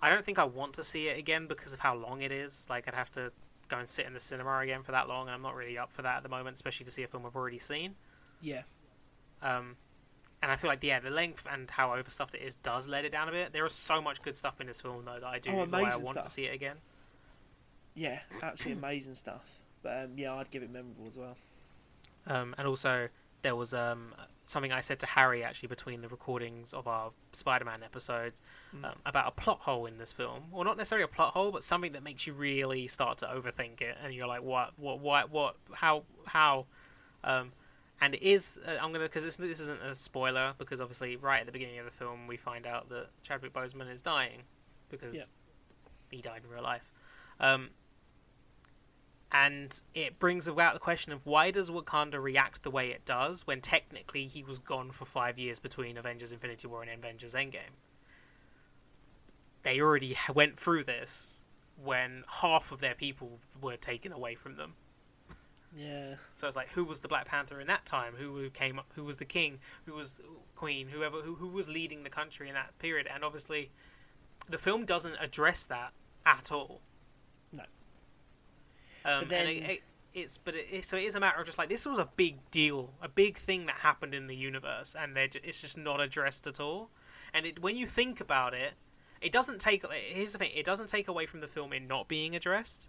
[SPEAKER 1] I don't think I want to see it again because of how long it is. Like I'd have to go and sit in the cinema again for that long, and I'm not really up for that at the moment, especially to see a film I've already seen.
[SPEAKER 2] Yeah,
[SPEAKER 1] Um, and I feel like yeah, the length and how overstuffed it is does let it down a bit. There is so much good stuff in this film though that I do
[SPEAKER 2] Oh,
[SPEAKER 1] why I
[SPEAKER 2] amazing
[SPEAKER 1] want to
[SPEAKER 2] stuff.
[SPEAKER 1] see it again.
[SPEAKER 2] yeah, absolutely amazing stuff. But um, yeah, I'd give it memorable as well.
[SPEAKER 1] Um, and also, there was um, something I said to Harry actually between the recordings of our Spider Man episodes um, about a plot hole in this film. Well, not necessarily a plot hole, but something that makes you really start to overthink it. And you're like, what, what, what, what, how, how? Um, and it is, uh, I'm going to, because this isn't a spoiler, because obviously, right at the beginning of the film, we find out that Chadwick Boseman is dying because
[SPEAKER 2] Yeah.
[SPEAKER 1] he died in real life. Um, and it brings about the question of why does Wakanda react the way it does when technically he was gone for five years between Avengers Infinity War and Avengers Endgame? They already h- went through this when half of their people were taken away from them.
[SPEAKER 2] Yeah,
[SPEAKER 1] So it's like, who was the Black Panther in that time? Who who came up? Who was the king? Who was queen? Whoever who who was leading the country in that period? And obviously, the film doesn't address that at all.
[SPEAKER 2] No.
[SPEAKER 1] Um,
[SPEAKER 2] But then-
[SPEAKER 1] and it, it, it's but it, it- so it is a matter of just like this was a big deal, a big thing that happened in the universe, and they're ju- it's just not addressed at all. And it, when you think about it, it doesn't take. Here's the thing: it doesn't take away from the film in not being addressed.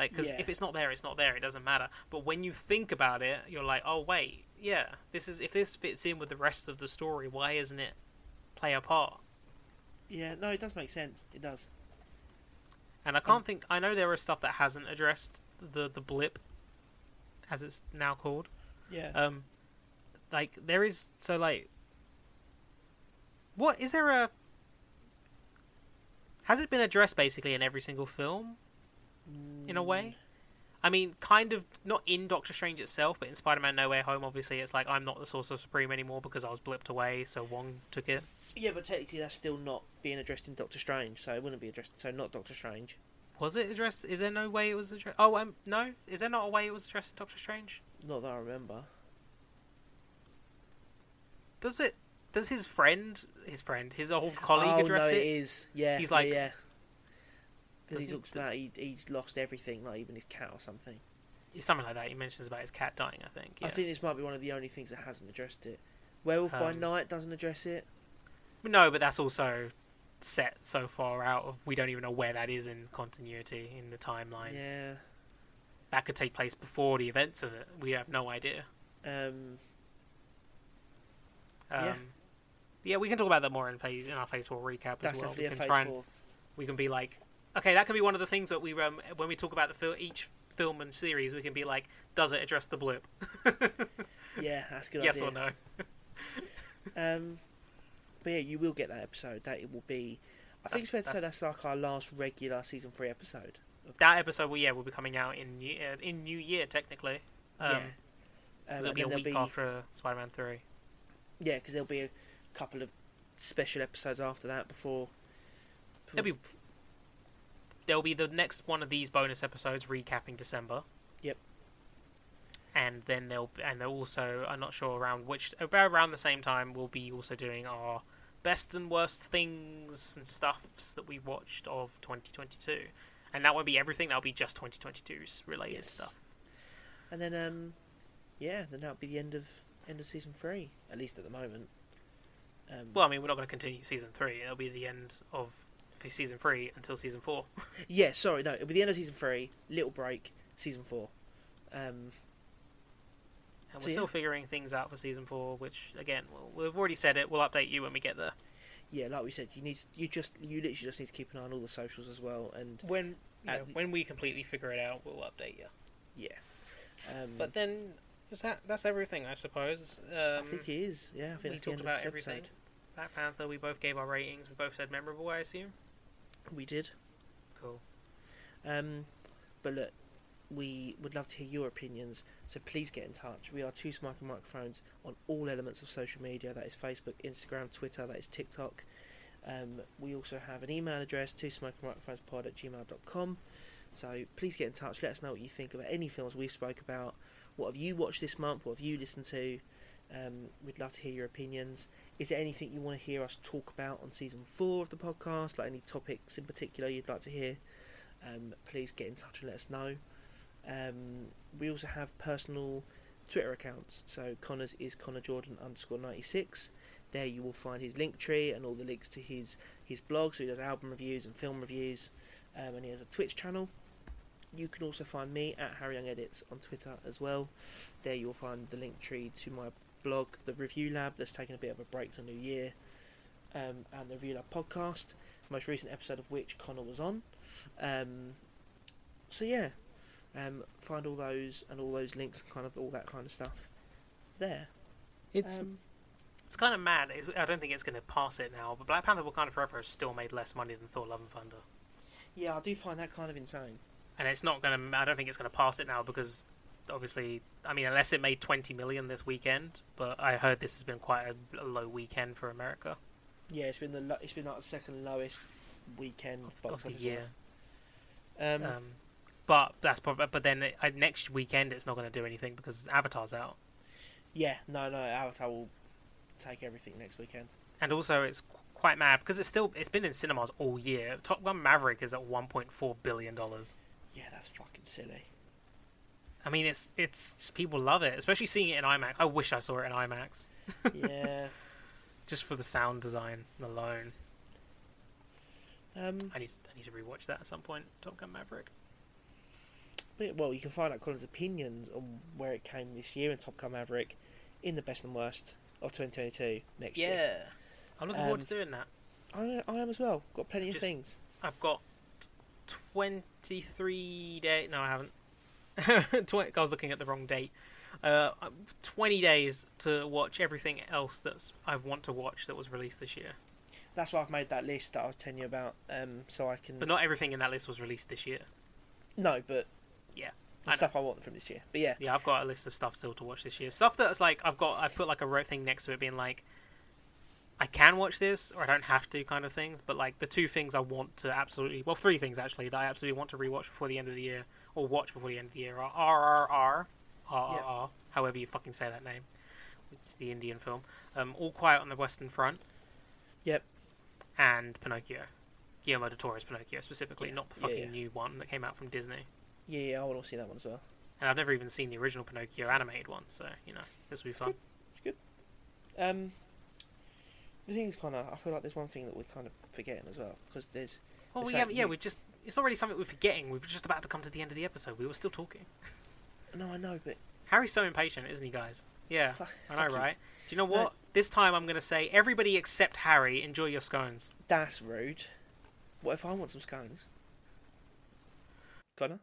[SPEAKER 1] Like, because
[SPEAKER 2] Yeah.
[SPEAKER 1] if it's not there, it's not there. It doesn't matter. But when you think about it, you're like, oh wait, yeah, this is if this fits in with the rest of the story, why isn't it play a part?
[SPEAKER 2] yeah. No, it does make sense. It does.
[SPEAKER 1] And I can't think. I know there is stuff that hasn't addressed the the blip, as it's now called.
[SPEAKER 2] Yeah.
[SPEAKER 1] Um, like there is so like, what is there a? Has it been addressed basically in every single film, in a way? I mean, kind of not in Doctor Strange itself, but in Spider-Man: No Way Home, obviously it's like I'm not the Sorcerer Supreme anymore because I was blipped away, so Wong took it.
[SPEAKER 2] Yeah, but technically that's still not being addressed in Doctor Strange, so it wouldn't be addressed. So not Doctor Strange.
[SPEAKER 1] Was it addressed? Is there no way it was addressed? Oh, um, no. Is there not a way it was addressed in Doctor Strange?
[SPEAKER 2] Not that I remember.
[SPEAKER 1] Does it? Does his friend, his friend, his old colleague
[SPEAKER 2] oh
[SPEAKER 1] address
[SPEAKER 2] no,
[SPEAKER 1] it?
[SPEAKER 2] it is. Yeah,
[SPEAKER 1] He's
[SPEAKER 2] yeah,
[SPEAKER 1] like-
[SPEAKER 2] yeah. Because he
[SPEAKER 1] Doesn't-
[SPEAKER 2] talks about he, he's lost everything, like even his cat or something.
[SPEAKER 1] It's Something like that. He mentions about his cat dying. I think.
[SPEAKER 2] I
[SPEAKER 1] yeah.
[SPEAKER 2] think this might be one of the only things that hasn't addressed it. Werewolf by
[SPEAKER 1] Um,
[SPEAKER 2] Night doesn't address it.
[SPEAKER 1] No, but that's also set so far out of we don't even know where that is in continuity in the timeline.
[SPEAKER 2] Yeah.
[SPEAKER 1] That could take place before the events of it. We have no idea.
[SPEAKER 2] Um.
[SPEAKER 1] Um,
[SPEAKER 2] Yeah.
[SPEAKER 1] yeah. we can talk about that more in phase in our phase four recap
[SPEAKER 2] That's
[SPEAKER 1] as well. We
[SPEAKER 2] definitely a
[SPEAKER 1] can
[SPEAKER 2] phase
[SPEAKER 1] try and
[SPEAKER 2] four.
[SPEAKER 1] we can be like, okay, that could be one of the things that we um, when we talk about the fil- each film and series, we can be like, does it address the blip?
[SPEAKER 2] Yeah, that's a good.
[SPEAKER 1] yes
[SPEAKER 2] idea.
[SPEAKER 1] or no?
[SPEAKER 2] Um, but yeah, you will get that episode. That it will be. I
[SPEAKER 1] That's-
[SPEAKER 2] think it's fair to say
[SPEAKER 1] that's-
[SPEAKER 2] that's like our last regular season three episode.
[SPEAKER 1] That episode, well, yeah, will be coming out in new, uh, in New Year technically. Um,
[SPEAKER 2] yeah.
[SPEAKER 1] 'cause
[SPEAKER 2] Um,
[SPEAKER 1] it'll
[SPEAKER 2] and
[SPEAKER 1] be a
[SPEAKER 2] then
[SPEAKER 1] week
[SPEAKER 2] there'll be-
[SPEAKER 1] after Spider-Man Three.
[SPEAKER 2] Yeah, because there'll be a couple of special episodes after that before. before
[SPEAKER 1] There'll be there'll be the next one of these bonus episodes recapping December.
[SPEAKER 2] Yep.
[SPEAKER 1] And then they'll and they'll also I'm not sure around which about around the same time we'll be also doing our best and worst things and stuffs that we watched of 2022. And that won't be everything. That'll be just 2022's related
[SPEAKER 2] Yes.
[SPEAKER 1] stuff.
[SPEAKER 2] and then um, yeah, then that'll be the end of end of season three, at least at the moment. Um,
[SPEAKER 1] Well, I mean, we're not going to continue season three. It'll be the end of season three until season four.
[SPEAKER 2] yeah, sorry, no, it'll be the end of season three, little break, season four. Um,
[SPEAKER 1] And
[SPEAKER 2] So,
[SPEAKER 1] we're
[SPEAKER 2] yeah.
[SPEAKER 1] still figuring things out for season four, which, again, we'll- we've already said it. We'll update you when we get there.
[SPEAKER 2] yeah, like we said, you need you just you literally just need to keep an eye on all the socials as well, and
[SPEAKER 1] When
[SPEAKER 2] you know,
[SPEAKER 1] uh, when we completely figure it out, we'll update you.
[SPEAKER 2] yeah. Um,
[SPEAKER 1] But then, is that that's everything, I suppose. Um,
[SPEAKER 2] I think it is. Yeah, I think
[SPEAKER 1] we
[SPEAKER 2] that's the
[SPEAKER 1] talked
[SPEAKER 2] end of
[SPEAKER 1] about
[SPEAKER 2] this
[SPEAKER 1] everything.
[SPEAKER 2] episode.
[SPEAKER 1] Black Panther. We both gave our ratings. We both said memorable. I assume.
[SPEAKER 2] We did.
[SPEAKER 1] Cool.
[SPEAKER 2] Um, but look, we would love to hear your opinions, so please get in touch. We are Two Smoking Microphones on all elements of social media that is Facebook, Instagram, Twitter, that is TikTok. Um, we also have an email address, two pod at gmail.com. So please get in touch. Let us know what you think about any films we've spoke about. What have you watched this month? What have you listened to? Um, we'd love to hear your opinions. Is there anything you want to hear us talk about on season four of the podcast? Like any topics in particular you'd like to hear? um, please get in touch and let us know. Um, we also have personal Twitter accounts. So Connor's is Connor Jordan underscore ninety six. There you will find his link tree and all the links to his his blog. So he does album reviews and film reviews, um, and he has a Twitch channel. You can also find me at Harry Young Edits on Twitter as well. There you will find the link tree to my blog, the Review Lab, that's taken a bit of a break till New Year, um, and the Review Lab podcast, the most recent episode of which Connor was on. Um, so yeah, um, find all those and all those links and kind of all that kind of stuff there.
[SPEAKER 3] It's
[SPEAKER 2] Um,
[SPEAKER 1] It's kind of mad. It's, I don't think it's going to pass it now. But Black Panther: Wakanda Forever has still made less money than Thor: Love and Thunder,
[SPEAKER 2] yeah, I do find that kind of insane.
[SPEAKER 1] and it's not going to. I don't think it's going to pass it now because obviously, I mean, unless it made twenty million this weekend. But I heard this has been quite a, a low weekend for America.
[SPEAKER 2] Yeah, it's been the lo- it's been like the second lowest weekend
[SPEAKER 1] Of-
[SPEAKER 2] box
[SPEAKER 1] of the
[SPEAKER 2] office
[SPEAKER 1] year.
[SPEAKER 2] wise. Um,
[SPEAKER 1] Um, but that's probably. But then it, uh, next weekend, it's not going to do anything because Avatar's out.
[SPEAKER 2] yeah, no, no, Avatar will take everything next weekend.
[SPEAKER 1] and also it's qu- quite mad because it's still it's been in cinemas all year. Top Gun Maverick is at 1.4 billion dollars.
[SPEAKER 2] Yeah, that's fucking silly.
[SPEAKER 1] I mean, it's it's just- people love it, especially seeing it in IMAX. I wish I saw it in IMAX
[SPEAKER 2] yeah.
[SPEAKER 1] just for the sound design alone.
[SPEAKER 2] Um,
[SPEAKER 1] I need I need to rewatch that at some point. Top Gun Maverick.
[SPEAKER 2] but, well, you can find out Colin's opinions on where it came this year in Top Gun Maverick in the best and worst of 2022 next year.
[SPEAKER 1] I'm looking forward
[SPEAKER 2] Um,
[SPEAKER 1] to doing that.
[SPEAKER 2] I, I am as well. Got plenty of
[SPEAKER 1] Just-
[SPEAKER 2] things.
[SPEAKER 1] I've got 23 days. No, I haven't. Twen- I was looking at the wrong date. Uh, 20 days to watch everything else that's I want to watch that was released this year.
[SPEAKER 2] That's why I've made that list that I was telling you about, um, so I can.
[SPEAKER 1] But not everything in that list was released this year.
[SPEAKER 2] no, but
[SPEAKER 1] Yeah,
[SPEAKER 2] the
[SPEAKER 1] I know.
[SPEAKER 2] stuff I want from this year. But yeah,
[SPEAKER 1] Yeah, I've got a list of stuff still to watch this year. Stuff that's like I've got I put like a rote thing next to it being like I can watch this or I don't have to kind of things, but like the two things I want to absolutely well three things actually that I absolutely want to rewatch before the end of the year or watch before the end of the year are RRR RRR, however you fucking say that name. It's the Indian film. Um, All Quiet on the Western Front
[SPEAKER 2] yep,
[SPEAKER 1] and Pinocchio. Guillermo de Toro's Pinocchio specifically,
[SPEAKER 2] Yeah,
[SPEAKER 1] not the
[SPEAKER 2] yeah,
[SPEAKER 1] fucking
[SPEAKER 2] yeah.
[SPEAKER 1] new one that came out from Disney.
[SPEAKER 2] yeah, yeah. I want to see that one as well.
[SPEAKER 1] And I've never even seen the original Pinocchio animated one, so you know this will be fun.
[SPEAKER 2] Um, the thing is, Connor, I feel like there's one thing that we're kind of forgetting as well because there's
[SPEAKER 1] Well,
[SPEAKER 2] It's
[SPEAKER 1] we
[SPEAKER 2] like
[SPEAKER 1] have, yeah,
[SPEAKER 2] you-
[SPEAKER 1] we just. It's already something we're forgetting. We're just about to come to the end of the episode. We were still talking.
[SPEAKER 2] no, I know, but
[SPEAKER 1] Harry's so impatient, isn't he, guys? Yeah,
[SPEAKER 2] fuck,
[SPEAKER 1] I
[SPEAKER 2] fuck
[SPEAKER 1] know,
[SPEAKER 2] you.
[SPEAKER 1] right? Do you know what? This time I'm going to say everybody except Harry, enjoy your scones.
[SPEAKER 2] That's rude. What if I want some scones, Connor?